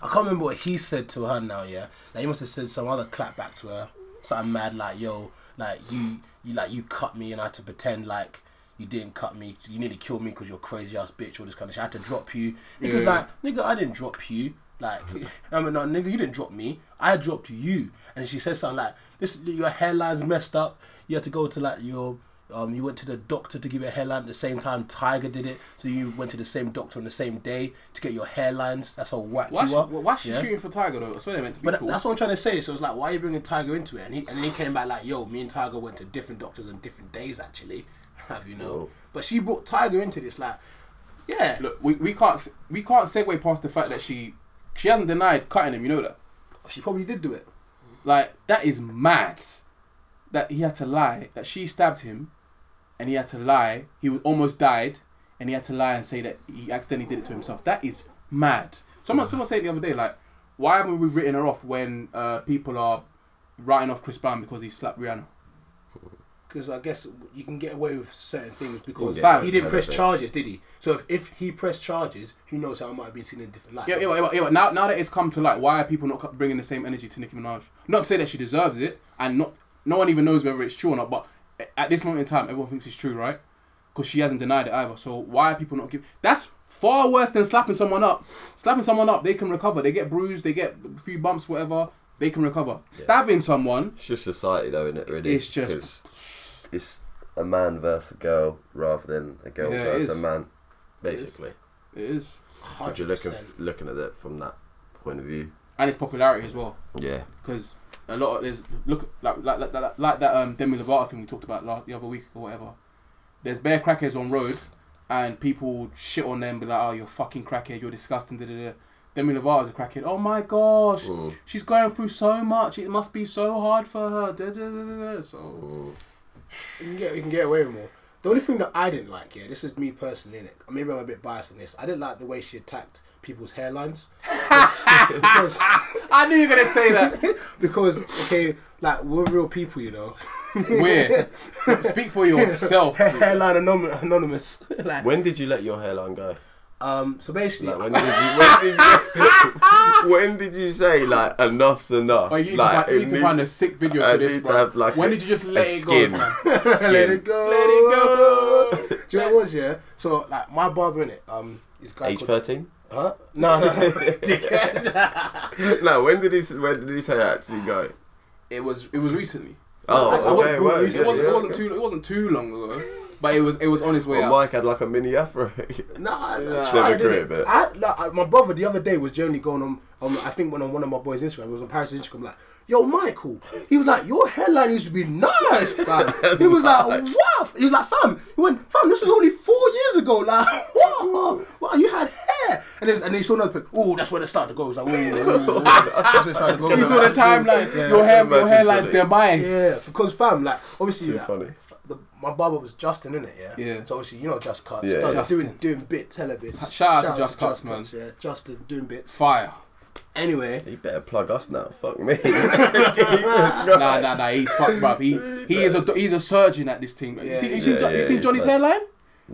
[SPEAKER 1] I can't remember what he said to her now, yeah. Like he must have said some other clap back to her. Something mad like, yo, like you you like you cut me and I had to pretend like you didn't cut me. You nearly killed me because you're a crazy ass bitch. All this kind of shit. I had to drop you. Nigga's
[SPEAKER 4] Yeah.
[SPEAKER 1] like, nigga, I didn't drop you. Like, I mean, no, nigga, you didn't drop me. I dropped you. And she says something like, this, your hairline's messed up. You had to go to like your, um, you went to the doctor to give your hairline at the same time Tiger did it. So you went to the same doctor on the same day to get your hairlines. That's how whack
[SPEAKER 4] Why,
[SPEAKER 1] you
[SPEAKER 4] she,
[SPEAKER 1] are.
[SPEAKER 4] why she
[SPEAKER 1] Yeah.
[SPEAKER 4] shooting for Tiger though? I swear they meant to be
[SPEAKER 1] But
[SPEAKER 4] cool.
[SPEAKER 1] that's what I'm trying to say. So it's like, why are you bringing Tiger into it? And he and then he came back like, yo, me and Tiger went to different doctors on different days actually. Have you know?
[SPEAKER 3] Whoa.
[SPEAKER 1] But she brought Tiger into this like, yeah,
[SPEAKER 4] Look, we, we can't s- we can't segue past the fact that she she hasn't denied cutting him. You know that.
[SPEAKER 1] she probably did do it.
[SPEAKER 4] Like that is mad. That he had to lie. That she stabbed him, and he had to lie. He wa- almost died, and he had to lie and say that he accidentally did it to himself. That is mad. Someone someone said the other day like, why haven't we written her off when uh, people are writing off Chris Brown because he slapped Rihanna?
[SPEAKER 1] Because I guess you can get away with certain things because
[SPEAKER 4] Yeah,
[SPEAKER 1] he didn't
[SPEAKER 3] yeah,
[SPEAKER 1] press
[SPEAKER 3] that's it.
[SPEAKER 1] charges, did he? So if, if he pressed charges, who knows how it might have been seen in a different light.
[SPEAKER 4] Yeah, yeah, yeah, yeah. Now, now that it's come to light, why are people not co- bringing the same energy to Nicki Minaj? Not to say that she deserves it, and not no one even knows whether it's true or not. But a- at this moment in time, everyone thinks it's true, right? Because she hasn't denied it either. So why are people not giving? That's far worse than slapping someone up. Slapping someone up, they can recover. They get bruised, they get a few bumps, whatever. They can recover. Stabbing someone,
[SPEAKER 3] It's just society, though, isn't it? Really,
[SPEAKER 4] It's just-
[SPEAKER 3] 'Cause it's a man versus a girl rather than a girl
[SPEAKER 4] Yeah, it
[SPEAKER 3] versus a
[SPEAKER 4] is.
[SPEAKER 3] man,
[SPEAKER 4] is.
[SPEAKER 3] basically.
[SPEAKER 4] it is,
[SPEAKER 3] If you're
[SPEAKER 1] hundred
[SPEAKER 3] looking
[SPEAKER 1] percent.
[SPEAKER 3] looking at it from that point of view,
[SPEAKER 4] and it's popularity as well.
[SPEAKER 3] yeah,
[SPEAKER 4] because a lot of there's look like like like, like, like that um, Demi Lovato thing we talked about last, the other week or whatever. There's bare crackheads on road, and people shit on them, be like, "Oh, you're fucking crackhead, you're disgusting." Da, da, da. Demi Lovato's a crackhead. Oh my gosh,
[SPEAKER 3] Mm.
[SPEAKER 4] she's going through so much. It must be so hard for her. Da, da, da, da, da. So
[SPEAKER 1] You can get you can get away with more. The only thing that I didn't like, yeah, this is me personally, innit? Maybe I'm a bit biased in this. I didn't like the way she attacked people's hairlines. because,
[SPEAKER 4] I knew you were gonna say that.
[SPEAKER 1] because, okay, like we're real people, you know.
[SPEAKER 4] Weird. Speak for yourself.
[SPEAKER 1] Hairline anom- anonymous. like,
[SPEAKER 3] when did you let your hairline go?
[SPEAKER 1] um, so basically,
[SPEAKER 3] Like when did you? When did you, when did you say like enough's enough?
[SPEAKER 4] Oh, you need,
[SPEAKER 3] like,
[SPEAKER 4] to, find, you
[SPEAKER 3] it
[SPEAKER 4] need to find a
[SPEAKER 3] needs-
[SPEAKER 4] sick video
[SPEAKER 3] I
[SPEAKER 4] for this,
[SPEAKER 3] need to
[SPEAKER 4] bro.
[SPEAKER 3] have, like,
[SPEAKER 4] when
[SPEAKER 3] a-
[SPEAKER 4] did you just
[SPEAKER 3] a
[SPEAKER 4] let it
[SPEAKER 3] skin.
[SPEAKER 4] go? man?
[SPEAKER 1] let it go.
[SPEAKER 4] Let it go.
[SPEAKER 1] Do you know what it was, yeah? So, like, my barber, innit? Um, this guy
[SPEAKER 3] Age
[SPEAKER 1] called-
[SPEAKER 3] thirteen?
[SPEAKER 1] Huh? No, no, no.
[SPEAKER 3] no, when did his when did his hair actually go?
[SPEAKER 4] It was it was recently.
[SPEAKER 3] Oh,
[SPEAKER 4] That's- it wasn't,
[SPEAKER 3] okay, well,
[SPEAKER 4] it,
[SPEAKER 3] yeah,
[SPEAKER 4] wasn't,
[SPEAKER 3] yeah,
[SPEAKER 4] it wasn't
[SPEAKER 3] okay.
[SPEAKER 4] too it wasn't too long ago, but it was it was on its way
[SPEAKER 3] Well,
[SPEAKER 4] out.
[SPEAKER 3] Mike had like a mini afro.
[SPEAKER 1] Nah, I
[SPEAKER 4] Yeah.
[SPEAKER 3] Never
[SPEAKER 1] tried,
[SPEAKER 3] grew
[SPEAKER 1] innit?
[SPEAKER 3] it, but-
[SPEAKER 1] I, like, I- my brother the other day was generally going on, on, I think, when on one of my boys' Instagram, it was on Paris' Instagram, like, yo, Michael, he was like, your hairline used to be nice, fam. He was like, wow. He was like, fam, he went, fam, this was only four years ago, like, wow, wow, you had hair. And then, and then he saw another picture, oh, that's where it started to go. He was like, ooh, ooh, ooh, ooh. that's where it started to go.
[SPEAKER 4] you saw the timeline. your hair, your
[SPEAKER 3] Imagine
[SPEAKER 4] hairline's
[SPEAKER 3] today.
[SPEAKER 1] Yeah,
[SPEAKER 4] demise.
[SPEAKER 1] because fam, like obviously,
[SPEAKER 3] Too
[SPEAKER 1] like,
[SPEAKER 3] funny.
[SPEAKER 1] The, my barber was Justin, innit? Yeah.
[SPEAKER 4] Yeah.
[SPEAKER 1] So obviously, you know, just cuts.
[SPEAKER 3] Yeah.
[SPEAKER 1] Yeah.
[SPEAKER 4] Justin.
[SPEAKER 1] Doing doing bit, tele bits.
[SPEAKER 4] Shout out to Just Cuts, man.
[SPEAKER 1] Yeah. Justin doing bits.
[SPEAKER 4] Fire.
[SPEAKER 1] Anyway,
[SPEAKER 3] He better plug us now. Fuck me.
[SPEAKER 4] Nah, nah, nah. He's fucked, bruv. He he is a he's a surgeon at this thing. bruv. You see, you see,
[SPEAKER 3] Yeah,
[SPEAKER 4] Jo- you
[SPEAKER 3] yeah,
[SPEAKER 4] see
[SPEAKER 3] it's
[SPEAKER 4] Johnny's
[SPEAKER 3] like-
[SPEAKER 4] hairline.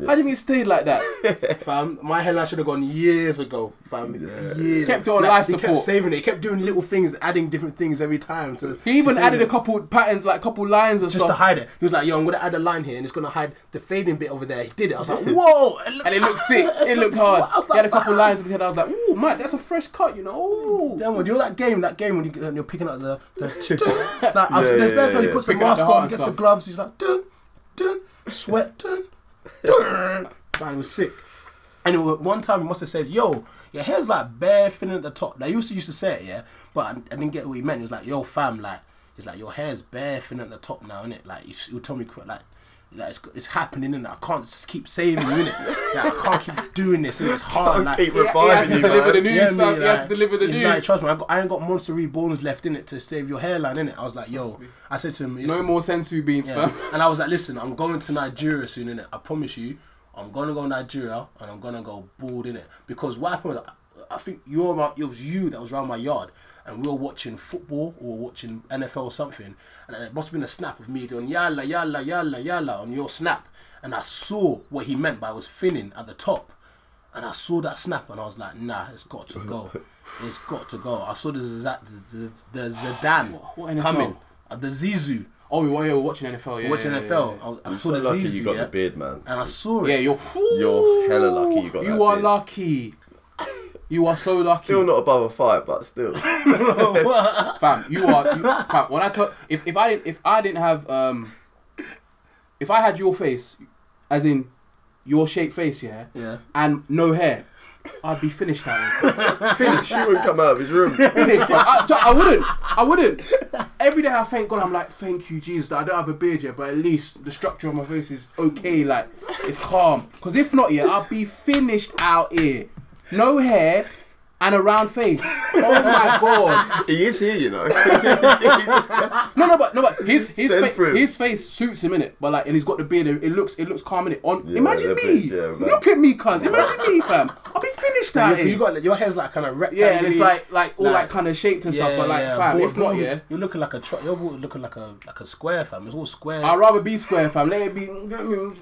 [SPEAKER 4] How do you mean it stayed like that?
[SPEAKER 1] fam, my hairline should have gone years ago, fam. Years.
[SPEAKER 4] Kept it on
[SPEAKER 1] Like,
[SPEAKER 4] life
[SPEAKER 1] He
[SPEAKER 4] support.
[SPEAKER 1] kept saving it. He kept doing little things, adding different things every time to.
[SPEAKER 4] He even
[SPEAKER 1] to save
[SPEAKER 4] added
[SPEAKER 1] it.
[SPEAKER 4] a couple patterns, like couple lines and
[SPEAKER 1] Just to
[SPEAKER 4] stuff,
[SPEAKER 1] hide it. He was like, yo, I'm going to add a line here and it's going to hide the fading bit over there. He did it. I was like, whoa.
[SPEAKER 4] and it looked sick. It looked hard.
[SPEAKER 1] I was
[SPEAKER 4] He had a
[SPEAKER 1] like,
[SPEAKER 4] couple
[SPEAKER 1] "Fuck."
[SPEAKER 4] lines in his head. I was like, "Ooh, Mike, that's a fresh cut, you know." Ooh.
[SPEAKER 1] Then when you know that game, that game when you, when you're picking up the the like I've,
[SPEAKER 3] yeah,
[SPEAKER 1] there's
[SPEAKER 3] yeah,
[SPEAKER 1] yeah, when he
[SPEAKER 3] yeah.
[SPEAKER 1] puts the
[SPEAKER 4] Picking up
[SPEAKER 1] mask
[SPEAKER 4] the heart
[SPEAKER 1] on,
[SPEAKER 4] and
[SPEAKER 1] gets
[SPEAKER 4] stuff.
[SPEAKER 1] the gloves, he's like dun dun sweat dun dun. Man, it was sick. And it was, one time he must have said, "Yo, your hair's like bare thin at the top." Like he used to used to say it, yeah, but I, I didn't get what he meant. He was like, "Yo, fam, like." He's like, your hair's bare thin at the top now, innit? Like, you, s- you tell me, cor- like, Like it's, it's happening, and I can't s- keep saying you in it. Like, I can't keep doing this, and it's hard. Like,
[SPEAKER 3] keep
[SPEAKER 1] yeah,
[SPEAKER 4] He had
[SPEAKER 3] reviving
[SPEAKER 4] to
[SPEAKER 3] you,
[SPEAKER 4] deliver the
[SPEAKER 3] man.
[SPEAKER 4] news,
[SPEAKER 1] yeah,
[SPEAKER 4] fam.
[SPEAKER 1] me,
[SPEAKER 4] he had
[SPEAKER 1] like,
[SPEAKER 4] to deliver the
[SPEAKER 1] he's
[SPEAKER 4] news.
[SPEAKER 1] Like, trust me, I, got, I ain't got monstery bones left in it to save your hairline in it. I was like, yo, I said to him,
[SPEAKER 4] no
[SPEAKER 1] "Listen,
[SPEAKER 4] more sensu beans,
[SPEAKER 1] yeah.
[SPEAKER 4] fam.
[SPEAKER 1] And I was like, listen, I'm going to Nigeria soon, innit? I promise you, I'm gonna go Nigeria and I'm gonna go bald, innit? Because what happened was, I think you were around, it was you that was around my yard and we were watching football or watching NFL or something and it must have been a snap of me doing yalla, yalla, yalla, yalla on your snap. And I saw what he meant by I was thinning at the top. And I saw that snap and I was like, nah, it's got to go. It's got to go. I saw the, Zidane- the, the, the
[SPEAKER 4] What
[SPEAKER 1] Zidane
[SPEAKER 4] NFL?
[SPEAKER 1] coming. uh, The Zizou
[SPEAKER 4] Oh, we were, yeah, we were watching NFL. Yeah,
[SPEAKER 1] watching
[SPEAKER 4] yeah, yeah,
[SPEAKER 1] NFL.
[SPEAKER 4] yeah.
[SPEAKER 1] I was- I,
[SPEAKER 3] I'm
[SPEAKER 1] saw
[SPEAKER 3] so
[SPEAKER 1] the
[SPEAKER 3] lucky
[SPEAKER 1] Zizou,
[SPEAKER 3] you got
[SPEAKER 1] yeah,
[SPEAKER 3] the beard, man.
[SPEAKER 1] and I saw it.
[SPEAKER 4] Yeah, you're
[SPEAKER 3] You're hella lucky you got
[SPEAKER 4] You
[SPEAKER 3] that
[SPEAKER 4] are
[SPEAKER 3] beard.
[SPEAKER 4] lucky. You are so lucky,
[SPEAKER 3] Still not above a fight, but still.
[SPEAKER 4] fam. You are, you, fam. When I tell, if, if I didn't, if I didn't have, um, if I had your face, as in your shaped face, yeah,
[SPEAKER 1] Yeah.
[SPEAKER 4] and no hair, I'd be finished that way. finished.
[SPEAKER 3] he wouldn't come out of his room.
[SPEAKER 4] finished, bro. I, I wouldn't. I wouldn't. Every day I thank God. I'm like, thank you, Jesus, that I don't have a beard yet, but at least the structure of my face is okay. Like, it's calm. Because if not, yeah, I'll be finished out here. No hair and a round face. Oh my God.
[SPEAKER 3] He is here, you know. He's-
[SPEAKER 4] No, no, but no, but his his
[SPEAKER 3] Send
[SPEAKER 4] fa-
[SPEAKER 3] through.
[SPEAKER 4] his face suits him in it. But like, and he's got the beard. It, it looks it looks calm in it. On
[SPEAKER 3] Yeah,
[SPEAKER 4] imagine
[SPEAKER 3] the
[SPEAKER 4] me.
[SPEAKER 3] beard, yeah, man.
[SPEAKER 4] Look at me, cuz. Imagine me, fam. I'll be finished out
[SPEAKER 1] You,
[SPEAKER 4] here.
[SPEAKER 1] you got like, your hair's like kind of rectangular.
[SPEAKER 4] yeah, and it's like like all
[SPEAKER 1] Nah.
[SPEAKER 4] like kind of shaped and stuff. But like, fam,
[SPEAKER 1] Boy,
[SPEAKER 4] if not,
[SPEAKER 1] you're-
[SPEAKER 4] yeah.
[SPEAKER 1] you're looking like a tr- you're looking like a like a square, fam. It's all square.
[SPEAKER 4] I'd rather be square, fam. Let it be.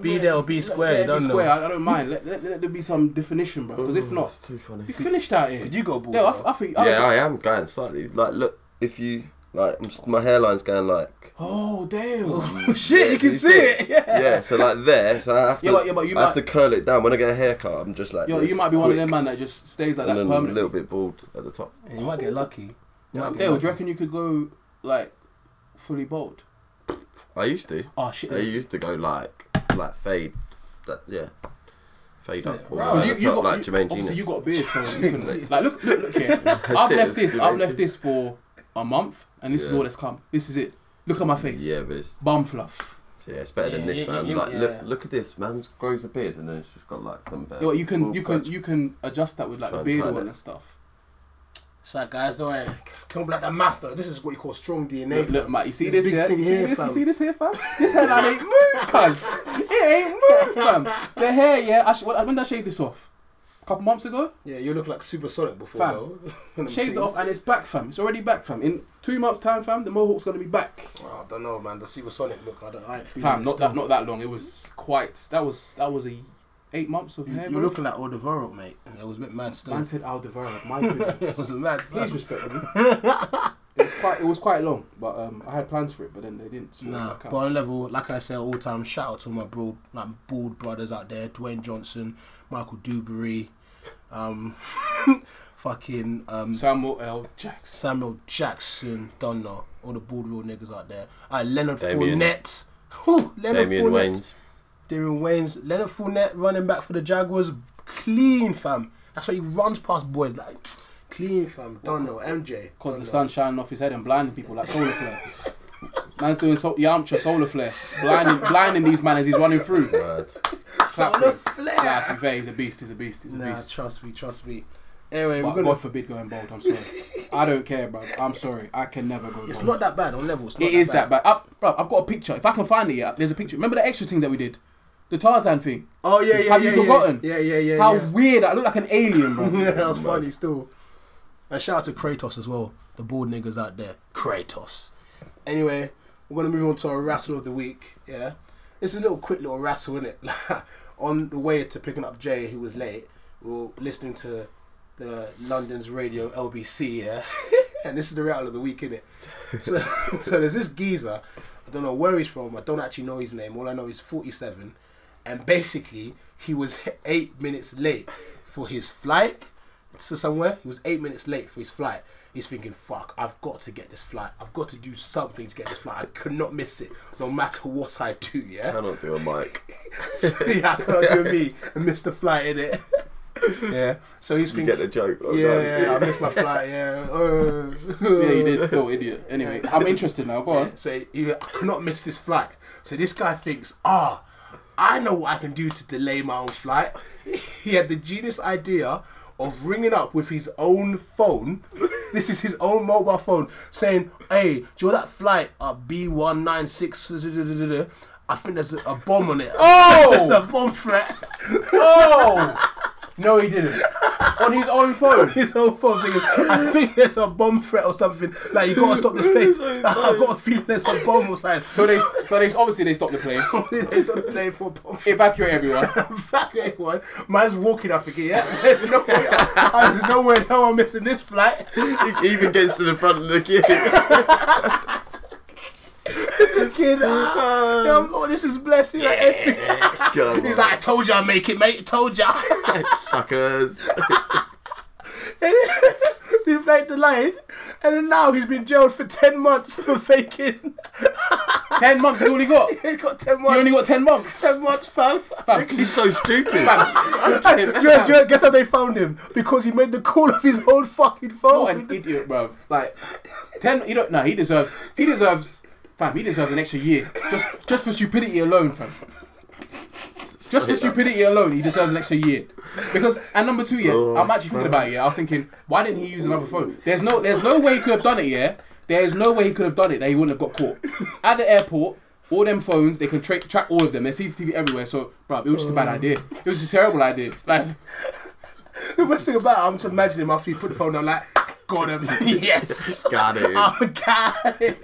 [SPEAKER 1] Be there or be
[SPEAKER 4] Let-
[SPEAKER 1] square,
[SPEAKER 4] let it
[SPEAKER 1] you don't
[SPEAKER 4] be
[SPEAKER 1] know.
[SPEAKER 4] square. I, I don't mind. Let, let, let there be some definition, bro. Because if not,
[SPEAKER 3] too funny.
[SPEAKER 4] be finished out here.
[SPEAKER 1] Could you go bald,
[SPEAKER 4] Yeah, I,
[SPEAKER 1] bro?
[SPEAKER 4] th- I think. I
[SPEAKER 3] yeah,
[SPEAKER 4] think-
[SPEAKER 3] I am going slightly. Like, look, if you like, I'm just, my hairline's going like.
[SPEAKER 4] Oh damn.
[SPEAKER 1] shit, you can see it. Yeah.
[SPEAKER 3] Yeah, so like there, so I have to,
[SPEAKER 4] Yeah, but- yeah, but you
[SPEAKER 3] I have
[SPEAKER 4] might-
[SPEAKER 3] to curl it down. When I get a haircut, I'm just like.
[SPEAKER 4] Yo,
[SPEAKER 3] this,
[SPEAKER 4] you might be one of
[SPEAKER 3] quick,
[SPEAKER 4] them man that just stays like
[SPEAKER 3] And
[SPEAKER 4] that
[SPEAKER 3] then a little
[SPEAKER 4] permanently.
[SPEAKER 3] bit bald at the top.
[SPEAKER 1] You might get lucky. You might get
[SPEAKER 4] Dale, do
[SPEAKER 1] lucky.
[SPEAKER 4] you reckon you could go like fully bald?
[SPEAKER 3] I used to.
[SPEAKER 4] Oh shit.
[SPEAKER 3] I used to go like, like fade, that yeah, fade up. all
[SPEAKER 1] right.
[SPEAKER 3] the way
[SPEAKER 4] 'Cause
[SPEAKER 3] to the top, like
[SPEAKER 4] you,
[SPEAKER 3] Jermaine
[SPEAKER 4] obviously
[SPEAKER 3] Genius.
[SPEAKER 4] you got a beard, so you can, like look, look, look here.
[SPEAKER 3] it,
[SPEAKER 4] I've left
[SPEAKER 3] it's
[SPEAKER 4] this.
[SPEAKER 3] Jermaine
[SPEAKER 4] I've left
[SPEAKER 3] Genius.
[SPEAKER 4] this for a month, and this is
[SPEAKER 3] Yeah.
[SPEAKER 4] all that's come. This is it. Look at my face.
[SPEAKER 3] yeah, but it's,
[SPEAKER 4] Bum fluff.
[SPEAKER 3] yeah, it's better than
[SPEAKER 1] Yeah,
[SPEAKER 3] this
[SPEAKER 1] yeah,
[SPEAKER 3] man.
[SPEAKER 1] yeah,
[SPEAKER 3] like,
[SPEAKER 1] yeah.
[SPEAKER 3] look, look at this man. Grows a beard and then it's just got like some.
[SPEAKER 4] Yeah, well, you can
[SPEAKER 3] bald
[SPEAKER 4] you can
[SPEAKER 3] patch.
[SPEAKER 4] you can adjust that with like
[SPEAKER 3] Try
[SPEAKER 4] the
[SPEAKER 3] and
[SPEAKER 4] beard
[SPEAKER 3] hide
[SPEAKER 4] oil
[SPEAKER 3] it.
[SPEAKER 4] and stuff.
[SPEAKER 1] It's like guys, don't worry. Come like the master. This is what you call strong DNA.
[SPEAKER 4] Look, look,
[SPEAKER 1] fam.
[SPEAKER 4] Matt, you see
[SPEAKER 1] This
[SPEAKER 4] this,
[SPEAKER 1] big
[SPEAKER 4] yeah?
[SPEAKER 1] thing
[SPEAKER 4] You see
[SPEAKER 1] here,
[SPEAKER 4] this? You
[SPEAKER 1] fam.
[SPEAKER 4] see this here, fam? This hairline ain't moved, cuz. It ain't moved, fam. The hair, yeah. I sh- when when did I shave this off? A couple months ago.
[SPEAKER 1] Yeah, you look like supersonic before
[SPEAKER 4] Fam.
[SPEAKER 1] though. Them
[SPEAKER 4] Shaved
[SPEAKER 1] things.
[SPEAKER 4] it off and it's back, fam. It's already back, fam. In two months' time, fam, the mohawk's gonna be back,
[SPEAKER 1] Oh, I don't know, man. The supersonic look. I, don't, I ain't feeling
[SPEAKER 4] fam.
[SPEAKER 1] it
[SPEAKER 4] Not
[SPEAKER 1] still.
[SPEAKER 4] that not that long. It was quite. That was that was a eight months of hair.
[SPEAKER 1] You're
[SPEAKER 4] growth.
[SPEAKER 1] looking like Aldevaro, mate. It was a bit mad still.
[SPEAKER 4] Man said Aldevaro. My goodness.
[SPEAKER 1] It was a mad.
[SPEAKER 4] Please
[SPEAKER 1] flash.
[SPEAKER 4] respect me. it was quite it was quite long, but um, I had plans for it, but then they didn't. so it didn't
[SPEAKER 1] Nah,
[SPEAKER 4] work out.
[SPEAKER 1] but on a level, like I say all the time, shout out to all my bro, like bald brothers out there, Dwayne Johnson, Michael Doobery, um, fucking um,
[SPEAKER 4] Samuel L. Jackson.
[SPEAKER 1] Samuel Jackson, Dunno, all the bald real niggas out there. Uh, Leonard
[SPEAKER 3] Damien.
[SPEAKER 1] Fournette, Whew, Leonard
[SPEAKER 3] Damian
[SPEAKER 1] Fournette,
[SPEAKER 3] Wayne's.
[SPEAKER 1] Damian Wayne's, Leonard Fournette running back for the Jaguars, clean fam. That's why he runs past boys like clean fam. Dunno, MJ,
[SPEAKER 4] Cause
[SPEAKER 1] Dunno.
[SPEAKER 4] the sun shining off his head and blinding people like solar flare. Man's doing so- Yamcha solar flare, blinding, blinding these man as he's running through.
[SPEAKER 3] Right.
[SPEAKER 4] Clap
[SPEAKER 1] Solar
[SPEAKER 4] for him.
[SPEAKER 1] flare.
[SPEAKER 4] Nah, to be fair, he's a beast. He's a beast. He's a
[SPEAKER 1] Nah,
[SPEAKER 4] beast.
[SPEAKER 1] trust me, trust me. Anyway,
[SPEAKER 4] But
[SPEAKER 1] we're gonna
[SPEAKER 4] God forbid going bold. I'm sorry. I don't care, bro. I'm sorry. I can never go bold.
[SPEAKER 1] It's not that bad on level. It's not
[SPEAKER 4] It is that bad. I've, bro, I've got a picture. If I can find it, yeah, there's a picture. Remember the extra thing that we did, the Tarzan thing.
[SPEAKER 1] Oh yeah, yeah,
[SPEAKER 4] Have
[SPEAKER 1] yeah,
[SPEAKER 4] you forgotten?
[SPEAKER 1] Yeah, yeah, yeah.
[SPEAKER 4] How
[SPEAKER 1] yeah.
[SPEAKER 4] weird! I look like an alien, bro.
[SPEAKER 1] that was funny still. And shout out to Kratos as well, the bald niggas out there. Kratos. Anyway, we're gonna move on to our rattle of the week. Yeah, it's a little quick little rattle, isn't it? on the way to picking up Jay, who was late, we were listening to the London's radio LBC. Yeah, and this is the rattle of the week, innit? So, so there's this geezer. I don't know where he's from. I don't actually know his name. All I know is 47, and basically he was eight minutes late for his flight to somewhere. He was eight minutes late for his flight. He's thinking, fuck, I've got to get this flight. I've got to do something to get this flight. I cannot miss it, no matter what I do, yeah?
[SPEAKER 3] Cannot do a mic.
[SPEAKER 1] so, yeah, I cannot do me and miss the flight in it. yeah. So he's
[SPEAKER 3] You
[SPEAKER 1] thinking.
[SPEAKER 3] get the joke. though, don't
[SPEAKER 1] yeah,
[SPEAKER 3] you?
[SPEAKER 1] I missed my flight. Yeah. Uh.
[SPEAKER 4] Yeah, you did, still idiot. Anyway, I'm interested now. Go on.
[SPEAKER 1] So he, I cannot miss this flight. So this guy thinks, ah, I know what I can do to delay my own flight. He had the genius idea of ringing up with his own phone. This is his own mobile phone saying, hey, do you know that flight uh, B196? I think there's a bomb on it.
[SPEAKER 4] Oh!
[SPEAKER 1] There's a bomb threat.
[SPEAKER 4] Oh! No, he didn't. On his own phone.
[SPEAKER 1] His own phone thinking, I think there's a bomb threat or something. Like, you gotta stop the plane. I've got a feeling there's a bomb or something.
[SPEAKER 4] So they, so they obviously they stopped the plane.
[SPEAKER 1] they stopped the plane for a bomb threat.
[SPEAKER 4] Evacuate everyone.
[SPEAKER 1] Fuck everyone. Man's walking up again. Yeah? There's no way. There's no way. No, I'm missing this flight.
[SPEAKER 3] He even gets to the front of the queue.
[SPEAKER 1] Kid, ah, yeah, I'm- oh, this is blessed. He's like, every-
[SPEAKER 3] Come
[SPEAKER 1] He's
[SPEAKER 3] on,
[SPEAKER 1] like, I told you I make it, mate. Told you.
[SPEAKER 3] fuckers.
[SPEAKER 1] he played the line, and then now he's been jailed for ten months for faking.
[SPEAKER 4] Ten months is all he got. He
[SPEAKER 1] he got ten months.
[SPEAKER 4] only got ten months.
[SPEAKER 1] ten months, fam.
[SPEAKER 4] Fam,
[SPEAKER 3] He's so stupid.
[SPEAKER 1] Do you know- do you know- guess how they found him? Because he made the call of his own fucking
[SPEAKER 4] What
[SPEAKER 1] phone.
[SPEAKER 4] an idiot, bro. Like, ten. You don't. No, he deserves. He deserves. Fam, he deserves an extra year just just for stupidity alone, fam. Just for stupidity alone, he deserves an extra year. Because and number two, yeah, I'm actually thinking about it. Yeah, I was thinking, why didn't he use another phone? There's no, there's no way he could have done it. Yeah, there's no way he could have done it that he wouldn't have got caught at the airport. All them phones, they can tra- track all of them. There's CCTV everywhere. So, bro, it was just a bad idea. It was just a terrible idea. Like,
[SPEAKER 1] The best thing about it, I'm just imagining him after he put the phone down, like, got him. yes.
[SPEAKER 3] Got him.
[SPEAKER 1] I'm a guy.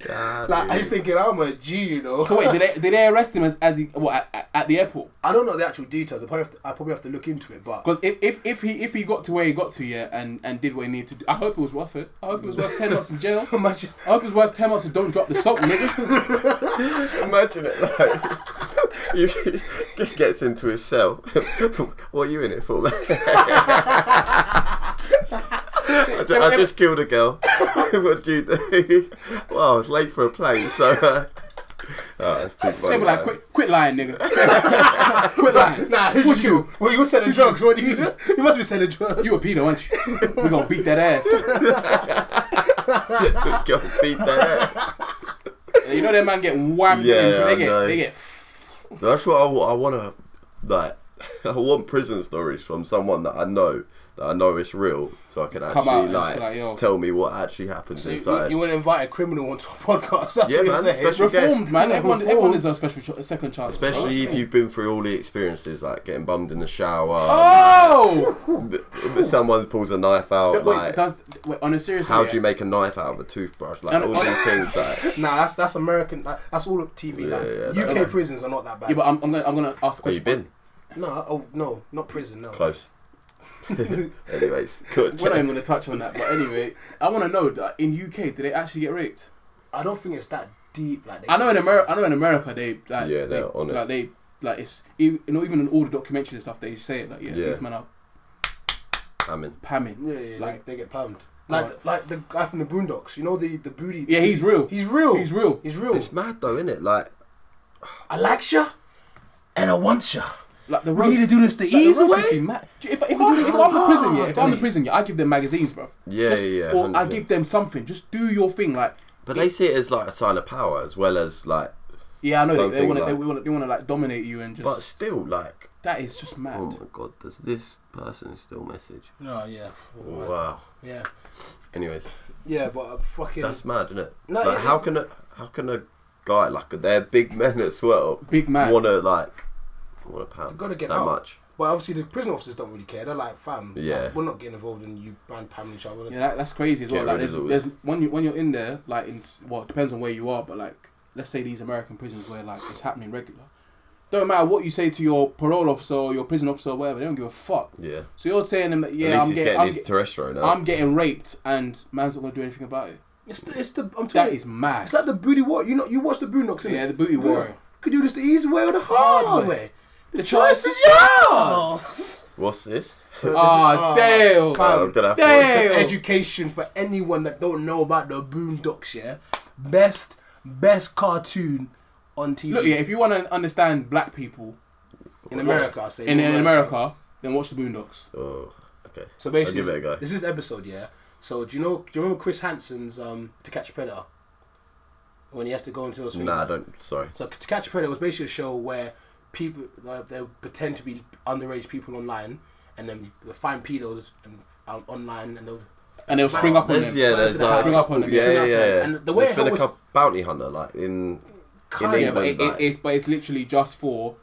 [SPEAKER 1] Like, I was thinking, I'm a G, you know.
[SPEAKER 4] so wait, did they, did they arrest him as, as he what at, at the airport?
[SPEAKER 1] I don't know the actual details. I probably have to, I probably have to look into it, but
[SPEAKER 4] Because if, if, if he if he got to where he got to yeah and, and did what he needed to do, I hope it was worth it. I hope it was worth ten months in jail. I
[SPEAKER 1] imagine
[SPEAKER 4] hope it was worth ten months and don't drop the soap, nigga.
[SPEAKER 3] Imagine it like he- he gets into his cell. what are you in it for? man? I, ju- I just killed a girl. what do you do? well, I was late for a plane, so. Uh, oh, that's too funny.
[SPEAKER 4] They were like,
[SPEAKER 3] man.
[SPEAKER 4] quit, quit lying, nigga. quit lying.
[SPEAKER 1] Nah, who would you? Well, you were selling drugs. What do you? do? You must be selling drugs.
[SPEAKER 4] You a pedo, aren't you? We're gonna beat that ass.
[SPEAKER 3] Go beat that ass.
[SPEAKER 4] You know that man get whammed.
[SPEAKER 3] Yeah,
[SPEAKER 4] and
[SPEAKER 3] I
[SPEAKER 4] they get
[SPEAKER 3] know.
[SPEAKER 4] they get.
[SPEAKER 3] That's what I, want to like. I want prison stories from someone that I know that I know is real, so I can
[SPEAKER 4] come
[SPEAKER 3] actually
[SPEAKER 4] out and just
[SPEAKER 3] like,
[SPEAKER 4] be like, yo.
[SPEAKER 3] tell me what actually happened
[SPEAKER 1] So you,
[SPEAKER 3] inside.
[SPEAKER 1] you want to invite a criminal onto a podcast? That's
[SPEAKER 3] Yeah,
[SPEAKER 1] what you're
[SPEAKER 3] man,
[SPEAKER 1] saying.
[SPEAKER 3] special guest.
[SPEAKER 4] Reformed, man.
[SPEAKER 1] Yeah,
[SPEAKER 4] everyone,
[SPEAKER 1] reformed.
[SPEAKER 4] everyone is a special ch- a second chance. bro.
[SPEAKER 3] Especially if you've been through all the experiences, like getting bummed in the shower,
[SPEAKER 4] Oh.
[SPEAKER 3] b- b- someone pulls a knife out,
[SPEAKER 4] Wait,
[SPEAKER 3] like
[SPEAKER 4] does wait, on a serious
[SPEAKER 3] how
[SPEAKER 4] note,
[SPEAKER 3] do you make a knife out of a toothbrush, like
[SPEAKER 4] And-
[SPEAKER 3] all these things, like
[SPEAKER 1] Nah, that's that's American. Like, that's all of TV. like,
[SPEAKER 3] yeah,
[SPEAKER 1] UK
[SPEAKER 4] that-
[SPEAKER 1] prisons are not that bad.
[SPEAKER 4] Yeah, but I'm, I'm gonna I'm gonna ask a
[SPEAKER 3] where you
[SPEAKER 4] question.
[SPEAKER 3] been?
[SPEAKER 1] no, oh no, not prison. No.
[SPEAKER 3] Close. Anyways, good.
[SPEAKER 4] We're not even gonna touch on that, but anyway, I want to know that in UK, did they actually get raped?
[SPEAKER 1] I don't think it's that deep. Like they-
[SPEAKER 4] I know in America, I know in America they like
[SPEAKER 3] Yeah,
[SPEAKER 4] they,
[SPEAKER 3] they're on it.
[SPEAKER 4] like they like it's e, you know even in all the documentaries and stuff they say it like yeah,
[SPEAKER 3] Yeah.
[SPEAKER 4] these men are
[SPEAKER 3] I mean,
[SPEAKER 4] pamming
[SPEAKER 1] Yeah, yeah,
[SPEAKER 4] like
[SPEAKER 1] they, they get plumbed. Like, like the guy from the Boondocks, you know the the booty.
[SPEAKER 4] yeah he's real
[SPEAKER 1] He's real.
[SPEAKER 4] he's real
[SPEAKER 1] He's real.
[SPEAKER 3] it's mad though, isn't it? Like,
[SPEAKER 1] I like you, and I want you.
[SPEAKER 4] like the
[SPEAKER 1] We need to
[SPEAKER 4] roast-
[SPEAKER 1] do this the
[SPEAKER 4] like,
[SPEAKER 1] easy
[SPEAKER 4] roast
[SPEAKER 1] way.
[SPEAKER 4] must be mad. If, if, I do this, if I'm in prison yeah if I'm in
[SPEAKER 1] God.
[SPEAKER 4] prison yeah I give them magazines bro
[SPEAKER 3] Yeah,
[SPEAKER 4] Just-
[SPEAKER 3] yeah, yeah,
[SPEAKER 4] or I
[SPEAKER 3] 100%.
[SPEAKER 4] give them something just do your thing like
[SPEAKER 3] but they see it as like a sign of power as well as like,
[SPEAKER 4] yeah I know they- they
[SPEAKER 3] Something
[SPEAKER 4] want to they
[SPEAKER 3] like-
[SPEAKER 4] want they want to like dominate you and just
[SPEAKER 3] but still, like,
[SPEAKER 4] that is just mad
[SPEAKER 3] oh my god, does this person still message?
[SPEAKER 1] No, yeah,
[SPEAKER 3] Wow.
[SPEAKER 1] yeah,
[SPEAKER 3] Anyways,
[SPEAKER 1] yeah. But uh, fucking,
[SPEAKER 3] that's mad, isn't it?
[SPEAKER 1] No,
[SPEAKER 3] like,
[SPEAKER 1] it-
[SPEAKER 3] how can a how can a guy like they're big men as well?
[SPEAKER 4] Big man.
[SPEAKER 3] want to like want to pound.
[SPEAKER 1] gotta get
[SPEAKER 3] that
[SPEAKER 1] out.
[SPEAKER 3] much.
[SPEAKER 1] But obviously the prison officers don't really care. They're like, fam, like,
[SPEAKER 3] Yeah.
[SPEAKER 1] we're not getting involved in you band pamming each other.
[SPEAKER 4] Yeah, that, that's crazy as well.
[SPEAKER 3] Get
[SPEAKER 4] Like,
[SPEAKER 3] rid
[SPEAKER 4] there's,
[SPEAKER 3] of it.
[SPEAKER 4] there's when you when you're in there, like in s- well, it depends on where you are, but like let's say these American prisons where like it's happening regular. Don't matter what you say to your parole officer or your prison officer or whatever, they don't give a fuck.
[SPEAKER 3] Yeah.
[SPEAKER 4] So you're saying them that
[SPEAKER 3] At
[SPEAKER 4] yeah,
[SPEAKER 3] least
[SPEAKER 4] I'm
[SPEAKER 3] he's
[SPEAKER 4] getting,
[SPEAKER 3] getting
[SPEAKER 4] I'm,
[SPEAKER 3] his
[SPEAKER 4] get-
[SPEAKER 3] terrestrial now.
[SPEAKER 4] I'm getting raped and man's not gonna do anything about it.
[SPEAKER 1] It's the, it's the, I'm telling
[SPEAKER 4] That
[SPEAKER 1] you,
[SPEAKER 4] is mad.
[SPEAKER 1] it's like the booty war. You know, you watch the Boondocks, innit?
[SPEAKER 4] Yeah, the booty warrior.
[SPEAKER 1] Could do this the easy way or the hard,
[SPEAKER 4] Hard way.
[SPEAKER 1] way.
[SPEAKER 4] the
[SPEAKER 1] Choice is yours.
[SPEAKER 3] What's this?
[SPEAKER 4] Ah, damn.
[SPEAKER 3] Oh, I'm gonna have to
[SPEAKER 4] Damn.
[SPEAKER 3] watch it.
[SPEAKER 1] It's an education for anyone that don't know about the Boondocks. Yeah, best best cartoon on TV
[SPEAKER 4] Look, yeah, if you want to understand black people
[SPEAKER 1] in America. I say
[SPEAKER 4] in, in America, then watch the Boondocks.
[SPEAKER 3] Oh, okay.
[SPEAKER 1] So basically,
[SPEAKER 3] I'll give it a go.
[SPEAKER 1] this is episode, yeah. So do you know? Do you remember Chris Hansen's um, "To Catch a Predator" when he has to go into those?
[SPEAKER 3] Nah, I don't. Sorry.
[SPEAKER 1] So To Catch a Predator was basically a show where people uh, they pretend to be underage people online, and then they'll find pedos and um, online, and they'll
[SPEAKER 4] And they'll spring up on
[SPEAKER 3] There's,
[SPEAKER 4] them.
[SPEAKER 3] yeah, there's
[SPEAKER 1] to the
[SPEAKER 3] like,
[SPEAKER 4] spring up on them,
[SPEAKER 3] yeah,
[SPEAKER 1] spring
[SPEAKER 3] yeah,
[SPEAKER 1] up to them.
[SPEAKER 3] yeah.
[SPEAKER 1] And the way
[SPEAKER 3] There's been
[SPEAKER 1] it was-
[SPEAKER 3] a cou- bounty hunter like in
[SPEAKER 1] Kind
[SPEAKER 3] in
[SPEAKER 1] of,
[SPEAKER 4] Oh, Yeah, but
[SPEAKER 3] England.
[SPEAKER 4] it,
[SPEAKER 3] like,
[SPEAKER 4] it, it's but it's literally just for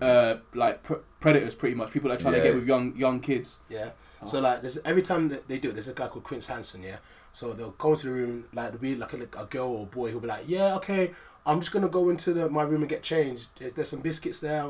[SPEAKER 4] uh like pr- predators, pretty much. People that are trying to
[SPEAKER 3] Yeah.
[SPEAKER 4] get with young young kids.
[SPEAKER 1] Yeah.
[SPEAKER 4] Oh.
[SPEAKER 1] So like, there's every time that they do, it, there's a guy called Chris Hansen. Yeah. So they'll go into the room, like there'll be like a, like a girl or a boy who'll be like, yeah, okay, I'm just gonna go into the, my room and get changed. There's, there's some biscuits there.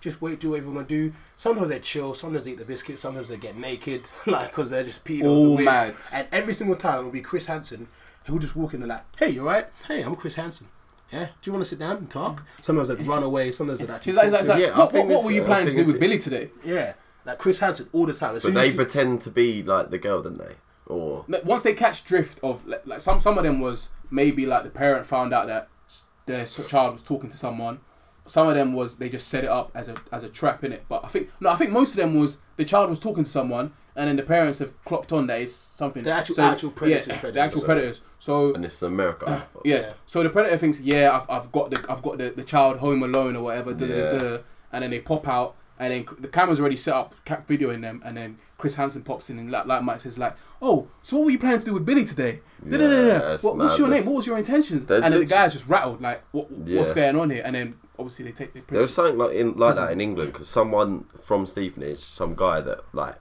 [SPEAKER 1] Just wait, do whatever you wanna do. Sometimes they chill, sometimes they eat the biscuits, sometimes they get naked, like they they're just peeing.
[SPEAKER 4] All
[SPEAKER 1] the weird-
[SPEAKER 4] mad.
[SPEAKER 1] And every single time it'll be Chris Hansen who'll just walk in and like, hey, you alright? Hey, I'm Chris Hansen. Yeah, do you want to sit down and talk? Sometimes they'd run away. Sometimes they'd actually.
[SPEAKER 4] He's like,
[SPEAKER 1] talk
[SPEAKER 4] he's like,
[SPEAKER 1] to him.
[SPEAKER 4] he's like,
[SPEAKER 3] Yeah, I
[SPEAKER 4] what, what,
[SPEAKER 3] think
[SPEAKER 4] what
[SPEAKER 3] it's-
[SPEAKER 4] were you
[SPEAKER 3] I
[SPEAKER 4] planning to
[SPEAKER 3] think
[SPEAKER 4] do
[SPEAKER 3] it's-
[SPEAKER 4] with Billy today?
[SPEAKER 1] uh, yeah, like Chris Hansen all the time. As
[SPEAKER 3] but
[SPEAKER 1] soon as
[SPEAKER 3] they
[SPEAKER 1] you see-
[SPEAKER 3] pretend to be like the girl, don't they? Or
[SPEAKER 4] Like, Once they catch drift of like, like some some of them was maybe like the parent found out that s- their s- child was talking to someone. Some of them was they just set it up as a as a trap in it. But I think no, I think most of them was the child was talking to someone. And then the parents have clocked on that it's something.
[SPEAKER 1] The actual- actual predators,
[SPEAKER 4] yeah,
[SPEAKER 1] predators.
[SPEAKER 4] the actual predators. So
[SPEAKER 3] and it's America.
[SPEAKER 4] Yeah. So the predator thinks, yeah, I've, I've got the I've got the, the child home alone or whatever. Duh, duh, duh,
[SPEAKER 3] Yeah.
[SPEAKER 4] duh. And then they pop out, and then c- the camera's already set up, cap video in them, and then Chris Hansen pops in and like, like Mike says, like, oh, so what were you planning to do with Billy today? Duh, duh, duh, duh, duh.
[SPEAKER 3] Yes,
[SPEAKER 4] What, what's
[SPEAKER 3] man,
[SPEAKER 4] your name?
[SPEAKER 3] that's-
[SPEAKER 4] What was your intentions?
[SPEAKER 3] That's
[SPEAKER 4] And then the
[SPEAKER 3] it.
[SPEAKER 4] guy's just rattled, like, what, what's
[SPEAKER 3] Yeah.
[SPEAKER 4] going on here? And then obviously they take the
[SPEAKER 3] There was something like in like that in England because someone from Stevenage, some guy that like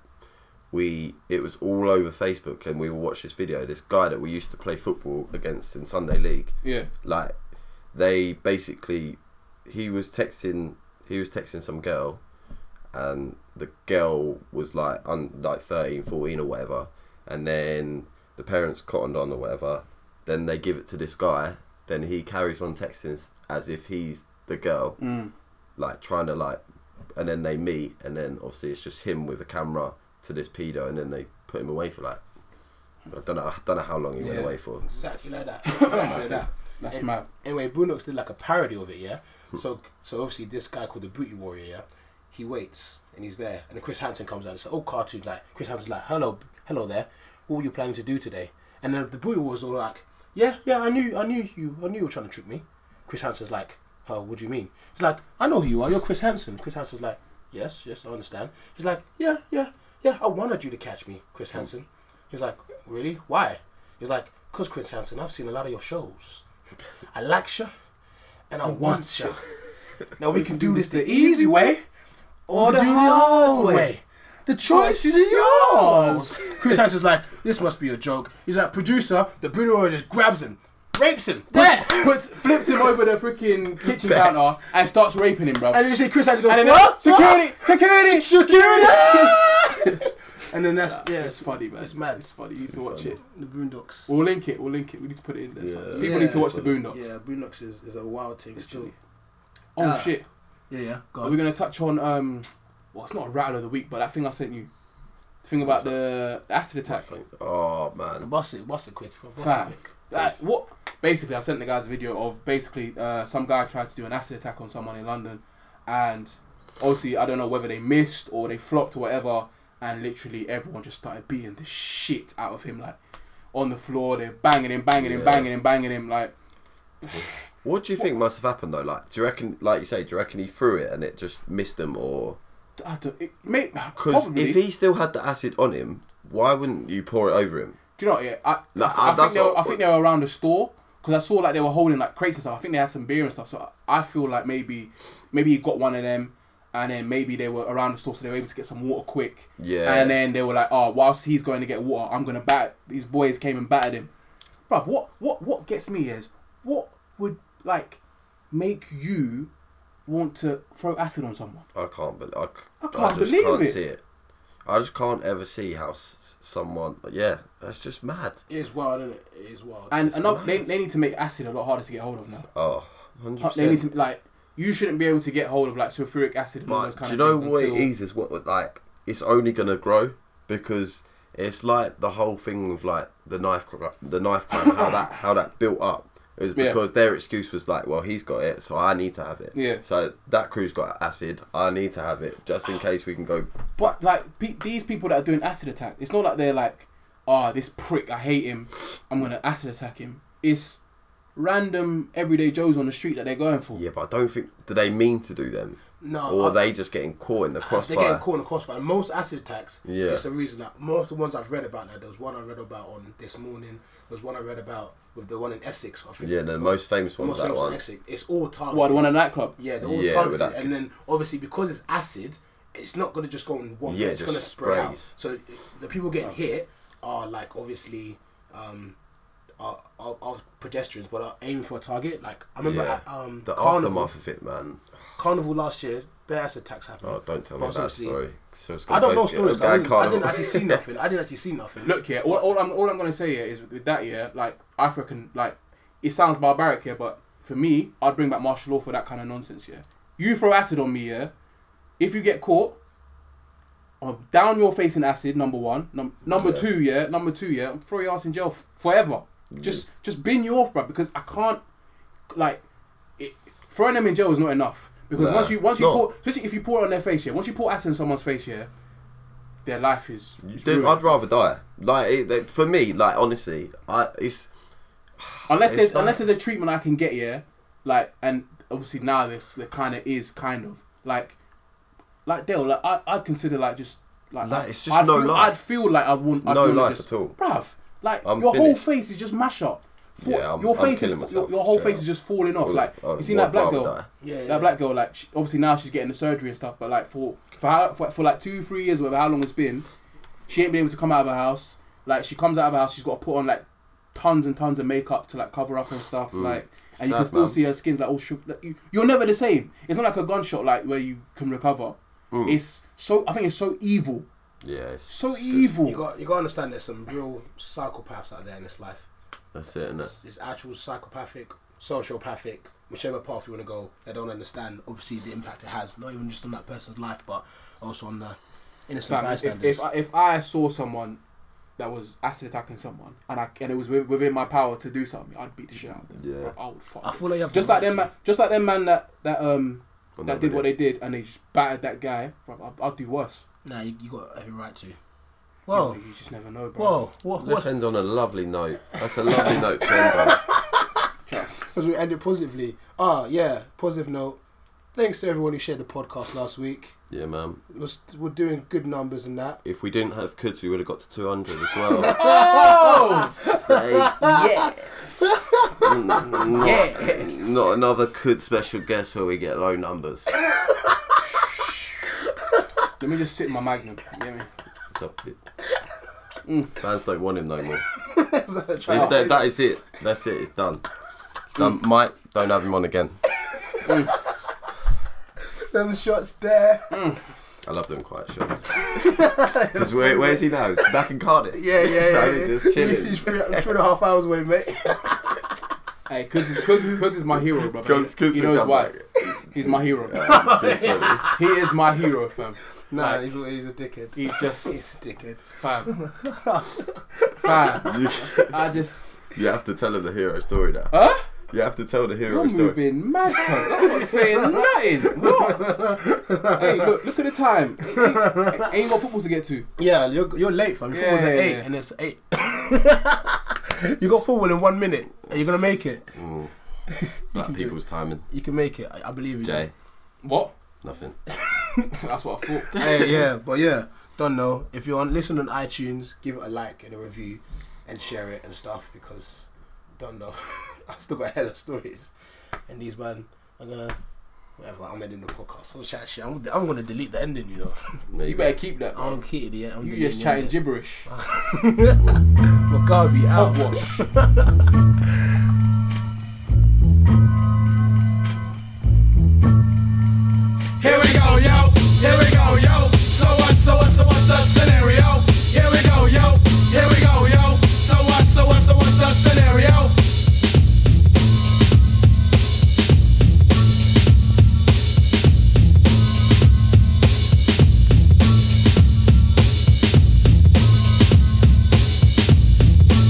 [SPEAKER 3] we, it was all over Facebook and we all watched this video. This guy that we used to play football against in Sunday League,
[SPEAKER 4] yeah.
[SPEAKER 3] like they basically, he was texting, he was texting some girl, and the girl was like un, like 13, 14 or whatever, and then the parents cottoned on or whatever. Then they give it to this guy. Then he carries on texting as if he's the girl like trying to like, and then they meet, and then obviously it's just him with a camera to this pedo, and then they put him away for like, I don't know, I don't know how long he went
[SPEAKER 4] Yeah.
[SPEAKER 3] away for.
[SPEAKER 1] Exactly like that. Exactly like that.
[SPEAKER 4] That's
[SPEAKER 1] And-
[SPEAKER 4] mad.
[SPEAKER 1] Anyway, Boondocks did like a parody of it, yeah. So, so obviously this guy called the Booty Warrior, yeah. He waits and he's there, and then Chris Hansen comes out. It's an old cartoon, like Chris Hansen's like, "Hello, hello there. What were you planning to do today?" And then the Booty Warrior's all like, "Yeah, yeah, I knew, I knew you, I knew you were trying to trick me." Chris Hansen's like, "Oh, what do you mean?" He's like, "I know who you are. You're Chris Hansen." Chris Hansen's like, "Yes, yes, I understand." He's like, "Yeah, yeah, yeah. I wanted you to catch me, Chris Hansen." He's like, "Really? Why?" He's like, "Cause Chris Hansen, I've seen a lot of your shows. I like you, and I, want you. now we can do this the easy way, or the hard way. The choice is yours." Chris Hansen's like, "This must be a joke." He's like, "Producer, the Buddha just grabs him, rapes him, there."
[SPEAKER 4] Puts, flips him over the freaking kitchen counter and starts raping him, bro.
[SPEAKER 1] And then you see Chris Hansen goes,
[SPEAKER 4] And then
[SPEAKER 1] "What?
[SPEAKER 4] security,
[SPEAKER 1] What?
[SPEAKER 4] security,
[SPEAKER 1] Security!" and then that's yeah,
[SPEAKER 4] It's funny, man.
[SPEAKER 1] It's mad.
[SPEAKER 4] It's funny. You need to watch it.
[SPEAKER 1] The Boondocks.
[SPEAKER 4] We'll link it. We'll link it. We need to put it in there. son.
[SPEAKER 3] Yeah.
[SPEAKER 4] People
[SPEAKER 1] Yeah.
[SPEAKER 4] need to watch the Boondocks.
[SPEAKER 1] Yeah, Boondocks is, is a wild thing still.
[SPEAKER 4] Oh
[SPEAKER 1] Uh,
[SPEAKER 4] shit!
[SPEAKER 1] Yeah, yeah. Go
[SPEAKER 4] Are
[SPEAKER 1] on.
[SPEAKER 4] we gonna touch on um? Well, it's not a rattle of the week, but that thing I sent you. The thing about the acid attack.
[SPEAKER 3] Oh man,
[SPEAKER 1] Bust it, bust it quick. Bust
[SPEAKER 4] Fam.
[SPEAKER 1] it quick.
[SPEAKER 4] That what? Basically, I sent the guys a video of basically uh, some guy tried to do an acid attack on someone in London, and obviously I don't know whether they missed or they flopped or whatever, and literally everyone just started beating the shit out of him like on the floor. They're banging him, banging him,
[SPEAKER 3] Yeah.
[SPEAKER 4] banging him, banging him like.
[SPEAKER 3] what do you think must have happened though? Like, do you reckon, like you say, do you reckon he threw it and it just missed him, or
[SPEAKER 4] I don't, it, mate,
[SPEAKER 3] because
[SPEAKER 4] probably.
[SPEAKER 3] if he still had the acid on him, why wouldn't you pour it over him?
[SPEAKER 4] Do you know what? Yeah, I,
[SPEAKER 3] Nah,
[SPEAKER 4] I,
[SPEAKER 3] I-
[SPEAKER 4] I think
[SPEAKER 3] that's
[SPEAKER 4] they were,
[SPEAKER 3] what-
[SPEAKER 4] I think they were around the store because I saw like they were holding like crates and stuff. I think they had some beer and stuff. So I I feel like maybe maybe he got one of them, and then maybe they were around the store, so they were able to get some water quick.
[SPEAKER 3] Yeah.
[SPEAKER 4] And then they were like, oh, whilst he's going to get water, I'm gonna bat. These boys came and battered him. Bruv, what what what gets me is what would like make you want to throw acid on someone?
[SPEAKER 3] I can't, believe. I, c- I
[SPEAKER 4] can't
[SPEAKER 3] just
[SPEAKER 4] believe
[SPEAKER 3] can't
[SPEAKER 4] it.
[SPEAKER 3] see it. I just can't ever see how s- someone. Yeah, that's just mad.
[SPEAKER 1] It is wild, isn't it? It is wild.
[SPEAKER 4] And
[SPEAKER 3] It's
[SPEAKER 4] another, they,
[SPEAKER 3] mad.
[SPEAKER 4] they need to make acid a lot harder to get hold of now.
[SPEAKER 3] Oh, 100
[SPEAKER 4] They need
[SPEAKER 3] percent.
[SPEAKER 4] to like you shouldn't be able to get hold of like sulfuric acid and all those
[SPEAKER 3] But do
[SPEAKER 4] kind
[SPEAKER 3] you
[SPEAKER 4] of
[SPEAKER 3] know
[SPEAKER 4] things
[SPEAKER 3] what
[SPEAKER 4] until,
[SPEAKER 3] it is? Is what like it's only gonna grow because it's like the whole thing with like the knife, cr- the knife crime, how that how that built up. It was
[SPEAKER 4] Yeah.
[SPEAKER 3] because their excuse was like, well, he's got it, so I need to have it.
[SPEAKER 4] Yeah.
[SPEAKER 3] So that crew's got acid. I need to have it just in case we can go.
[SPEAKER 4] But like pe- these people that are doing acid attack, it's not like they're like, "Ah, this prick, I hate him. I'm gonna acid attack him." It's random everyday Joes on the street that they're going for.
[SPEAKER 3] Yeah, but I don't think do they mean to do them?
[SPEAKER 1] No,
[SPEAKER 3] Or are
[SPEAKER 1] I-
[SPEAKER 3] they just getting caught in the crossfire?
[SPEAKER 1] They're getting caught in the crossfire. Most acid attacks.
[SPEAKER 3] Yeah.
[SPEAKER 1] It's the reason that most of the ones I've read about. Like there was one I read about on this morning. There was one I read about with the one in Essex. I think.
[SPEAKER 3] Yeah, the most famous one's
[SPEAKER 1] Most
[SPEAKER 3] that
[SPEAKER 1] famous
[SPEAKER 3] one.
[SPEAKER 1] in Essex. It's all targeted.
[SPEAKER 4] What the one at nightclub?
[SPEAKER 1] Yeah, they're all
[SPEAKER 3] Yeah, with
[SPEAKER 1] targeted,
[SPEAKER 3] that-
[SPEAKER 1] and then obviously because it's acid, it's not gonna just go in one. Yeah,
[SPEAKER 3] Yeah,
[SPEAKER 1] it's
[SPEAKER 3] just
[SPEAKER 1] gonna spread
[SPEAKER 3] sprays.
[SPEAKER 1] out. So the people getting hit are like obviously. Um, are, are, are pedestrians, but are aiming for a target. Like I remember
[SPEAKER 3] Yeah.
[SPEAKER 1] at um,
[SPEAKER 3] the
[SPEAKER 1] carnival,
[SPEAKER 3] aftermath of it, man.
[SPEAKER 1] carnival last year, bare acid attacks happened.
[SPEAKER 3] Oh, don't tell me
[SPEAKER 1] But
[SPEAKER 3] that
[SPEAKER 1] obviously-
[SPEAKER 3] story. So it's
[SPEAKER 1] I
[SPEAKER 3] gonna
[SPEAKER 1] don't know
[SPEAKER 3] go-
[SPEAKER 1] stories.
[SPEAKER 3] yeah,
[SPEAKER 1] I didn't, I
[SPEAKER 3] can't-
[SPEAKER 1] didn't actually see nothing. I didn't actually see nothing.
[SPEAKER 4] Look here, all, all I'm all I'm gonna say here is with that year, like African, like it sounds barbaric here, but for me, I'd bring back martial law for that kind of nonsense. Yeah, you throw acid on me, yeah. If you get caught, i down your face in acid. Number one, Num- number
[SPEAKER 3] Yeah.
[SPEAKER 4] two, yeah, number two, yeah. Throw your ass in jail f- forever.
[SPEAKER 3] Mm.
[SPEAKER 4] Just just bin you off, bro, because I can't like it, throwing them in jail is not enough. Because
[SPEAKER 3] Nah,
[SPEAKER 4] once you once
[SPEAKER 3] it's
[SPEAKER 4] you
[SPEAKER 3] not.
[SPEAKER 4] pour, especially if you pour it on their face, yeah. Once you pour acid on someone's face, yeah, their life is. is
[SPEAKER 3] Dude,
[SPEAKER 4] ruined.
[SPEAKER 3] I'd rather die. Like it, that- for me, like honestly, I it's
[SPEAKER 4] unless
[SPEAKER 3] It's
[SPEAKER 4] there's
[SPEAKER 3] like-
[SPEAKER 4] unless there's a treatment I can get, yeah. Like, and obviously now this there kind of is kind of like, like Dale, like I I consider like just like
[SPEAKER 3] Like,
[SPEAKER 4] I-
[SPEAKER 3] it's just
[SPEAKER 4] I'd
[SPEAKER 3] no
[SPEAKER 4] feel,
[SPEAKER 3] life.
[SPEAKER 4] I'd feel like I want I'd
[SPEAKER 3] no
[SPEAKER 4] wanna
[SPEAKER 3] life
[SPEAKER 4] just,
[SPEAKER 3] at all.
[SPEAKER 4] bruv. Like
[SPEAKER 3] I'm
[SPEAKER 4] your
[SPEAKER 3] finished.
[SPEAKER 4] whole face is just mash up. For,
[SPEAKER 3] Yeah, I'm-
[SPEAKER 4] your
[SPEAKER 3] I'm
[SPEAKER 4] face
[SPEAKER 3] killing
[SPEAKER 4] is your,
[SPEAKER 3] myself,
[SPEAKER 4] your whole
[SPEAKER 3] straight
[SPEAKER 4] face is
[SPEAKER 3] up.
[SPEAKER 4] just falling off.
[SPEAKER 3] I'll-
[SPEAKER 4] like
[SPEAKER 3] I'll-
[SPEAKER 4] you seen
[SPEAKER 3] I'll
[SPEAKER 4] that black
[SPEAKER 3] rather
[SPEAKER 4] girl.
[SPEAKER 3] die.
[SPEAKER 1] Yeah,
[SPEAKER 4] that
[SPEAKER 1] yeah.
[SPEAKER 4] black girl, like she, obviously now she's getting the surgery and stuff, but like for for, how, for for like two, three years, whatever, how long it's been, she ain't been able to come out of her house. Like she comes out of her house, she's got to put on like tons and tons of makeup to like cover up and stuff.
[SPEAKER 1] Mm.
[SPEAKER 4] Like, and you
[SPEAKER 3] Sad,
[SPEAKER 4] can still
[SPEAKER 3] man.
[SPEAKER 4] see her skin's like all shook. Like, you, you're never the same. It's not like a gunshot like where you can recover.
[SPEAKER 1] Mm.
[SPEAKER 4] It's so I think it's so evil,
[SPEAKER 3] yeah, it's,
[SPEAKER 4] so
[SPEAKER 3] it's-
[SPEAKER 1] You
[SPEAKER 4] evil.
[SPEAKER 1] got you got to understand. There's some real psychopaths out there in this life.
[SPEAKER 3] That's it, innit?
[SPEAKER 1] It's actual psychopathic, sociopathic, whichever path you want to go. They don't understand obviously the impact it has, not even just on that person's life, but also on the innocent
[SPEAKER 4] Like, if,
[SPEAKER 1] bystanders.
[SPEAKER 4] if I- if I saw someone that was acid attacking someone and I and it was wi- within my power to do something, I'd beat the shit out of them.
[SPEAKER 3] Yeah.
[SPEAKER 4] Bro, I would fuck.
[SPEAKER 1] I feel like you have
[SPEAKER 4] just
[SPEAKER 1] the
[SPEAKER 4] like
[SPEAKER 1] right
[SPEAKER 4] them,
[SPEAKER 1] to.
[SPEAKER 4] man, just like them man that that um
[SPEAKER 3] On
[SPEAKER 4] that
[SPEAKER 3] that
[SPEAKER 4] did what they
[SPEAKER 3] video.
[SPEAKER 4] did and they just battered that guy. Bro, I'll, I'll do worse.
[SPEAKER 1] Nah, you, you got every right to. Whoa,
[SPEAKER 4] you, you just never know, bro.
[SPEAKER 1] Oh. whoa, what?
[SPEAKER 3] Let's
[SPEAKER 1] what?
[SPEAKER 3] end on a lovely note. That's a lovely note to end on.
[SPEAKER 1] Because we ended positively. Ah, yeah, positive note. Thanks to everyone who shared the podcast last week.
[SPEAKER 3] Yeah, man.
[SPEAKER 1] We're, st- we're doing good numbers and that.
[SPEAKER 3] If we didn't have kids, we would have got to 200 as well. oh! Say yes. Not, not another could special guest where we get low numbers.
[SPEAKER 4] Let me just sit in my magnum. You get me?
[SPEAKER 3] It's up it.
[SPEAKER 4] Mm.
[SPEAKER 3] Fans don't want him no more.
[SPEAKER 4] Oh.
[SPEAKER 1] Try
[SPEAKER 3] It's
[SPEAKER 1] to
[SPEAKER 3] that, that is it. That's it. It's done.
[SPEAKER 4] Mm.
[SPEAKER 3] Um, Mike, don't have him on again.
[SPEAKER 1] take them shots there.
[SPEAKER 3] I love them quiet shots. Because where, where is he now? He's back in Cardiff.
[SPEAKER 1] Yeah, yeah, yeah.
[SPEAKER 3] so he's
[SPEAKER 1] yeah.
[SPEAKER 3] just
[SPEAKER 1] He's-
[SPEAKER 3] chilling.
[SPEAKER 1] he's three, three and a half hours away, mate.
[SPEAKER 4] Hey, Kuz is, Kuz is, Kuz is my hero, bro.
[SPEAKER 3] Kuz- Kuz
[SPEAKER 4] you
[SPEAKER 3] will
[SPEAKER 4] know his
[SPEAKER 3] come
[SPEAKER 4] wife. He's my hero. He is my hero, fam.
[SPEAKER 1] nah, he's, a- he's a dickhead.
[SPEAKER 4] He's
[SPEAKER 1] He's
[SPEAKER 4] just
[SPEAKER 1] a dickhead.
[SPEAKER 4] fam. Fam.
[SPEAKER 3] you,
[SPEAKER 4] I just
[SPEAKER 3] you have to tell him the hero story now.
[SPEAKER 4] huh?
[SPEAKER 3] You have to tell the hero
[SPEAKER 4] You're
[SPEAKER 3] story.
[SPEAKER 4] moving mad, cuz. I'm not saying nothing. What? hey, look, look at the time. Ain't- Ain't, ain't got footballs to get to.
[SPEAKER 1] Yeah, you're, you're late, fam. Your football's at
[SPEAKER 4] Yeah.
[SPEAKER 1] eight, and it's eight. you got football in one minute. Are you gonna make it?
[SPEAKER 3] Mm. Like people's timing.
[SPEAKER 1] You can make it. I, I believe you.
[SPEAKER 3] Jay,
[SPEAKER 4] What?
[SPEAKER 3] nothing.
[SPEAKER 4] That's what I thought.
[SPEAKER 1] Hey, yeah, but yeah, don't know. If you're on listen on iTunes, give it a like and a review, and share it and stuff because don't know. I still got hella stories, and these man are gonna whatever. I'm ending the podcast. I'm chat shit. I'm, I'm gonna delete the ending. You know,
[SPEAKER 4] You better keep that,
[SPEAKER 1] I
[SPEAKER 4] bro.
[SPEAKER 1] don't care. Oh, Yeah, I'm
[SPEAKER 4] You
[SPEAKER 1] deleting
[SPEAKER 4] just
[SPEAKER 1] the ending.
[SPEAKER 4] chatting gibberish.
[SPEAKER 1] Mugabe out.
[SPEAKER 4] Hogwash.